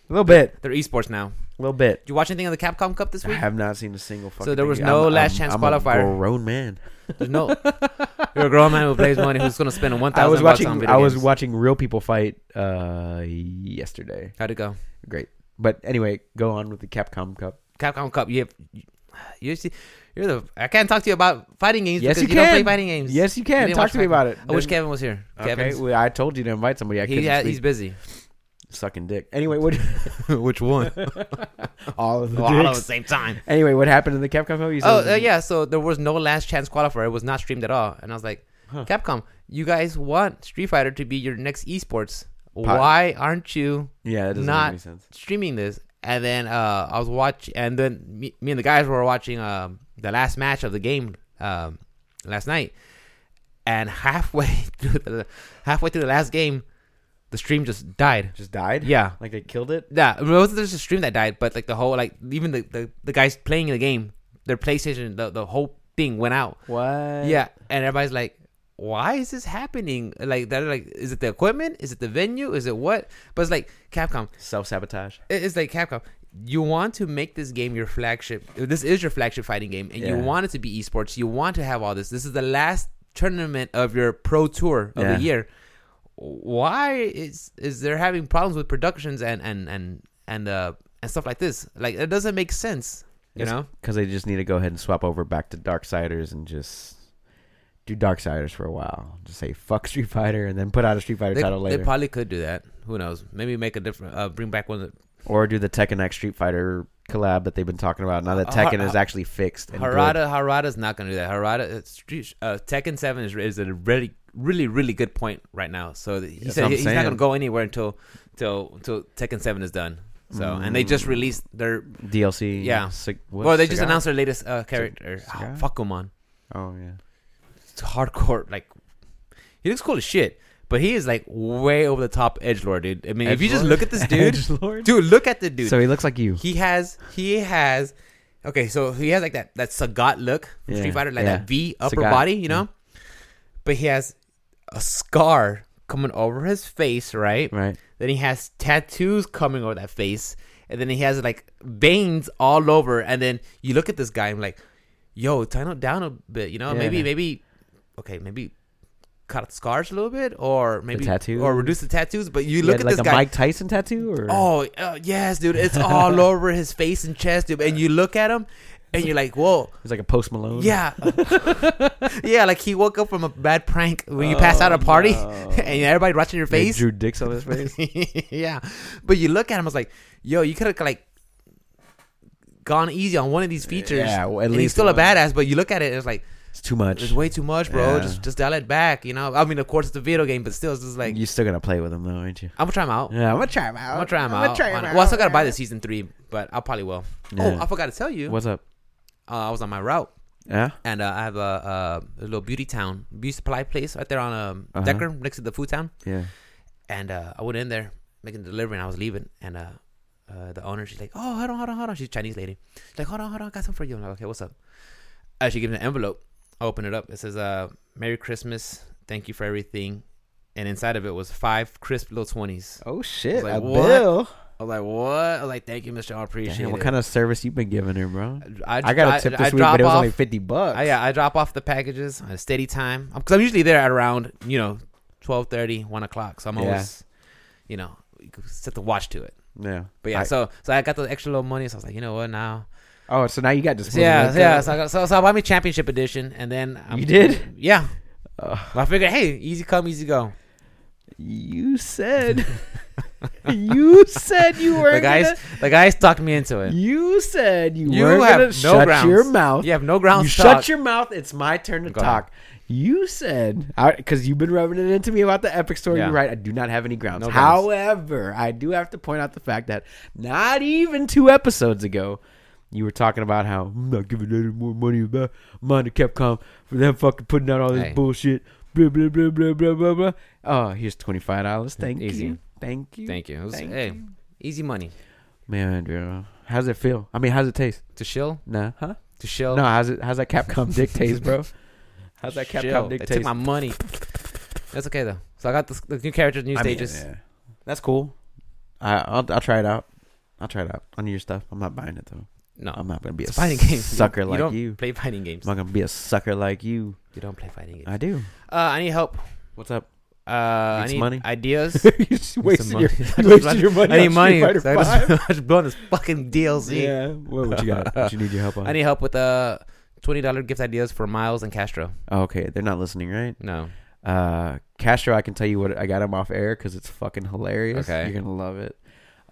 Speaker 2: A little bit.
Speaker 1: They're esports now. Did
Speaker 2: A little bit.
Speaker 1: you watch anything on the Capcom Cup this
Speaker 2: I [LAUGHS]
Speaker 1: week?
Speaker 2: have not seen a single fucking.
Speaker 1: there
Speaker 2: thing.
Speaker 1: was no
Speaker 2: I'm-
Speaker 1: last
Speaker 2: I'm-
Speaker 1: chance
Speaker 2: I'm
Speaker 1: qualifier.
Speaker 2: A grown man.
Speaker 1: There's no. You're a grown man who plays money who's going to spend one
Speaker 2: I
Speaker 1: thousand.
Speaker 2: was
Speaker 1: On
Speaker 2: watching.
Speaker 1: video
Speaker 2: I was
Speaker 1: games.
Speaker 2: watching real people fight uh yesterday.
Speaker 1: How'd it go?
Speaker 2: great. But anyway, go on with the Capcom Cup.
Speaker 1: Capcom Cup. You have. You see, you're the. I can't talk to you about fighting games
Speaker 2: Yes,
Speaker 1: because
Speaker 2: you
Speaker 1: don't play
Speaker 2: can.
Speaker 1: fighting games.
Speaker 2: Yes, you
Speaker 1: You
Speaker 2: can
Speaker 1: didn't
Speaker 2: talk
Speaker 1: watch
Speaker 2: to me about it.
Speaker 1: I wish
Speaker 2: Then-
Speaker 1: Kevin was here.
Speaker 2: Okay,
Speaker 1: Kevin.
Speaker 2: well, I told you to invite somebody. I
Speaker 1: He
Speaker 2: couldn't
Speaker 1: had,
Speaker 2: speak.
Speaker 1: he's
Speaker 2: [LAUGHS]
Speaker 1: busy. [LAUGHS]
Speaker 2: sucking dick. Anyway, what?
Speaker 1: Which one?
Speaker 2: all of the
Speaker 1: All at the
Speaker 2: [LAUGHS] dicks.
Speaker 1: same time.
Speaker 2: Anyway, what happened in the Capcom Cup? You said it was-
Speaker 1: Oh uh, yeah, so there was no last chance qualifier. It was not streamed at all, and I was like,
Speaker 2: Huh.
Speaker 1: Capcom, you guys want Street Fighter to be your next esports?
Speaker 2: Pot-
Speaker 1: Why aren't you
Speaker 2: yeah, that doesn't
Speaker 1: not-
Speaker 2: make any sense.
Speaker 1: streaming this? And then uh, I was watch, and then me, me and the guys were watching um, the last match of the game um, last night, and halfway [LAUGHS] through the halfway through the last game, the stream just died.
Speaker 2: Just died.
Speaker 1: Yeah.
Speaker 2: like they killed it.
Speaker 1: Yeah, it wasn't just a stream that died, but like the whole like even the, the, the guys playing the game, their PlayStation, the, the whole thing went out.
Speaker 2: What?
Speaker 1: Yeah, and everybody's like, "Why is this happening?" Like they're like, "Is it the equipment? Is it the venue? Is it what?" But it's like Capcom.
Speaker 2: Self sabotage.
Speaker 1: it- It's like Capcom. You want to make this game your flagship. This is your flagship fighting game, and you
Speaker 2: Yeah.
Speaker 1: want it to be esports. You want to have all this. This is the last tournament of your pro tour of
Speaker 2: Yeah.
Speaker 1: the year. Why is is there having problems with productions and and and and uh and stuff like this? Like it doesn't make sense. You
Speaker 2: It's-
Speaker 1: know,
Speaker 2: Because they just need to go ahead and swap over back to Darksiders and just do Darksiders for a while. Just say fuck Street Fighter and then put out a Street Fighter
Speaker 1: they,
Speaker 2: title
Speaker 1: they
Speaker 2: later,
Speaker 1: probably could do that. Who knows? Maybe make a different. Uh, bring back one. of the-
Speaker 2: or do the Tekken X Street Fighter collab that they've been talking about. Now that
Speaker 1: Uh,
Speaker 2: Tekken
Speaker 1: Har-
Speaker 2: is actually fixed. And good.
Speaker 1: Harada Harada's not going to do that. Harada uh, Street- uh, Tekken Seven is, is at a really really really good point right now. So th- he
Speaker 2: That's
Speaker 1: said
Speaker 2: what I'm
Speaker 1: he- he's not
Speaker 2: saying.
Speaker 1: going to go anywhere until till till Tekken Seven is done. So and they just
Speaker 2: Mm.
Speaker 1: released their
Speaker 2: DLC.
Speaker 1: Yeah.
Speaker 2: Sig- what,
Speaker 1: well they just
Speaker 2: Sagat?
Speaker 1: announced their latest uh, character.
Speaker 2: Sig- Sagat?
Speaker 1: Oh, fuck him on.
Speaker 2: Oh yeah.
Speaker 1: It's hardcore like he looks cool as shit, but he is like way over the top edge lord, dude. I mean, if you just
Speaker 2: Edgelord?
Speaker 1: look at this dude,
Speaker 2: [LAUGHS] Edgelord?
Speaker 1: dude, look at the dude.
Speaker 2: So he looks like you.
Speaker 1: He has he has okay, so he has like that that Sagat look from
Speaker 2: Yeah,
Speaker 1: Street Fighter, like
Speaker 2: yeah.
Speaker 1: that V upper
Speaker 2: Sagat, Mm-hmm.
Speaker 1: body, you know? But he has a scar coming over his face, right?
Speaker 2: Right.
Speaker 1: Then he has tattoos coming over that face, and then he has like veins all over, and then you look at this guy, I'm like yo, tone it down a bit. You know,
Speaker 2: Yeah.
Speaker 1: maybe maybe okay, maybe cut the scars a little bit, or maybe
Speaker 2: tattoos?
Speaker 1: or reduce the tattoos. But you look
Speaker 2: had,
Speaker 1: at
Speaker 2: like
Speaker 1: this
Speaker 2: a
Speaker 1: guy.
Speaker 2: Mike Tyson tattoo, or
Speaker 1: Oh uh, yes, dude! It's all
Speaker 2: [LAUGHS]
Speaker 1: over his face and chest, dude. And you look at him, and you're like, "Whoa,
Speaker 2: it was like a Post Malone.
Speaker 1: yeah, [LAUGHS] yeah!" Like he woke up from a bad prank when you passed out at a party, [LAUGHS] and everybody watching your
Speaker 2: Oh, They
Speaker 1: face. [LAUGHS]
Speaker 2: drew dicks on his face.
Speaker 1: yeah, but you look at him, I was like, "Yo, you could have like gone easy on one of these features."
Speaker 2: Yeah, well, at
Speaker 1: and he's
Speaker 2: least
Speaker 1: still
Speaker 2: one.
Speaker 1: a badass, but you look at it, and it's like
Speaker 2: It's too much.
Speaker 1: it's way too much, bro.
Speaker 2: Yeah.
Speaker 1: Just just dial it back, you know. I mean, of course, it's a video game, but still, it's just like
Speaker 2: You're still gonna play with him though, aren't you?
Speaker 1: I'm gonna try him out.
Speaker 2: Yeah, I'm gonna try him out.
Speaker 1: I'm gonna try him
Speaker 2: I'ma
Speaker 1: out.
Speaker 2: try him
Speaker 1: on- Well, I still gotta buy
Speaker 2: yeah.
Speaker 1: the season three, but I'll probably will.
Speaker 2: Yeah.
Speaker 1: Oh, I forgot to tell you,
Speaker 2: What's up?
Speaker 1: uh, I was on my route,
Speaker 2: Yeah.
Speaker 1: and uh, I have a, uh, a little beauty town, beauty supply place right there on um,
Speaker 2: Uh-huh.
Speaker 1: Decker next to the food town.
Speaker 2: Yeah.
Speaker 1: And uh, I went in there making the delivery, and I was leaving. And uh, uh, the owner, she's like, "Oh, hold on, hold on, hold on." She's a Chinese lady. She's like, "Hold on, hold on, I got something for you." I'm like, "Okay, what's up?" Uh, she gives me an envelope. I open it up. It says, uh, "Merry Christmas. Thank you for everything." And inside of it was five crisp little twenties.
Speaker 2: Oh shit!
Speaker 1: Like,
Speaker 2: a
Speaker 1: what?
Speaker 2: bill.
Speaker 1: I was like, "What?" I was like, "Thank you, Mister. I appreciate
Speaker 2: Damn,
Speaker 1: it."
Speaker 2: what kind of service you been giving her, bro?
Speaker 1: I,
Speaker 2: I got a tip this week,
Speaker 1: drop
Speaker 2: but it was
Speaker 1: off,
Speaker 2: only fifty bucks.
Speaker 1: I, yeah, I drop off the packages at a steady time because I'm usually there at around you know 12:30, 1 o'clock. So I'm
Speaker 2: Yeah.
Speaker 1: always, you know, you could set the watch to it.
Speaker 2: yeah.
Speaker 1: But yeah,
Speaker 2: I-
Speaker 1: so so I got the extra little money, so I was like, you know what, now,
Speaker 2: oh, so now you got
Speaker 1: so
Speaker 2: disposable.
Speaker 1: yeah,
Speaker 2: income.
Speaker 1: so yeah, so I, got, so, so I bought me championship edition, and then I'm,
Speaker 2: You did?
Speaker 1: yeah.
Speaker 2: Ugh.
Speaker 1: Well, I figured, hey, easy come, easy go. [LAUGHS]
Speaker 2: you said. you said you were
Speaker 1: The guys, the guys talked me into it.
Speaker 2: You said you,
Speaker 1: You
Speaker 2: weren't
Speaker 1: have
Speaker 2: gonna
Speaker 1: no
Speaker 2: shut
Speaker 1: grounds.
Speaker 2: your mouth.
Speaker 1: You have no grounds.
Speaker 2: you
Speaker 1: to
Speaker 2: shut
Speaker 1: talk.
Speaker 2: your mouth. It's my turn to
Speaker 1: Go
Speaker 2: talk. You said because you've been rubbing it into me about the Epic Store.
Speaker 1: Yeah.
Speaker 2: You're right. I do not have any grounds.
Speaker 1: No grounds.
Speaker 2: However, I do have to point out the fact that not even two episodes ago, you were talking about how I'm not giving any more money about mine to Capcom for them fucking putting out all this
Speaker 1: Hey.
Speaker 2: bullshit. Blah blah blah blah blah blah blah. Oh, here's twenty five dollars. Thank
Speaker 1: Easy.
Speaker 2: you. Thank you.
Speaker 1: Thank you. It was,
Speaker 2: Thank
Speaker 1: hey,
Speaker 2: you.
Speaker 1: easy money
Speaker 2: Man, bro, how's it feel? I mean, how's it taste?
Speaker 1: to shill,
Speaker 2: Nah, huh?
Speaker 1: to shill.
Speaker 2: No, how's it? How's that Capcom dick taste,
Speaker 1: [LAUGHS]
Speaker 2: bro? How's that
Speaker 1: Shill.
Speaker 2: Capcom dick
Speaker 1: They
Speaker 2: taste?
Speaker 1: took my money. That's okay though. So I got this, the new characters, new
Speaker 2: I mean,
Speaker 1: stages.
Speaker 2: yeah. That's cool. I, I'll I'll try it out. I'll try it out on your stuff. I'm not buying it though.
Speaker 1: No,
Speaker 2: I'm not gonna be
Speaker 1: it's
Speaker 2: a
Speaker 1: a fighting game.
Speaker 2: sucker
Speaker 1: you
Speaker 2: like
Speaker 1: don't
Speaker 2: you.
Speaker 1: Play fighting games.
Speaker 2: I'm not gonna be a sucker like you.
Speaker 1: You don't play fighting games. Uh,
Speaker 2: I do.
Speaker 1: I need help.
Speaker 2: What's [LAUGHS] up?
Speaker 1: Uh, I
Speaker 2: Need
Speaker 1: need
Speaker 2: some money? [LAUGHS]
Speaker 1: ideas.
Speaker 2: You're just wasting [LAUGHS]
Speaker 1: money.
Speaker 2: your,
Speaker 1: I
Speaker 2: you
Speaker 1: just
Speaker 2: wasted
Speaker 1: run-
Speaker 2: your money.
Speaker 1: I need
Speaker 2: on
Speaker 1: money.
Speaker 2: Street Fighter
Speaker 1: So [LAUGHS] I just,
Speaker 2: [LAUGHS] 5.
Speaker 1: I just bought this fucking DLC.
Speaker 2: Yeah. What, what you got? What you need [LAUGHS] your help on?
Speaker 1: I need help with uh twenty dollar gift ideas for Miles and Castro.
Speaker 2: oh, okay, they're not listening, right?
Speaker 1: No,
Speaker 2: Uh, Castro, I can tell you what I got him off air because it's fucking hilarious.
Speaker 1: Okay.
Speaker 2: you're gonna love it.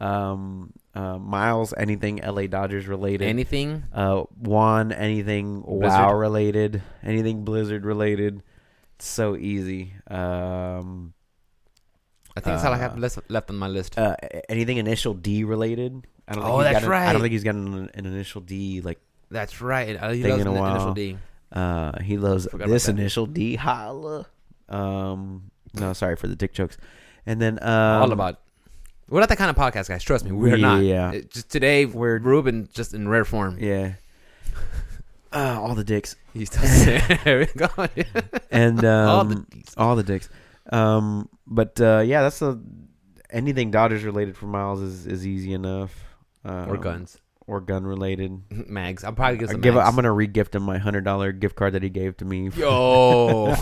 Speaker 2: Um, uh, Miles, anything LA Dodgers related?
Speaker 1: anything.
Speaker 2: uh, Juan, anything WoW
Speaker 1: Blizzard?
Speaker 2: related? Anything Blizzard related? It's so easy. Um,
Speaker 1: I think that's all I have
Speaker 2: Uh,
Speaker 1: less, left on my list.
Speaker 2: uh, a- anything initial D related? I don't.
Speaker 1: Oh,
Speaker 2: he's
Speaker 1: that's
Speaker 2: got an- I
Speaker 1: right.
Speaker 2: don't think he's got an, an initial D. Like
Speaker 1: that's right. Uh, I
Speaker 2: thing
Speaker 1: love
Speaker 2: in a
Speaker 1: the
Speaker 2: while.
Speaker 1: initial D.
Speaker 2: uh, he loves
Speaker 1: Forgot about
Speaker 2: this
Speaker 1: that.
Speaker 2: initial D. Holla. Um, no, sorry for the dick jokes. And then um,
Speaker 1: all about. We're not that kind of podcast, guys. Trust me, we're not.
Speaker 2: Yeah.
Speaker 1: It- just today, we're
Speaker 2: We're-
Speaker 1: Ruben just in rare form.
Speaker 2: Yeah. Uh, all the dicks
Speaker 1: He's still [LAUGHS] there.
Speaker 2: [LAUGHS]
Speaker 1: We go.
Speaker 2: and um,
Speaker 1: [LAUGHS] All the dicks.
Speaker 2: all the dicks. Um, but uh, yeah, that's the anything Dodgers related for Miles is, is easy enough. Um,
Speaker 1: or guns,
Speaker 2: or gun related.
Speaker 1: mags. I'll probably give
Speaker 2: I
Speaker 1: some.
Speaker 2: give,
Speaker 1: mags.
Speaker 2: I'm gonna re-gift him my hundred dollar gift card that he gave to me.
Speaker 1: Yo,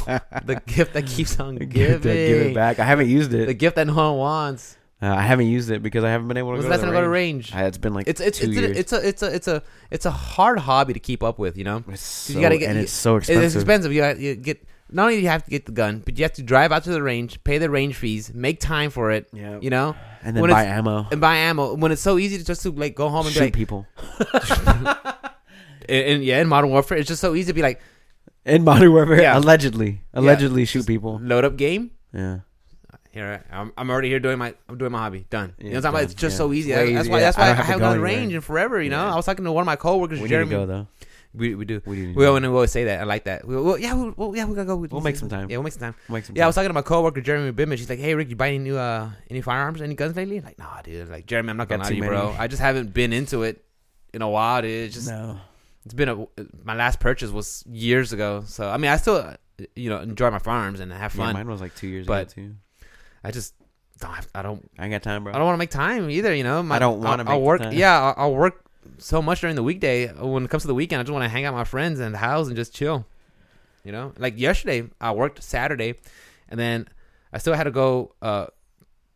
Speaker 1: the gift that keeps on giving.
Speaker 2: [LAUGHS] give, it, give it back. I haven't used
Speaker 1: The
Speaker 2: it.
Speaker 1: gift that no one wants.
Speaker 2: Uh, I haven't used it because I haven't been able to.
Speaker 1: When's
Speaker 2: Go
Speaker 1: the last
Speaker 2: to
Speaker 1: time I
Speaker 2: the
Speaker 1: go to
Speaker 2: range.
Speaker 1: range?
Speaker 2: I- it's been like
Speaker 1: It's it's
Speaker 2: two
Speaker 1: it's,
Speaker 2: years.
Speaker 1: a, it's a it's a it's a it's a hard hobby to keep up with. You know,
Speaker 2: It's so,
Speaker 1: you gotta get-
Speaker 2: and
Speaker 1: you-
Speaker 2: it's so
Speaker 1: It-
Speaker 2: expensive.
Speaker 1: it's expensive. You, got- you get not only do you have to get the gun, but you have to drive out to the range, pay the range fees, make time for it.
Speaker 2: Yeah,
Speaker 1: You know,
Speaker 2: and then
Speaker 1: when
Speaker 2: buy
Speaker 1: it's-
Speaker 2: ammo,
Speaker 1: and buy ammo when it's so easy to just to like go home and
Speaker 2: shoot
Speaker 1: be like,
Speaker 2: people.
Speaker 1: and, and yeah, in Modern Warfare, it's just so easy to be like,
Speaker 2: In Modern Warfare,
Speaker 1: Yeah.
Speaker 2: allegedly, allegedly shoot people.
Speaker 1: load up game.
Speaker 2: Yeah.
Speaker 1: Here I- I'm, I'm already here doing my I'm doing my hobby done. you
Speaker 2: Yeah,
Speaker 1: know what I'm talking about?
Speaker 2: done.
Speaker 1: It's just
Speaker 2: Yeah.
Speaker 1: so easy.
Speaker 2: Way
Speaker 1: that's
Speaker 2: easy.
Speaker 1: why
Speaker 2: Yeah,
Speaker 1: that's
Speaker 2: I
Speaker 1: why I,
Speaker 2: don't have to
Speaker 1: haven't
Speaker 2: go
Speaker 1: gone to
Speaker 2: anywhere.
Speaker 1: range in forever. You know,
Speaker 2: Yeah.
Speaker 1: I was talking to one of my coworkers,
Speaker 2: We
Speaker 1: Jeremy.
Speaker 2: need to go though.
Speaker 1: We we do.
Speaker 2: We, need to
Speaker 1: We
Speaker 2: go.
Speaker 1: and we always say that. I like that. We, well, yeah, we, well, yeah, we gotta go.
Speaker 2: We'll make some time.
Speaker 1: Yeah, we'll make some time.
Speaker 2: Make some
Speaker 1: Yeah, I
Speaker 2: time.
Speaker 1: was talking to my coworker Jeremy Bimman. She's like, "Hey, Rick, you buy any new uh any firearms, any guns lately?" like, nah, dude. Like, Jeremy, I'm not gonna lie
Speaker 2: Got too
Speaker 1: to you, bro.
Speaker 2: many.
Speaker 1: I just haven't been into it in a while, dude. It's just
Speaker 2: no.
Speaker 1: it's been a my last purchase was years ago. So I mean, I still you know enjoy my firearms and have
Speaker 2: Yeah,
Speaker 1: fun.
Speaker 2: mine was like two years
Speaker 1: But-
Speaker 2: ago too.
Speaker 1: I just don't have, I don't
Speaker 2: I ain't got time, bro.
Speaker 1: I don't want to make time either. You know, my,
Speaker 2: I don't wanna
Speaker 1: I'll- I'll
Speaker 2: make
Speaker 1: work.
Speaker 2: time.
Speaker 1: Yeah, I'll, I'll work so much during the weekday. When it comes to the weekend, I just want to hang out with my friends and the house and just chill. You know, like yesterday, I worked Saturday, and then I still had to go uh,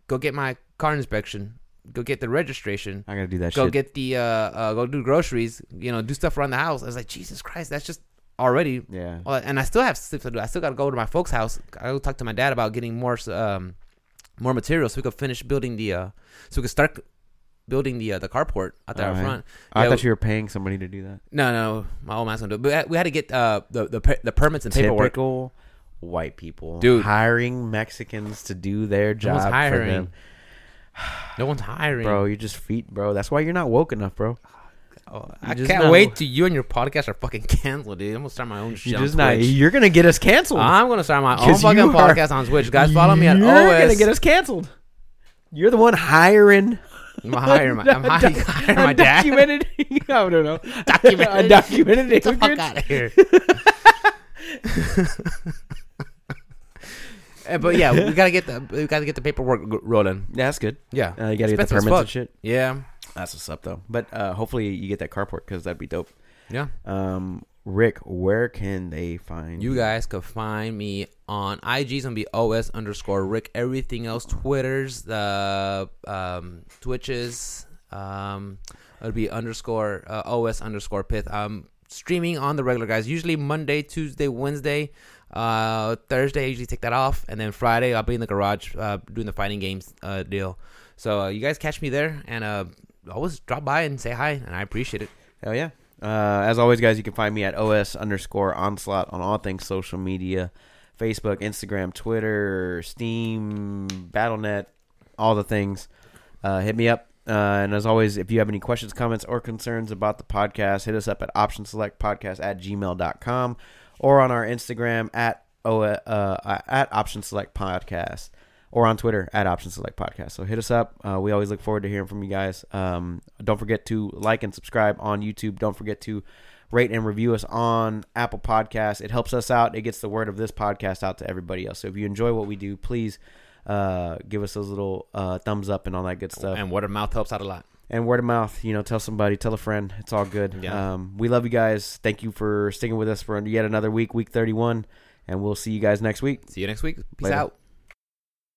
Speaker 1: go get my car inspection, go get the registration,
Speaker 2: I gotta do that
Speaker 1: go
Speaker 2: shit.
Speaker 1: get the uh, uh, go do groceries. You know, do stuff around the house. I was like, Jesus Christ, that's just already
Speaker 2: yeah.
Speaker 1: well, and I still have stuff to do. I still got to go to my folks' house. I go talk to my dad about getting more um, more materials so we could finish building the uh, so we could start building the uh, the carport out there out
Speaker 2: Alright.
Speaker 1: front.
Speaker 2: I
Speaker 1: yeah,
Speaker 2: thought
Speaker 1: we-
Speaker 2: you were paying somebody to do that.
Speaker 1: No, no, my old man's gonna do it. But we had- we had to get uh, the, the per- the permits and paperwork.
Speaker 2: Typical white people,
Speaker 1: Dude.
Speaker 2: hiring Mexicans to do their
Speaker 1: No one's
Speaker 2: job for
Speaker 1: hiring.
Speaker 2: them.
Speaker 1: No one's hiring,
Speaker 2: Bro, you're just feet, bro. That's why you're not woke enough, bro.
Speaker 1: Oh, I
Speaker 2: just
Speaker 1: can't
Speaker 2: not-
Speaker 1: wait till you and your podcast are fucking [LAUGHS] canceled, dude. I'm gonna start my own shit.
Speaker 2: You're
Speaker 1: on
Speaker 2: just not.
Speaker 1: Twitch.
Speaker 2: You're gonna get us canceled.
Speaker 1: I'm gonna start my own
Speaker 2: [LAUGHS] 'Cause
Speaker 1: fucking
Speaker 2: you are-
Speaker 1: podcast on Twitch, Ah, guys. Follow me at
Speaker 2: You're gonna
Speaker 1: OS.
Speaker 2: get us canceled. You're the one hiring.
Speaker 1: I'm hiring my,
Speaker 2: [LAUGHS]
Speaker 1: I'm hiring, hiring my dad.
Speaker 2: Documented. [LAUGHS] I don't know.
Speaker 1: Documented.
Speaker 2: [LAUGHS] Undocumented
Speaker 1: Get the fuck
Speaker 2: immigrants.
Speaker 1: out of here.
Speaker 2: [LAUGHS]
Speaker 1: Eh, but yeah, we gotta get the we gotta get the paperwork g- rolling.
Speaker 2: Yeah, that's good.
Speaker 1: Yeah,
Speaker 2: Uh, you gotta get the
Speaker 1: Expensive as
Speaker 2: permits
Speaker 1: fuck.
Speaker 2: and shit.
Speaker 1: yeah,
Speaker 2: That's what's up though. But uh, hopefully you get that carport because that'd be dope.
Speaker 1: yeah.
Speaker 2: Um, Rick, where can they find
Speaker 1: You guys can find me on IG's gonna be os underscore Rick. Everything else, Twitters, the um, Twitches, um, it'll be underscore uh, os underscore Pith. I'm streaming on the regular guys. Usually Monday, Tuesday, Wednesday, uh, Thursday. I usually take that off, and then Friday I'll be in the garage uh, doing the fighting games uh, deal. So uh, you guys catch me there, and uh, always drop by and say hi, and I appreciate it.
Speaker 2: Hell yeah. Uh, as always, guys, you can find me at OS underscore onslaught on all things social media Facebook, Instagram, Twitter, Steam, BattleNet, all the things. Uh, hit me up. Uh, and as always, if you have any questions, comments, or concerns about the podcast, hit us up at optionselectpodcast at gmail.com or on our Instagram at, o- uh, at optionselectpodcast or on Twitter at Option Select Podcast. So hit us up. Uh, we always look forward to hearing from you guys. Um, don't forget to like and subscribe on YouTube. Don't forget to rate and review us on Apple Podcasts. It helps us out. It gets the word of this podcast out to everybody else. So if you enjoy what we do, please uh, give us those little uh, thumbs up and all that good stuff. And,
Speaker 1: And word of mouth helps out a lot.
Speaker 2: word of mouth, you know, tell somebody, tell a friend. It's all good.
Speaker 1: Yeah.
Speaker 2: Um, we love you guys. Thank you for sticking with us for yet another week, week 31. And we'll see you guys next week.
Speaker 1: See you next week. Peace
Speaker 2: Later.
Speaker 1: out.